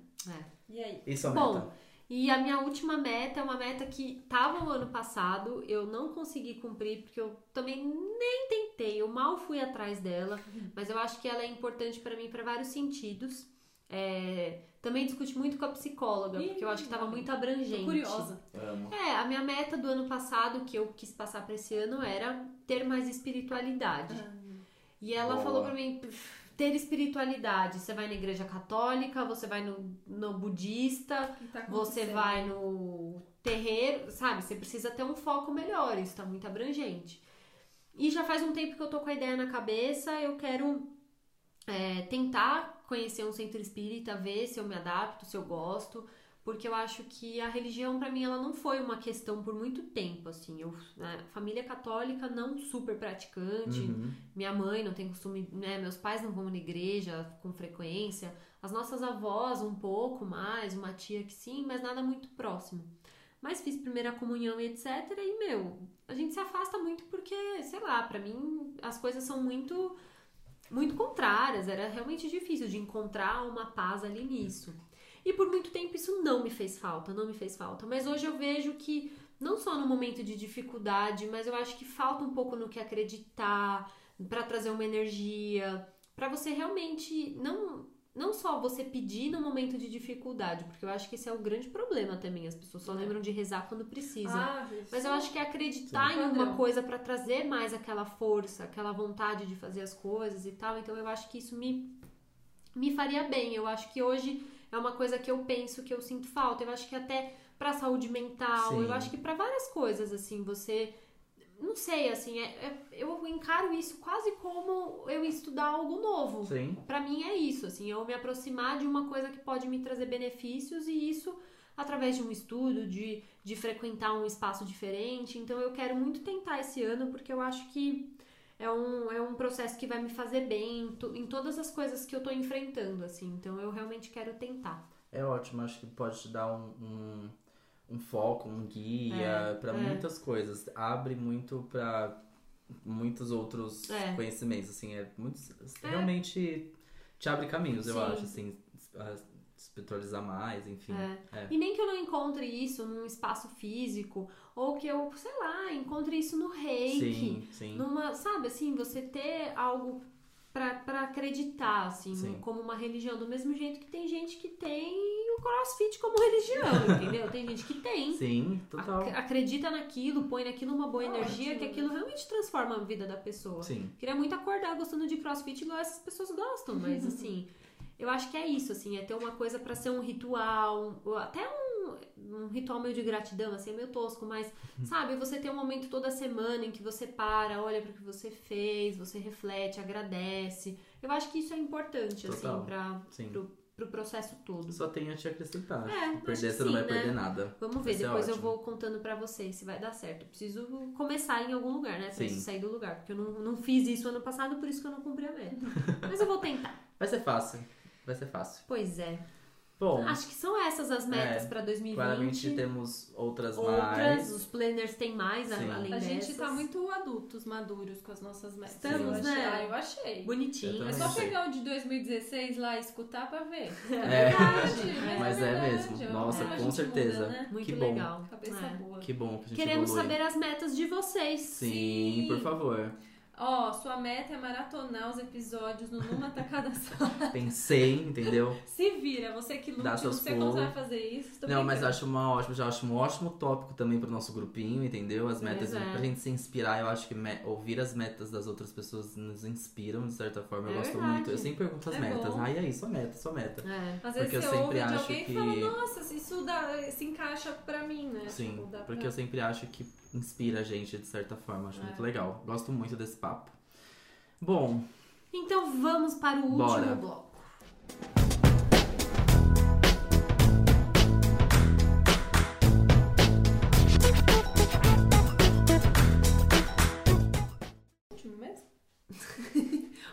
Speaker 2: E aí?
Speaker 3: Isso aumenta.
Speaker 1: Bom, e a minha última meta é uma meta que tava o ano passado, eu não consegui cumprir, porque eu também nem tentei, eu mal fui atrás dela, mas eu acho que ela é importante pra mim para vários sentidos. É, também discuti muito com a psicóloga,
Speaker 2: Ih,
Speaker 1: porque eu acho que tava muito abrangente.
Speaker 2: Tô curiosa.
Speaker 3: Amo.
Speaker 1: É, a minha meta do ano passado, que eu quis passar pra esse ano, era ter mais
Speaker 2: Ah,
Speaker 1: espiritualidade. E ela
Speaker 3: Boa.
Speaker 1: falou pra mim "Pff, ter espiritualidade. Você vai na igreja católica, você vai no, no budista,
Speaker 2: que tá
Speaker 1: você
Speaker 2: acontecendo.
Speaker 1: vai no terreiro, sabe? Você precisa ter um foco melhor, isso tá muito abrangente. E já faz um tempo que eu tô com a ideia na cabeça, eu quero é, tentar conhecer um centro espírita, ver se eu me adapto, se eu gosto, porque eu acho que a religião pra mim ela não foi uma questão por muito tempo, assim. Eu, né, família católica não super praticante,
Speaker 3: Uhum.
Speaker 1: minha mãe não tem costume, né? Meus pais não vão na igreja com frequência. As nossas avós um pouco mais, uma tia que sim, mas nada muito próximo. Mas fiz primeira comunhão e etc. E, meu, a gente se afasta muito porque, sei lá, pra mim as coisas são muito, muito contrárias. Era realmente difícil de encontrar uma paz ali nisso. E por muito tempo isso não me fez falta, não me fez falta. Mas hoje eu vejo que, não só no momento de dificuldade, mas eu acho que falta um pouco no que acreditar, Pra trazer uma energia, pra você realmente não não só você pedir no momento de dificuldade, porque eu acho que esse é o grande problema também, as pessoas só
Speaker 2: É.
Speaker 1: lembram de rezar quando precisam.
Speaker 2: Ah,
Speaker 1: Mas
Speaker 2: isso.
Speaker 1: eu acho que é acreditar
Speaker 2: Sim.
Speaker 1: em uma
Speaker 2: Padrão.
Speaker 1: coisa pra trazer mais aquela força, aquela vontade de fazer as coisas e tal. Então eu acho que isso me, me faria bem. Eu acho que hoje é uma coisa que eu penso que eu sinto falta. Eu acho que até pra saúde mental,
Speaker 3: Sim.
Speaker 1: eu acho que pra várias coisas, assim, você. Não sei, assim, é- é- eu encaro isso quase como eu estudar algo novo.
Speaker 3: Sim.
Speaker 1: Pra mim é isso, assim, eu me aproximar de uma coisa que pode me trazer benefícios e isso através de um estudo, de, de frequentar um espaço diferente. Então eu quero muito tentar esse ano porque eu acho que é um, é um processo que vai me fazer bem em, to- em todas as coisas que eu tô enfrentando, assim. Então eu realmente quero tentar.
Speaker 3: É ótimo, acho que pode te dar um, um, um foco, um guia pra
Speaker 1: é.
Speaker 3: muitas coisas. Abre muito pra muitos outros
Speaker 1: É.
Speaker 3: conhecimentos, assim, é muito realmente te abre caminhos, eu
Speaker 1: Sim.
Speaker 3: acho, assim, a espiritualizar mais, enfim. É.
Speaker 1: E nem que eu não encontre isso num espaço físico ou que eu, sei lá, encontre isso no reiki.
Speaker 3: Sim, sim.
Speaker 1: Numa, sabe assim, você ter algo pra, pra acreditar, assim,
Speaker 3: Sim.
Speaker 1: como uma religião. Do mesmo jeito que tem gente que tem o crossfit como
Speaker 3: [LAUGHS]
Speaker 1: religião, entendeu? Tem gente que tem.
Speaker 3: Sim, total.
Speaker 1: Ac- acredita naquilo, põe naquilo uma boa energia,
Speaker 2: Ótimo.
Speaker 1: que aquilo realmente transforma a vida da pessoa.
Speaker 3: Sim,
Speaker 1: Queria muito acordar gostando de crossfit igual essas pessoas gostam,
Speaker 3: Uhum.
Speaker 1: mas assim, eu acho que é isso, assim, é ter uma coisa pra ser um ritual, ou até um, um ritual meio de gratidão, assim, é meio tosco, mas
Speaker 3: Uhum.
Speaker 1: sabe, você tem um momento toda semana em que você para, olha pro que você fez, você reflete, agradece. Eu acho que isso é importante,
Speaker 3: Total.
Speaker 1: assim, pra,
Speaker 3: sim.
Speaker 1: pro processo todo.
Speaker 3: Só tenho a te acrescentar.
Speaker 1: É, acho
Speaker 3: perder,
Speaker 1: que
Speaker 3: você não
Speaker 1: sim,
Speaker 3: vai
Speaker 1: né?
Speaker 3: perder nada.
Speaker 1: Vamos ver,
Speaker 3: Vai ser
Speaker 1: depois eu
Speaker 3: ótimo.
Speaker 1: vou contando pra vocês se vai dar certo. Eu preciso começar em algum lugar, né?
Speaker 3: Sim.
Speaker 1: Preciso sair do lugar, porque eu não, não fiz isso ano passado, por isso que eu não cumpri a
Speaker 3: [LAUGHS]
Speaker 1: meta. Mas eu vou tentar.
Speaker 3: Vai ser fácil. Vai ser fácil.
Speaker 1: Pois é.
Speaker 3: Bom,
Speaker 1: Acho que são essas as metas
Speaker 3: É,
Speaker 1: pra 2020.
Speaker 3: claramente temos outras,
Speaker 1: Outras,
Speaker 3: mais.
Speaker 1: os planners têm mais a-
Speaker 3: Sim.
Speaker 1: além
Speaker 2: A gente
Speaker 1: dessas.
Speaker 2: tá muito adultos, maduros com as nossas metas.
Speaker 1: Estamos,
Speaker 2: eu
Speaker 1: né?
Speaker 2: Achei, ah, eu achei.
Speaker 1: bonitinho.
Speaker 3: Eu
Speaker 2: É
Speaker 3: também
Speaker 2: só
Speaker 3: achei.
Speaker 2: pegar o de 2016 lá e escutar pra ver.
Speaker 3: É.
Speaker 2: verdade, né?
Speaker 3: Mas é
Speaker 2: verdade,
Speaker 3: mesmo.
Speaker 2: ó.
Speaker 3: Nossa,
Speaker 2: Como a
Speaker 3: com
Speaker 2: gente
Speaker 3: certeza.
Speaker 2: Muda, né?
Speaker 1: Muito
Speaker 3: que bom.
Speaker 1: legal.
Speaker 2: Cabeça
Speaker 1: É.
Speaker 2: boa.
Speaker 3: Que bom que a gente
Speaker 1: Queremos
Speaker 3: evolui.
Speaker 1: saber as metas de vocês.
Speaker 3: Sim, por favor.
Speaker 2: Ó, sua meta é maratonar os episódios no Numa Tacada Só. [LAUGHS]
Speaker 3: Pensei, entendeu?
Speaker 1: [LAUGHS]
Speaker 2: Se vira, você que lute,
Speaker 3: Dá
Speaker 2: não
Speaker 3: seus
Speaker 2: sei como
Speaker 3: pulos.
Speaker 2: você vai fazer isso. tô
Speaker 3: Não, mas eu
Speaker 2: brincando.
Speaker 3: acho uma ótima, já acho um ótimo tópico também pro nosso grupinho, entendeu? As
Speaker 1: Pois
Speaker 3: metas,
Speaker 1: é.
Speaker 3: pra gente se inspirar, eu acho que me- ouvir as metas das outras pessoas nos inspiram, de certa forma. Eu
Speaker 1: É
Speaker 3: gosto
Speaker 1: verdade.
Speaker 3: muito. Eu sempre pergunto as
Speaker 2: É
Speaker 3: metas.
Speaker 2: bom.
Speaker 3: Ai, e aí, sua meta, sua meta.
Speaker 1: É.
Speaker 2: Às vezes
Speaker 3: porque eu
Speaker 2: você
Speaker 3: sempre
Speaker 2: ouve de
Speaker 3: acho
Speaker 2: alguém
Speaker 3: que-
Speaker 2: e fala, nossa, isso dá, se encaixa pra mim, né?
Speaker 3: Sim,
Speaker 2: Tipo, dá
Speaker 3: porque
Speaker 2: pra...
Speaker 3: eu sempre acho que inspira a gente, de certa forma. Acho
Speaker 2: É.
Speaker 3: muito legal. Gosto muito desse papo. Bom,
Speaker 1: Então vamos para o último
Speaker 3: Bora.
Speaker 1: bloco.
Speaker 2: Último mesmo?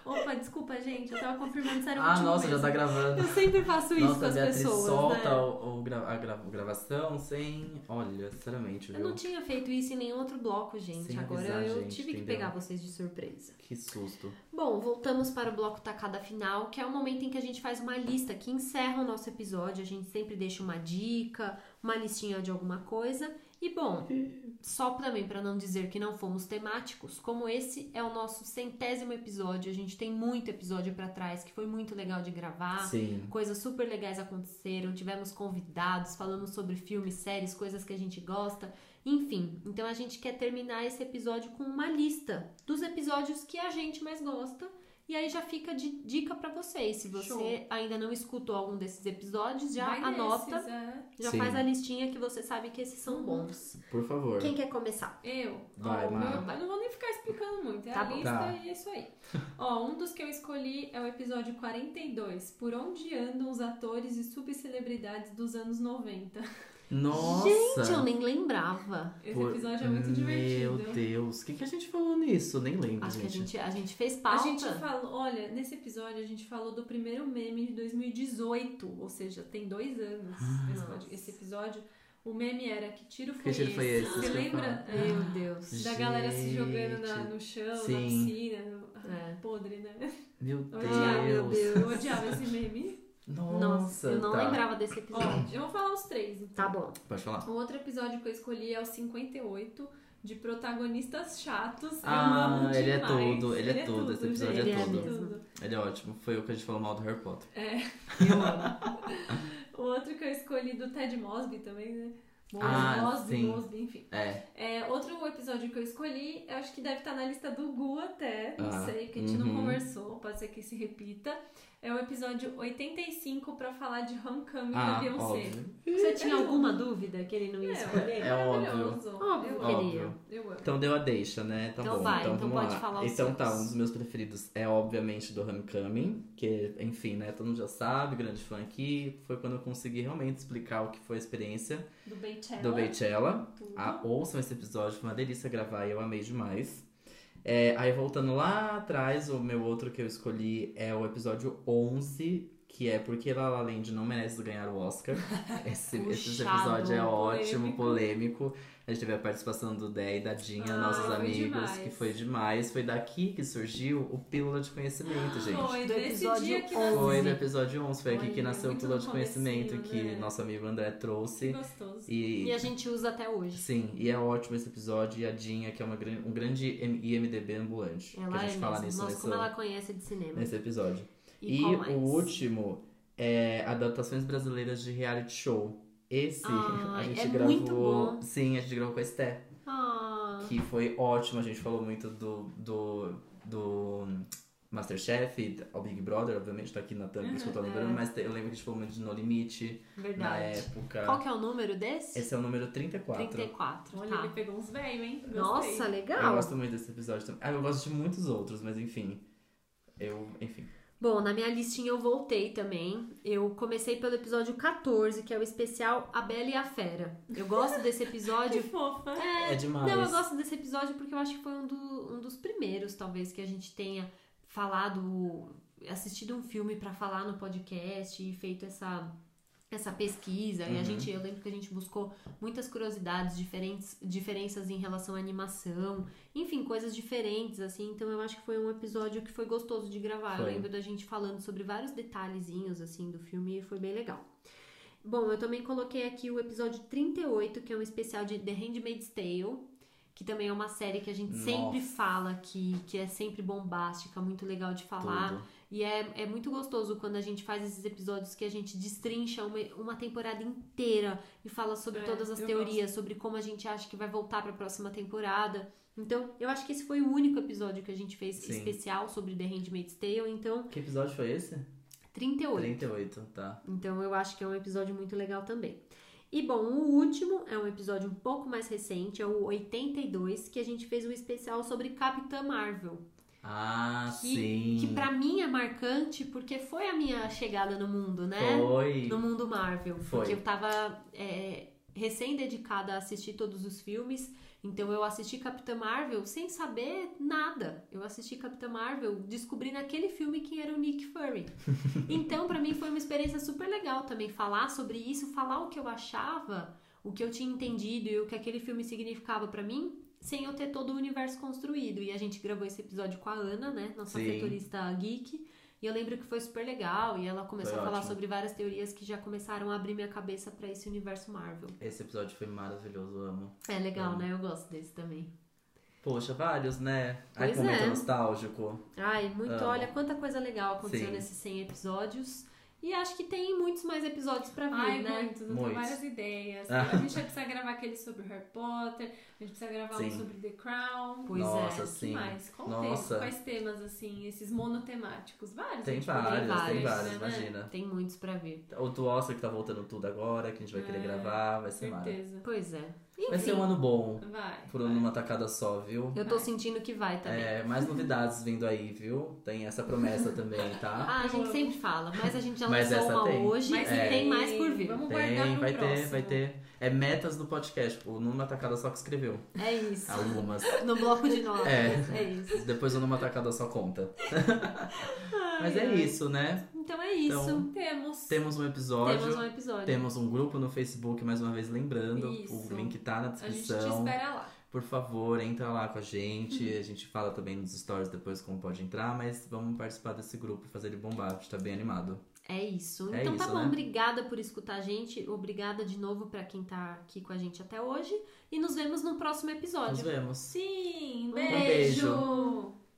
Speaker 1: Opa, desculpa, gente. Eu tava confirmando se era o
Speaker 3: ah,
Speaker 1: último
Speaker 3: nossa, já
Speaker 1: mesmo.
Speaker 3: tá gravando.
Speaker 1: Eu sempre faço [LAUGHS] isso
Speaker 3: Nossa,
Speaker 1: com
Speaker 3: a
Speaker 1: as
Speaker 3: Beatriz
Speaker 1: pessoas,
Speaker 3: solta
Speaker 1: né?
Speaker 3: o, o gra- a gra- gravação sem. Olha, sinceramente,
Speaker 1: Eu não
Speaker 3: viu?
Speaker 1: tinha feito isso em nenhum outro bloco, gente.
Speaker 3: Sem
Speaker 1: Agora
Speaker 3: avisar a
Speaker 1: eu
Speaker 3: gente,
Speaker 1: tive que
Speaker 3: entendeu?
Speaker 1: pegar vocês de surpresa.
Speaker 3: Que susto.
Speaker 1: Bom, voltamos para o bloco tacada final, que é o momento em que a gente faz uma lista que encerra o nosso episódio. A gente sempre deixa uma dica, uma listinha de alguma coisa. E bom, só também para não dizer que não fomos temáticos, como esse é o nosso centésimo episódio, a gente tem muito episódio para trás que foi muito legal de gravar.
Speaker 3: Sim.
Speaker 1: Coisas super legais aconteceram, tivemos convidados, falamos sobre filmes, séries, coisas que a gente gosta, enfim. Então a gente quer terminar esse episódio com uma lista dos episódios que a gente mais gosta. E aí já fica de dica pra vocês. Se você
Speaker 2: Show.
Speaker 1: ainda não escutou algum desses episódios, já
Speaker 2: Vai
Speaker 1: anota,
Speaker 2: nesses, é.
Speaker 1: já
Speaker 3: Sim.
Speaker 1: faz a listinha que você sabe que esses são
Speaker 2: Uhum.
Speaker 1: bons.
Speaker 3: Por favor.
Speaker 1: Quem quer começar?
Speaker 2: Eu.
Speaker 3: Vai,
Speaker 2: Ó,
Speaker 3: Mar.
Speaker 2: meu- Eu não vou nem ficar explicando muito. É
Speaker 1: Tá
Speaker 2: a
Speaker 1: bom.
Speaker 2: lista
Speaker 3: Tá.
Speaker 2: e é isso aí. Ó, um dos que eu escolhi é o episódio 42, Por Onde Andam os Atores e Subcelebridades dos Anos 90.
Speaker 3: Nossa!
Speaker 1: Gente, eu nem lembrava.
Speaker 2: Esse
Speaker 3: Por-
Speaker 2: episódio é muito divertido.
Speaker 3: Meu Deus, o que, que a gente falou nisso? Nem lembro,
Speaker 1: Acho que a
Speaker 3: gente.
Speaker 1: gente, a gente fez
Speaker 2: A
Speaker 1: pauta.
Speaker 2: gente falou, olha, nesse episódio a gente falou do primeiro meme de 2018, ou seja, tem dois anos esse,
Speaker 1: Nossa.
Speaker 2: pod- esse episódio. O meme era que tiro foi
Speaker 3: Que tiro
Speaker 2: esse?
Speaker 3: foi Ah, esse?
Speaker 2: Você
Speaker 3: Isso que eu ia
Speaker 2: lembra?
Speaker 3: falar.
Speaker 1: Meu Deus.
Speaker 2: É, da galera se jogando na-
Speaker 3: Gente.
Speaker 2: no chão, na
Speaker 3: Sim.
Speaker 2: piscina, no-
Speaker 1: É.
Speaker 2: podre, né?
Speaker 3: Meu
Speaker 2: Eu
Speaker 3: Deus.
Speaker 2: odiava, meu Deus. Eu odiava esse meme.
Speaker 3: Nossa,
Speaker 1: Nossa, eu não
Speaker 3: tá.
Speaker 1: lembrava desse
Speaker 2: Ó,
Speaker 1: episódio.
Speaker 2: eu vou falar os três. então.
Speaker 1: Tá bom.
Speaker 3: Pode falar.
Speaker 2: Um outro episódio que eu escolhi é o 58, de protagonistas chatos. Eu
Speaker 3: Ah,
Speaker 2: amo
Speaker 3: ele é
Speaker 2: demais.
Speaker 3: tudo, ele é tudo, esse episódio
Speaker 1: é
Speaker 2: gente, ele
Speaker 1: tudo.
Speaker 2: tudo.
Speaker 3: Ele é ótimo. Foi o que a gente falou mal do Harry Potter.
Speaker 1: Eu amo.
Speaker 2: O outro que eu escolhi do Ted Mosby também, né? Mosby,
Speaker 3: Ah,
Speaker 2: Mosby,
Speaker 3: sim.
Speaker 2: Mosby, enfim.
Speaker 3: É.
Speaker 2: É, outro episódio que eu escolhi, eu acho que deve estar na lista do Gu até, não
Speaker 3: Ah,
Speaker 2: sei, porque a gente
Speaker 3: uhum.
Speaker 2: não conversou, pode ser que se repita. É o episódio 85 pra falar de Homecoming da
Speaker 3: Ah,
Speaker 2: Beyoncé.
Speaker 3: óbvio.
Speaker 1: Você tinha alguma dúvida que ele não ia
Speaker 2: É,
Speaker 1: escolher?
Speaker 3: É óbvio.
Speaker 2: maravilhoso.
Speaker 1: Óbvio
Speaker 2: Eu
Speaker 1: que ele
Speaker 2: amo,
Speaker 1: ia.
Speaker 3: Óbvio.
Speaker 2: eu amo.
Speaker 3: Então deu a deixa, né? Tá
Speaker 1: Então
Speaker 3: bom.
Speaker 1: vai,
Speaker 3: então
Speaker 1: então
Speaker 3: vamos
Speaker 1: pode
Speaker 3: lá.
Speaker 1: falar os
Speaker 3: Então tá,
Speaker 1: seus.
Speaker 3: um dos meus preferidos é obviamente do Homecoming, que enfim, né? Todo mundo já sabe, grande fã aqui. Foi quando eu consegui realmente explicar o que foi a experiência
Speaker 2: Do Beychella.
Speaker 3: do Beychella.
Speaker 2: tudo.
Speaker 3: Ah, ouçam esse episódio, foi uma delícia gravar e eu amei demais. É, aí voltando lá atrás, o meu outro que eu escolhi é o episódio 11, que é porque La La Land não merece ganhar o
Speaker 2: [LAUGHS]
Speaker 3: Oscar. Esse, esse
Speaker 1: Puxado,
Speaker 3: episódio é ótimo,
Speaker 2: polêmico.
Speaker 3: polêmico. A gente teve a participação do Dé e da Dinha,
Speaker 2: Ah,
Speaker 3: nossos
Speaker 2: foi
Speaker 3: amigos,
Speaker 2: demais.
Speaker 3: que foi demais. Foi daqui que surgiu o Pílula de Conhecimento, gente.
Speaker 2: Foi
Speaker 1: do
Speaker 2: desse
Speaker 1: episódio
Speaker 2: dia que
Speaker 1: 11.
Speaker 3: Foi
Speaker 2: nasceu.
Speaker 3: no episódio 11, foi aqui
Speaker 2: Olha,
Speaker 3: que nasceu o
Speaker 2: muito
Speaker 3: Pílula de
Speaker 2: no comecinho,
Speaker 3: Conhecimento, que
Speaker 2: né?
Speaker 3: nosso amigo André trouxe.
Speaker 2: Gostoso.
Speaker 3: E,
Speaker 1: E a gente usa até hoje.
Speaker 3: Sim, e é ótimo esse episódio. E a Dinha, que é uma, gran- um grande M- IMDB ambulante. que
Speaker 1: Ela
Speaker 3: a gente
Speaker 1: é
Speaker 3: fala
Speaker 1: mesmo.
Speaker 3: nisso
Speaker 1: Nossa,
Speaker 3: nesse,
Speaker 1: como ela conhece de cinema.
Speaker 3: nesse episódio.
Speaker 1: E,
Speaker 3: E,
Speaker 1: qual
Speaker 3: o
Speaker 1: mais?
Speaker 3: último é adaptações brasileiras de reality show. Esse [LAUGHS]
Speaker 1: Ah,
Speaker 3: a gente
Speaker 1: é
Speaker 3: gravou.
Speaker 1: muito bom.
Speaker 3: Sim, a gente gravou com a Esté,
Speaker 1: Ah,
Speaker 3: que foi ótimo. A gente falou muito do, do, do Masterchef, ao Big Brother, obviamente, tá aqui na tampa, isso que eu tô
Speaker 2: Uhum,
Speaker 3: lembrando,
Speaker 1: é.
Speaker 3: mas te- eu lembro que a gente falou muito de No Limite na
Speaker 1: verdade.
Speaker 3: época.
Speaker 1: Qual que é o número desse?
Speaker 3: Esse é o número 34.
Speaker 1: 34.
Speaker 2: Olha,
Speaker 1: tá.
Speaker 2: ele pegou uns velhos, hein? Gostei.
Speaker 1: Nossa,
Speaker 3: Eu
Speaker 1: legal.
Speaker 3: gosto muito desse episódio também. Ah, eu gosto de muitos outros, mas enfim. Eu, enfim.
Speaker 1: Bom, na minha listinha eu voltei também. Eu comecei pelo episódio 14, que é o especial A Bela e a Fera. Eu gosto
Speaker 3: [LAUGHS]
Speaker 1: desse
Speaker 2: Que
Speaker 1: episódio.
Speaker 2: fofa.
Speaker 3: É demais.
Speaker 1: Não, eu gosto desse episódio porque eu acho que foi um, do- um dos primeiros, talvez, que a gente tenha falado, assistido um filme pra falar no podcast e feito essa essa pesquisa. E
Speaker 3: Uhum.
Speaker 1: a gente, eu lembro que a gente buscou muitas curiosidades diferentes, diferenças em relação à animação, enfim, coisas diferentes assim. Então eu acho que foi um episódio que foi gostoso de gravar.
Speaker 3: Foi.
Speaker 1: Eu lembro da gente falando sobre vários detalhezinhos assim do filme e foi bem legal. Bom, eu também coloquei aqui o episódio 38, que é um especial de The Handmaid's Tale, que também é uma série que a gente sempre
Speaker 3: Nossa.
Speaker 1: fala aqui, que é sempre bombástica, muito legal de falar.
Speaker 3: Tudo.
Speaker 1: E é, é muito gostoso quando a gente faz esses episódios que a gente destrincha uma, uma temporada inteira e fala sobre
Speaker 2: É,
Speaker 1: todas as
Speaker 2: eu
Speaker 1: teorias, sobre como a gente acha que vai voltar para a próxima temporada. Então, eu acho que esse foi o único episódio que a gente fez
Speaker 3: Sim.
Speaker 1: especial sobre The Handmaid's Tale. Então,
Speaker 3: Que episódio foi esse?
Speaker 1: 38.
Speaker 3: 38, tá.
Speaker 1: Então eu acho que é um episódio muito legal também. E bom, o último é um episódio um pouco mais recente, é o 82, que a gente fez um especial sobre Capitã Marvel.
Speaker 3: Ah,
Speaker 1: Que-
Speaker 3: sim.
Speaker 1: Que pra mim é marcante porque foi a minha chegada no mundo, né?
Speaker 3: Foi.
Speaker 1: No mundo Marvel.
Speaker 3: Foi.
Speaker 1: Porque eu tava é, recém-dedicada a assistir todos os filmes. Então eu assisti Capitã Marvel sem saber nada. Eu assisti Capitã Marvel, descobri naquele filme quem era o Nick
Speaker 3: [LAUGHS]
Speaker 1: Fury. Então pra mim foi uma experiência super legal também falar sobre isso, falar o que eu achava, o que eu tinha entendido e o que aquele filme significava pra mim, sem eu ter todo o universo construído. E a gente gravou esse episódio com a Ana, né, nossa
Speaker 3: Sim.
Speaker 1: setorista geek. E eu lembro que foi super legal e ela começou
Speaker 3: Foi
Speaker 1: a falar
Speaker 3: ótimo.
Speaker 1: sobre várias teorias que já começaram a abrir minha cabeça pra esse universo Marvel.
Speaker 3: Esse episódio foi maravilhoso, eu amo.
Speaker 1: É legal,
Speaker 3: Hum.
Speaker 1: né? Eu gosto desse também.
Speaker 3: Poxa, vários, né? Ai,
Speaker 1: Pois
Speaker 3: como
Speaker 1: é.
Speaker 3: nostálgico.
Speaker 1: Ai, muito,
Speaker 3: Amo.
Speaker 1: olha quanta coisa legal aconteceu
Speaker 3: Sim.
Speaker 1: nesses 100 episódios. E acho que tem muitos mais episódios pra vir,
Speaker 2: Ai,
Speaker 1: né?
Speaker 2: muitos, eu
Speaker 3: Muitos.
Speaker 2: tenho várias ideias.
Speaker 3: Ah. [LAUGHS]
Speaker 2: A gente vai precisar gravar aquele sobre Harry Potter, a gente precisa gravar um
Speaker 3: Sim.
Speaker 2: sobre The Crown.
Speaker 1: Pois
Speaker 3: Nossa,
Speaker 1: é.
Speaker 2: O
Speaker 3: sim.
Speaker 2: que mais? Qual
Speaker 3: Nossa.
Speaker 2: tema? Quais temas, assim, esses monotemáticos? Vários. a
Speaker 3: Tem
Speaker 2: gente poderia
Speaker 3: vários, tem
Speaker 1: vários,
Speaker 3: vários,
Speaker 2: né?
Speaker 3: imagina.
Speaker 1: Tem muitos pra vir.
Speaker 3: O do Oscar que tá voltando tudo agora, que a gente vai querer
Speaker 2: É,
Speaker 3: gravar, vai ser maravilhoso.
Speaker 2: Certeza.
Speaker 1: Pois é.
Speaker 3: Vai
Speaker 1: Enfim, É.
Speaker 3: ser um ano bom,
Speaker 2: Vai.
Speaker 3: por um
Speaker 2: vai.
Speaker 3: uma tacada só, viu?
Speaker 1: eu tô sentindo que vai também.
Speaker 3: É, mais novidades vindo aí, viu? Tem essa
Speaker 2: [LAUGHS]
Speaker 3: promessa também, tá?
Speaker 1: Ah, a gente sempre fala, mas a gente já
Speaker 3: Mas
Speaker 1: lançou
Speaker 3: essa
Speaker 1: uma
Speaker 3: tem.
Speaker 1: hoje
Speaker 2: Mas
Speaker 1: e
Speaker 3: É.
Speaker 1: tem mais por vir.
Speaker 2: Vamos guardar
Speaker 3: Tem,
Speaker 2: pro
Speaker 3: vai ter,
Speaker 2: próximo.
Speaker 3: vai ter. É metas do podcast, o Numa Tacada Só que escreveu.
Speaker 1: É isso.
Speaker 3: Algumas.
Speaker 1: No bloco de notas.
Speaker 3: É.
Speaker 1: É isso.
Speaker 3: Depois o Numa Tacada Só
Speaker 2: [LAUGHS]
Speaker 3: conta. Mas é isso, né?
Speaker 1: Então é isso.
Speaker 3: Então,
Speaker 2: Temos.
Speaker 3: Temos um episódio.
Speaker 1: Temos um episódio.
Speaker 3: Temos um grupo no Facebook, mais uma vez lembrando. O
Speaker 2: Isso.
Speaker 3: link tá na
Speaker 2: A gente te
Speaker 3: descrição.
Speaker 2: espera Uhum. lá.
Speaker 3: Por favor, entra lá com a gente. A gente fala também nos stories depois como pode entrar, mas vamos participar desse grupo e fazer ele bombar. A gente tá bem animado.
Speaker 1: É isso.
Speaker 3: É
Speaker 1: Então tá
Speaker 3: isso,
Speaker 1: bom,
Speaker 3: né?
Speaker 1: obrigada por escutar a gente. Obrigada de novo pra quem tá aqui com a gente até hoje. E nos vemos no próximo
Speaker 3: Nos
Speaker 1: episódio.
Speaker 3: vemos.
Speaker 2: Sim,
Speaker 1: Um
Speaker 2: beijo.
Speaker 3: beijo.